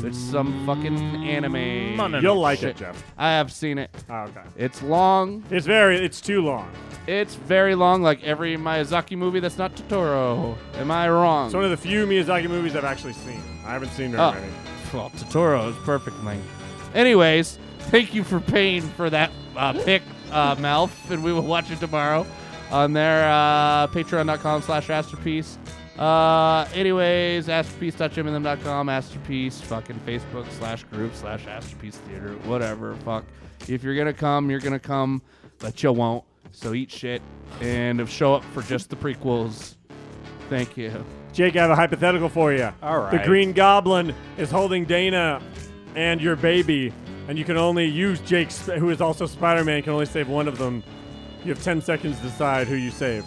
It's some fucking anime. Mononoke. You'll like shit. it, Jeff. Ah, I have seen it. okay. It's long. It's very. It's too long. It's very long, like every Miyazaki movie that's not Totoro. Am I wrong? It's one of the few Miyazaki movies I've actually seen. I haven't seen very Oh. many. Well, Totoro is perfect length. Anyways, thank you for paying for that uh, pick, uh, Malf, and we will watch it tomorrow on their uh, patreon.com slash masterpiece. Uh, anyways, masterpiece.jimandthem.com, masterpiece, fucking Facebook slash group slash masterpiece theater, whatever, fuck. If you're gonna come, you're gonna come, but you won't, so eat shit and show up for just the prequels. Thank you. Jake, I have a hypothetical for you. All right. The Green Goblin is holding Dana and your baby, and you can only use Jake, Sp- who is also Spider Man, can only save one of them. You have 10 seconds to decide who you save.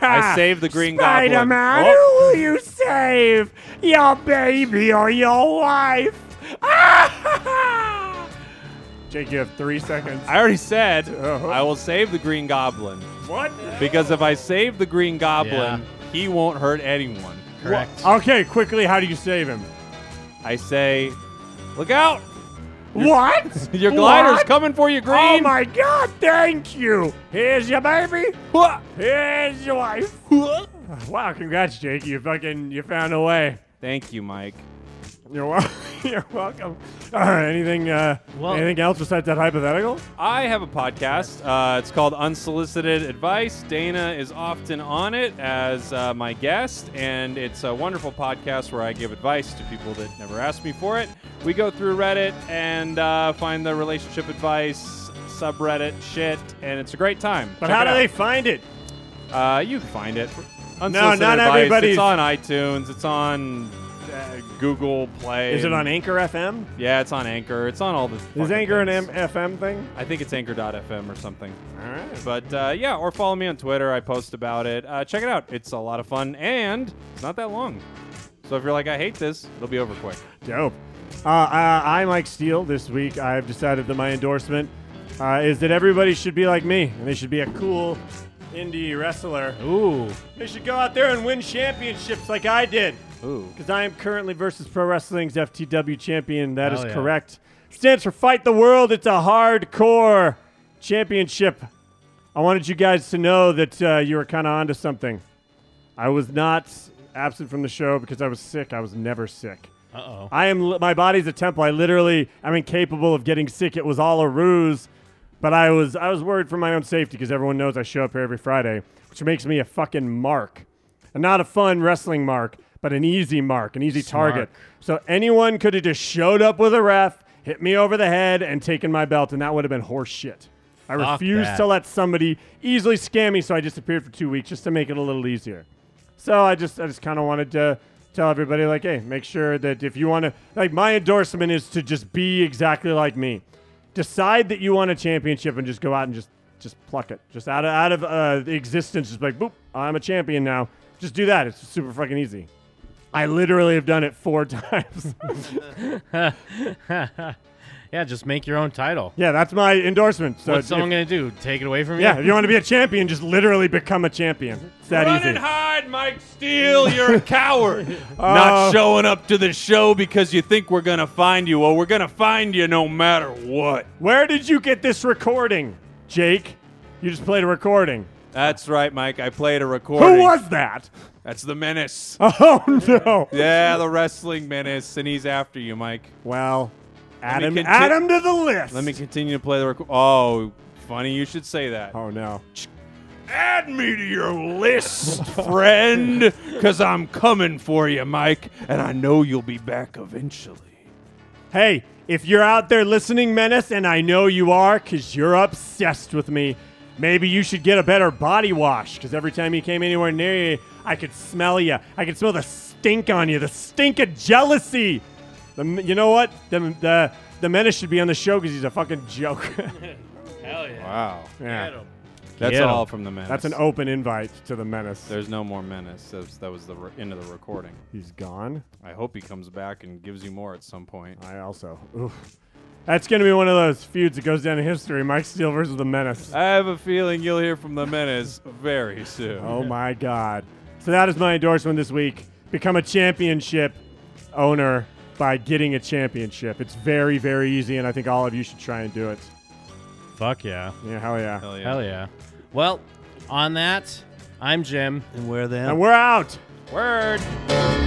I saved the Green Goblin. Spider-Man, Oh. who will you save? Your baby or your wife? Oh Jake, you have three seconds. Uh-huh. I already said I will save the Green Goblin. What? Because if I save the Green Goblin, Yeah. he won't hurt anyone. Wha- Okay, quickly, how do you save him? I say, look out! what? Your glider's What? coming for you, Green. Oh my God! Thank you. Here's your baby. Here's your wife. Wow, congrats, Jake. You fucking you found a way. Thank you, Mike. You're welcome. You're welcome. All right, anything uh, Well- anything else besides that hypothetical? I have a podcast. Uh, it's called Unsolicited Advice. Dana is often on it as uh, my guest, and it's a wonderful podcast where I give advice to people that never asked me for it. We go through Reddit and uh, find the relationship advice subreddit shit, and it's a great time. But Check how it do out. they find it? Uh, you can find it. Unsolicited not advice. everybody's- It's on iTunes. It's on uh, Google Play. Is it on Anchor FM? Yeah, it's on Anchor. It's on all the. Is fucking Anchor an things. M- FM thing? I think it's anchor.fm or something. All right. But uh, yeah, or follow me on Twitter. I post about it. Uh, check it out. It's a lot of fun and it's not that long. So if you're like, I hate this, it'll be over quick. Dope. Uh, uh, I'm Mike Steele. This week, I've decided that my endorsement uh, is that everybody should be like me, and they should be a cool indie wrestler. Ooh. They should go out there and win championships like I did. Ooh. Because I am currently versus Pro Wrestling's FTW champion. That is Hell yeah. correct. Stands for Fight the World. It's a hardcore championship. I wanted you guys to know that uh, you were kind of onto something. I was not absent from the show because I was sick. I was never sick. Uh-oh. I am. li- My body's a temple. I literally am incapable of getting sick. It was all a ruse, but I was I was worried for my own safety because everyone knows I show up here every Friday, which makes me a fucking mark, and not a fun wrestling mark, but an easy mark, an easy target. So anyone could have just showed up with a ref, hit me over the head, and taken my belt, and that would have been horse shit. I Fuck refuse that. to let somebody easily scam me, so I disappeared for two weeks just to make it a little easier. So I just I just kind of wanted to tell everybody like, hey, make sure that if you want to like my endorsement is to just be exactly like me. Decide that you want a championship and just go out and just just pluck it. Just out of out of uh, existence, just like boop, I'm a champion now. Just do that. It's super fucking easy. I literally have done it four times. yeah, just make your own title. yeah, that's my endorsement. So What's if- someone going to do? Take it away from you? yeah, if you want to be a champion, just literally become a champion. It's that Run easy. and hide, Mike Steele. You're a coward. Oh. Not showing up to the show because you think we're going to find you. Well, we're going to find you no matter what. Where did you get this recording, Jake? You just played a recording. That's right, Mike. I played a recording. Who was that? That's the menace. Oh no! Yeah, the wrestling menace, and he's after you, Mike. Well, add Let me him, conti- add him to the list. Let me continue to play the record. Oh, funny you should say that. Oh no. Add me to your list, friend, because I'm coming for you, Mike, and I know you'll be back eventually. Hey, if you're out there listening, Menace, and I know you are because you're obsessed with me, maybe you should get a better body wash because every time you came anywhere near you, I could smell you. I could smell the stink on you, the stink of jealousy. The, you know what? The, the, the Menace should be on the show because he's a fucking joke. Hell yeah. Wow. Yeah. That's Get 'em. all from the menace. That's an open invite to the menace. There's no more menace. That was, that was the re- end of the recording. He's gone. I hope he comes back and gives you more at some point. I also. Oof. That's going to be one of those feuds that goes down in history Mike Steele versus The Menace. I have a feeling you'll hear from the menace very soon. Oh my God. So that is my endorsement this week. Become a championship owner by getting a championship. It's very, very easy, and I think all of you should try and do it. Fuck yeah. Yeah, hell yeah. Hell yeah. Well, on that, I'm Jim. And we're them. And we're out. Word.